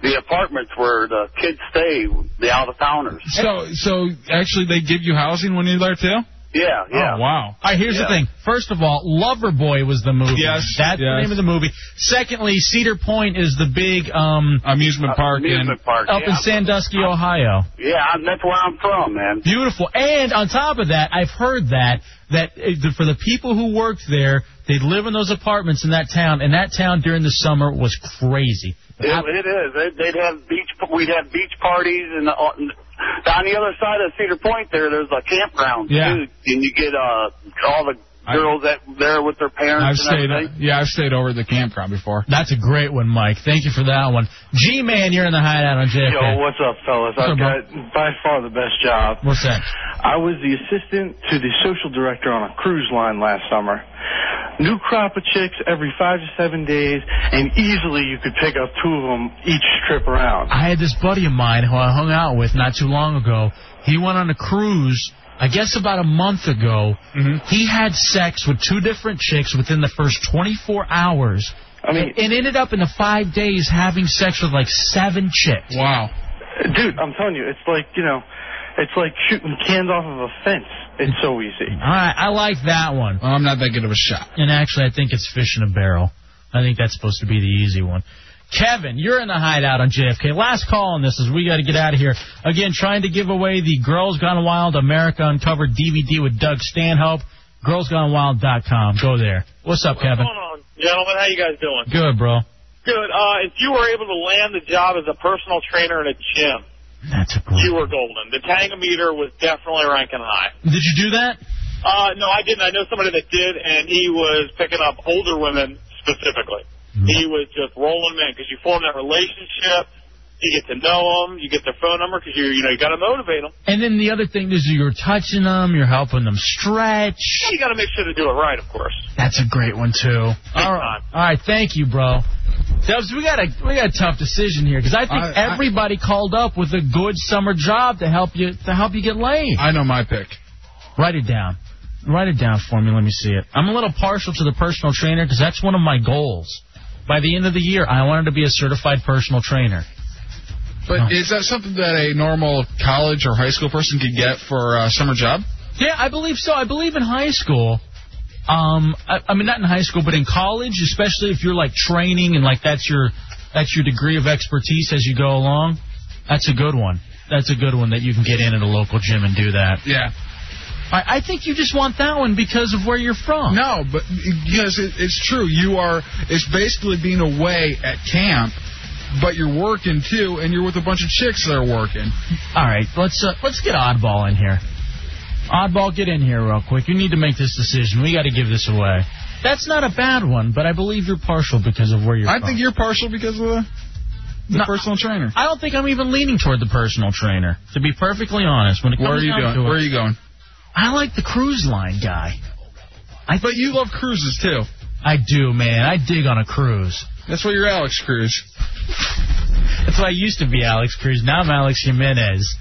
[SPEAKER 24] the apartments where the kids stay the Uh, out of towners.
[SPEAKER 6] so, so actually, they give you housing when you're there too.
[SPEAKER 24] Yeah, yeah.
[SPEAKER 6] Oh, wow.
[SPEAKER 5] All right, here's the
[SPEAKER 6] Yeah.
[SPEAKER 5] thing. First of all, Loverboy was the movie.
[SPEAKER 6] Yes,
[SPEAKER 5] That's the
[SPEAKER 6] yes.
[SPEAKER 5] name of the movie. Secondly, Cedar Point is the big um
[SPEAKER 6] amusement
[SPEAKER 5] park
[SPEAKER 24] Uh, Amusement in- park,
[SPEAKER 5] up in
[SPEAKER 24] yeah. Uh,
[SPEAKER 5] Sandusky, Ohio.
[SPEAKER 24] Yeah, I, that's where I'm from, man.
[SPEAKER 5] Beautiful. And on top of that, I've heard that that uh, for the people who worked there, they live in those apartments in that town, and that town during the summer was crazy.
[SPEAKER 24] It, it is. They- They'd have beach. We'd have beach parties and, uh, and
[SPEAKER 25] on the other side of Cedar Point there, there's a campground
[SPEAKER 6] Yeah.
[SPEAKER 25] too, and you get uh all the girls that there with their parents.
[SPEAKER 6] I've
[SPEAKER 25] and
[SPEAKER 6] stayed. uh,
[SPEAKER 25] everything.
[SPEAKER 6] Yeah, I've stayed over at the campground before.
[SPEAKER 5] That's a great one, Mike. Thank you for that one. G Man, you're in the hideout on JFK.
[SPEAKER 14] Yo, what's up, fellas?
[SPEAKER 5] What's
[SPEAKER 14] I've
[SPEAKER 5] up, bro?
[SPEAKER 14] got by far the best job.
[SPEAKER 5] What's that?
[SPEAKER 14] I was the assistant to the social director on a cruise line last summer. New crop of chicks every five to seven days, and easily you could pick up two of them each trip around.
[SPEAKER 5] I had this buddy of mine who I hung out with not too long ago. He went on a cruise, I guess about a month ago.
[SPEAKER 14] Mm-hmm.
[SPEAKER 5] He had sex with two different chicks within the first 24 hours.
[SPEAKER 14] I mean,
[SPEAKER 5] and, and ended up in the five days having sex with like seven chicks.
[SPEAKER 6] Wow.
[SPEAKER 14] Dude, I'm telling you, it's like, you know, it's like shooting cans off of a fence. It's so easy.
[SPEAKER 5] All right, I like that one.
[SPEAKER 6] Well, I'm not that good of a shot.
[SPEAKER 5] And actually, I think it's fish in a barrel. I think that's supposed to be the easy one. Kevin, you're in the hideout on JFK. Last call on this is we got to get out of here. Again, trying to give away the Girls Gone Wild America Uncovered DVD with Doug Stanhope. GirlsGoneWild.com. Go there. What's up, Kevin?
[SPEAKER 8] Gentlemen, how you guys doing?
[SPEAKER 5] Good, bro.
[SPEAKER 8] Good. Uh, if you were able to land the job as a personal trainer in a gym,
[SPEAKER 5] That's a
[SPEAKER 8] you were golden. The tangometer was definitely ranking high.
[SPEAKER 5] Did you do that?
[SPEAKER 8] Uh, no, I didn't. I know somebody that did, and he was picking up older women specifically.
[SPEAKER 20] Mm-hmm.
[SPEAKER 8] He was just rolling them in because you form that relationship. You get to know them. You get their phone number because you you know you got to motivate them.
[SPEAKER 5] And then the other thing is you're touching them, you're helping them stretch.
[SPEAKER 8] You got to make sure to do it right, of course.
[SPEAKER 5] That's a great one too. All right, all right. Thank you, bro. Dubs, we got a we got a tough decision here because I think
[SPEAKER 6] I- I-
[SPEAKER 5] everybody called up with a good summer job to help you to help you get laid.
[SPEAKER 6] I know my pick.
[SPEAKER 5] Write it down. Write it down for me. Let me see it. I'm a little partial to the personal trainer because that's one of my goals. By the end of the year, I wanted to be a certified personal trainer.
[SPEAKER 6] But is that something that a normal college or high school person could get for a summer job?
[SPEAKER 5] Yeah, I believe so. I believe in high school. Um, I, I mean, not in high school, but in college, especially if you're like training and like that's your that's your degree of expertise as you go along. That's a good one. That's a good one that you can get in at a local gym and do that.
[SPEAKER 6] Yeah.
[SPEAKER 5] I, I think you just want that one because of where you're from.
[SPEAKER 6] No, but yes, it, it's true. You are. It's basically being away at camp, but you're working too, and you're with a bunch of chicks that are working.
[SPEAKER 5] All right, let's uh, let's get Oddball in here. Oddball, get in here real quick. You need to make this decision. We got to give this away. That's not a bad one, but I believe you're partial because of where you're
[SPEAKER 6] I
[SPEAKER 5] from.
[SPEAKER 6] think you're partial because of the, the personal trainer.
[SPEAKER 5] I don't think I'm even leaning toward the personal trainer, to be perfectly honest. When it comes
[SPEAKER 6] Where are you
[SPEAKER 5] down
[SPEAKER 6] going?
[SPEAKER 5] to it-
[SPEAKER 6] Where are you going?
[SPEAKER 5] I like the cruise line guy. I
[SPEAKER 6] but you love cruises too.
[SPEAKER 5] I do, man. I dig on a cruise.
[SPEAKER 6] That's why you're Alex Cruz.
[SPEAKER 5] That's why I used to be Alex Cruz. Now I'm Alex Jimenez.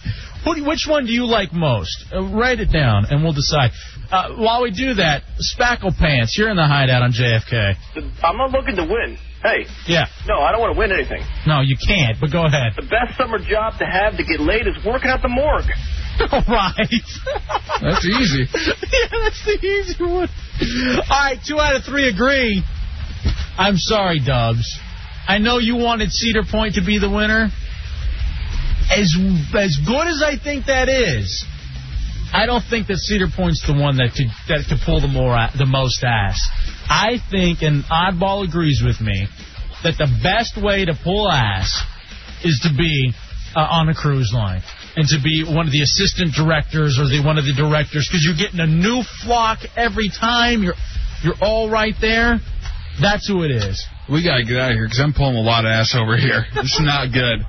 [SPEAKER 5] What, which one do you like most? Uh, write it down, and we'll decide. Uh, while we do that, Spackle Pants, you're in the hideout on JFK.
[SPEAKER 20] I'm not looking to win. Hey,
[SPEAKER 5] Yeah.
[SPEAKER 20] no, I don't want to win anything.
[SPEAKER 5] No, you can't, but go ahead.
[SPEAKER 20] The best summer job to have to get laid is working at the morgue.
[SPEAKER 5] All right.
[SPEAKER 6] That's easy.
[SPEAKER 5] yeah, that's the easy one. All right, two out of three agree. I'm sorry, Dubs. I know you wanted Cedar Point to be the winner. As as good as I think that is, I don't think that Cedar Point's the one that could that could pull the more the most ass. I think, and Oddball agrees with me, that the best way to pull ass is to be uh, on a cruise line and to be one of the assistant directors or the one of the directors because you're getting a new flock every time. You're you're all right there. That's who it is.
[SPEAKER 6] We gotta get out of here because I'm pulling a lot of ass over here. It's not good.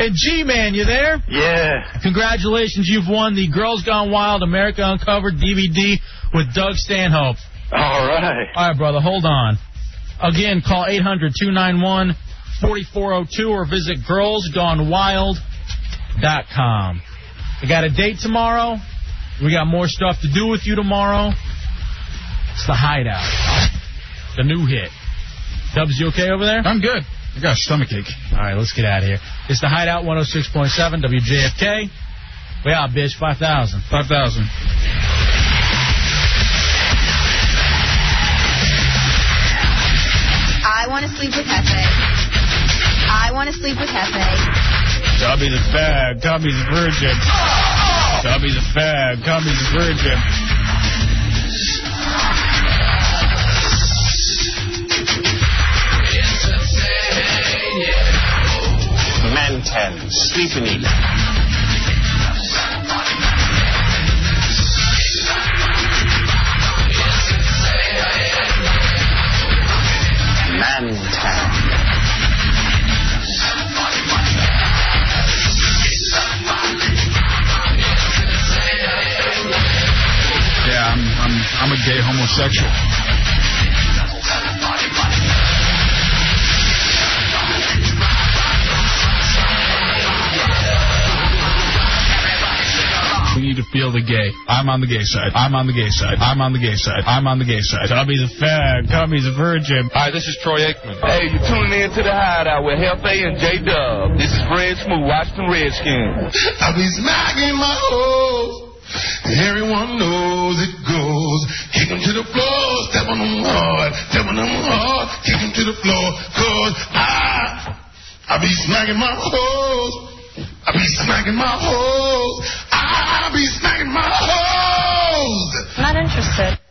[SPEAKER 5] And G Man, you there?
[SPEAKER 6] Yeah.
[SPEAKER 5] Congratulations, you've won the Girls Gone Wild America Uncovered DVD with Doug Stanhope.
[SPEAKER 20] All right.
[SPEAKER 5] All right, brother, hold on. Again, call 800 291 4402 or visit girlsgonewild.com. We got a date tomorrow. We got more stuff to do with you tomorrow. It's the hideout. The new hit. Dubs, you okay over there?
[SPEAKER 6] I'm good. I got a stomachache.
[SPEAKER 5] All right, let's get out of here. It's the Hideout 106.7 WJFK. We out, bitch. 5,000.
[SPEAKER 6] 5,000.
[SPEAKER 7] I want to sleep with Hefe. I want to sleep with Hefe.
[SPEAKER 26] Dobby's a fag. Dobby's a virgin. Dobby's a fag. Dobby's a virgin.
[SPEAKER 27] Men 10, sleeping eat.
[SPEAKER 6] homosexual. We need to feel the gay. I'm on the gay side. I'm on the gay side. I'm on the gay side. I'm on the gay side. Tommy's a fag. Tommy's a virgin. Hi, this is Troy Aikman.
[SPEAKER 23] Hey, you're tuning in to the hideout with Hefe and J Dub. This is Fred Smooth, Washington Redskins.
[SPEAKER 20] I be smacking my hoes. Everyone knows it goes. Kick 'em to the floor, step on them hard, step on them hard, kick 'em to the floor, cause I, I be smacking my hoes. I be smacking my hoes. I be smacking my hoes.
[SPEAKER 28] Not interested.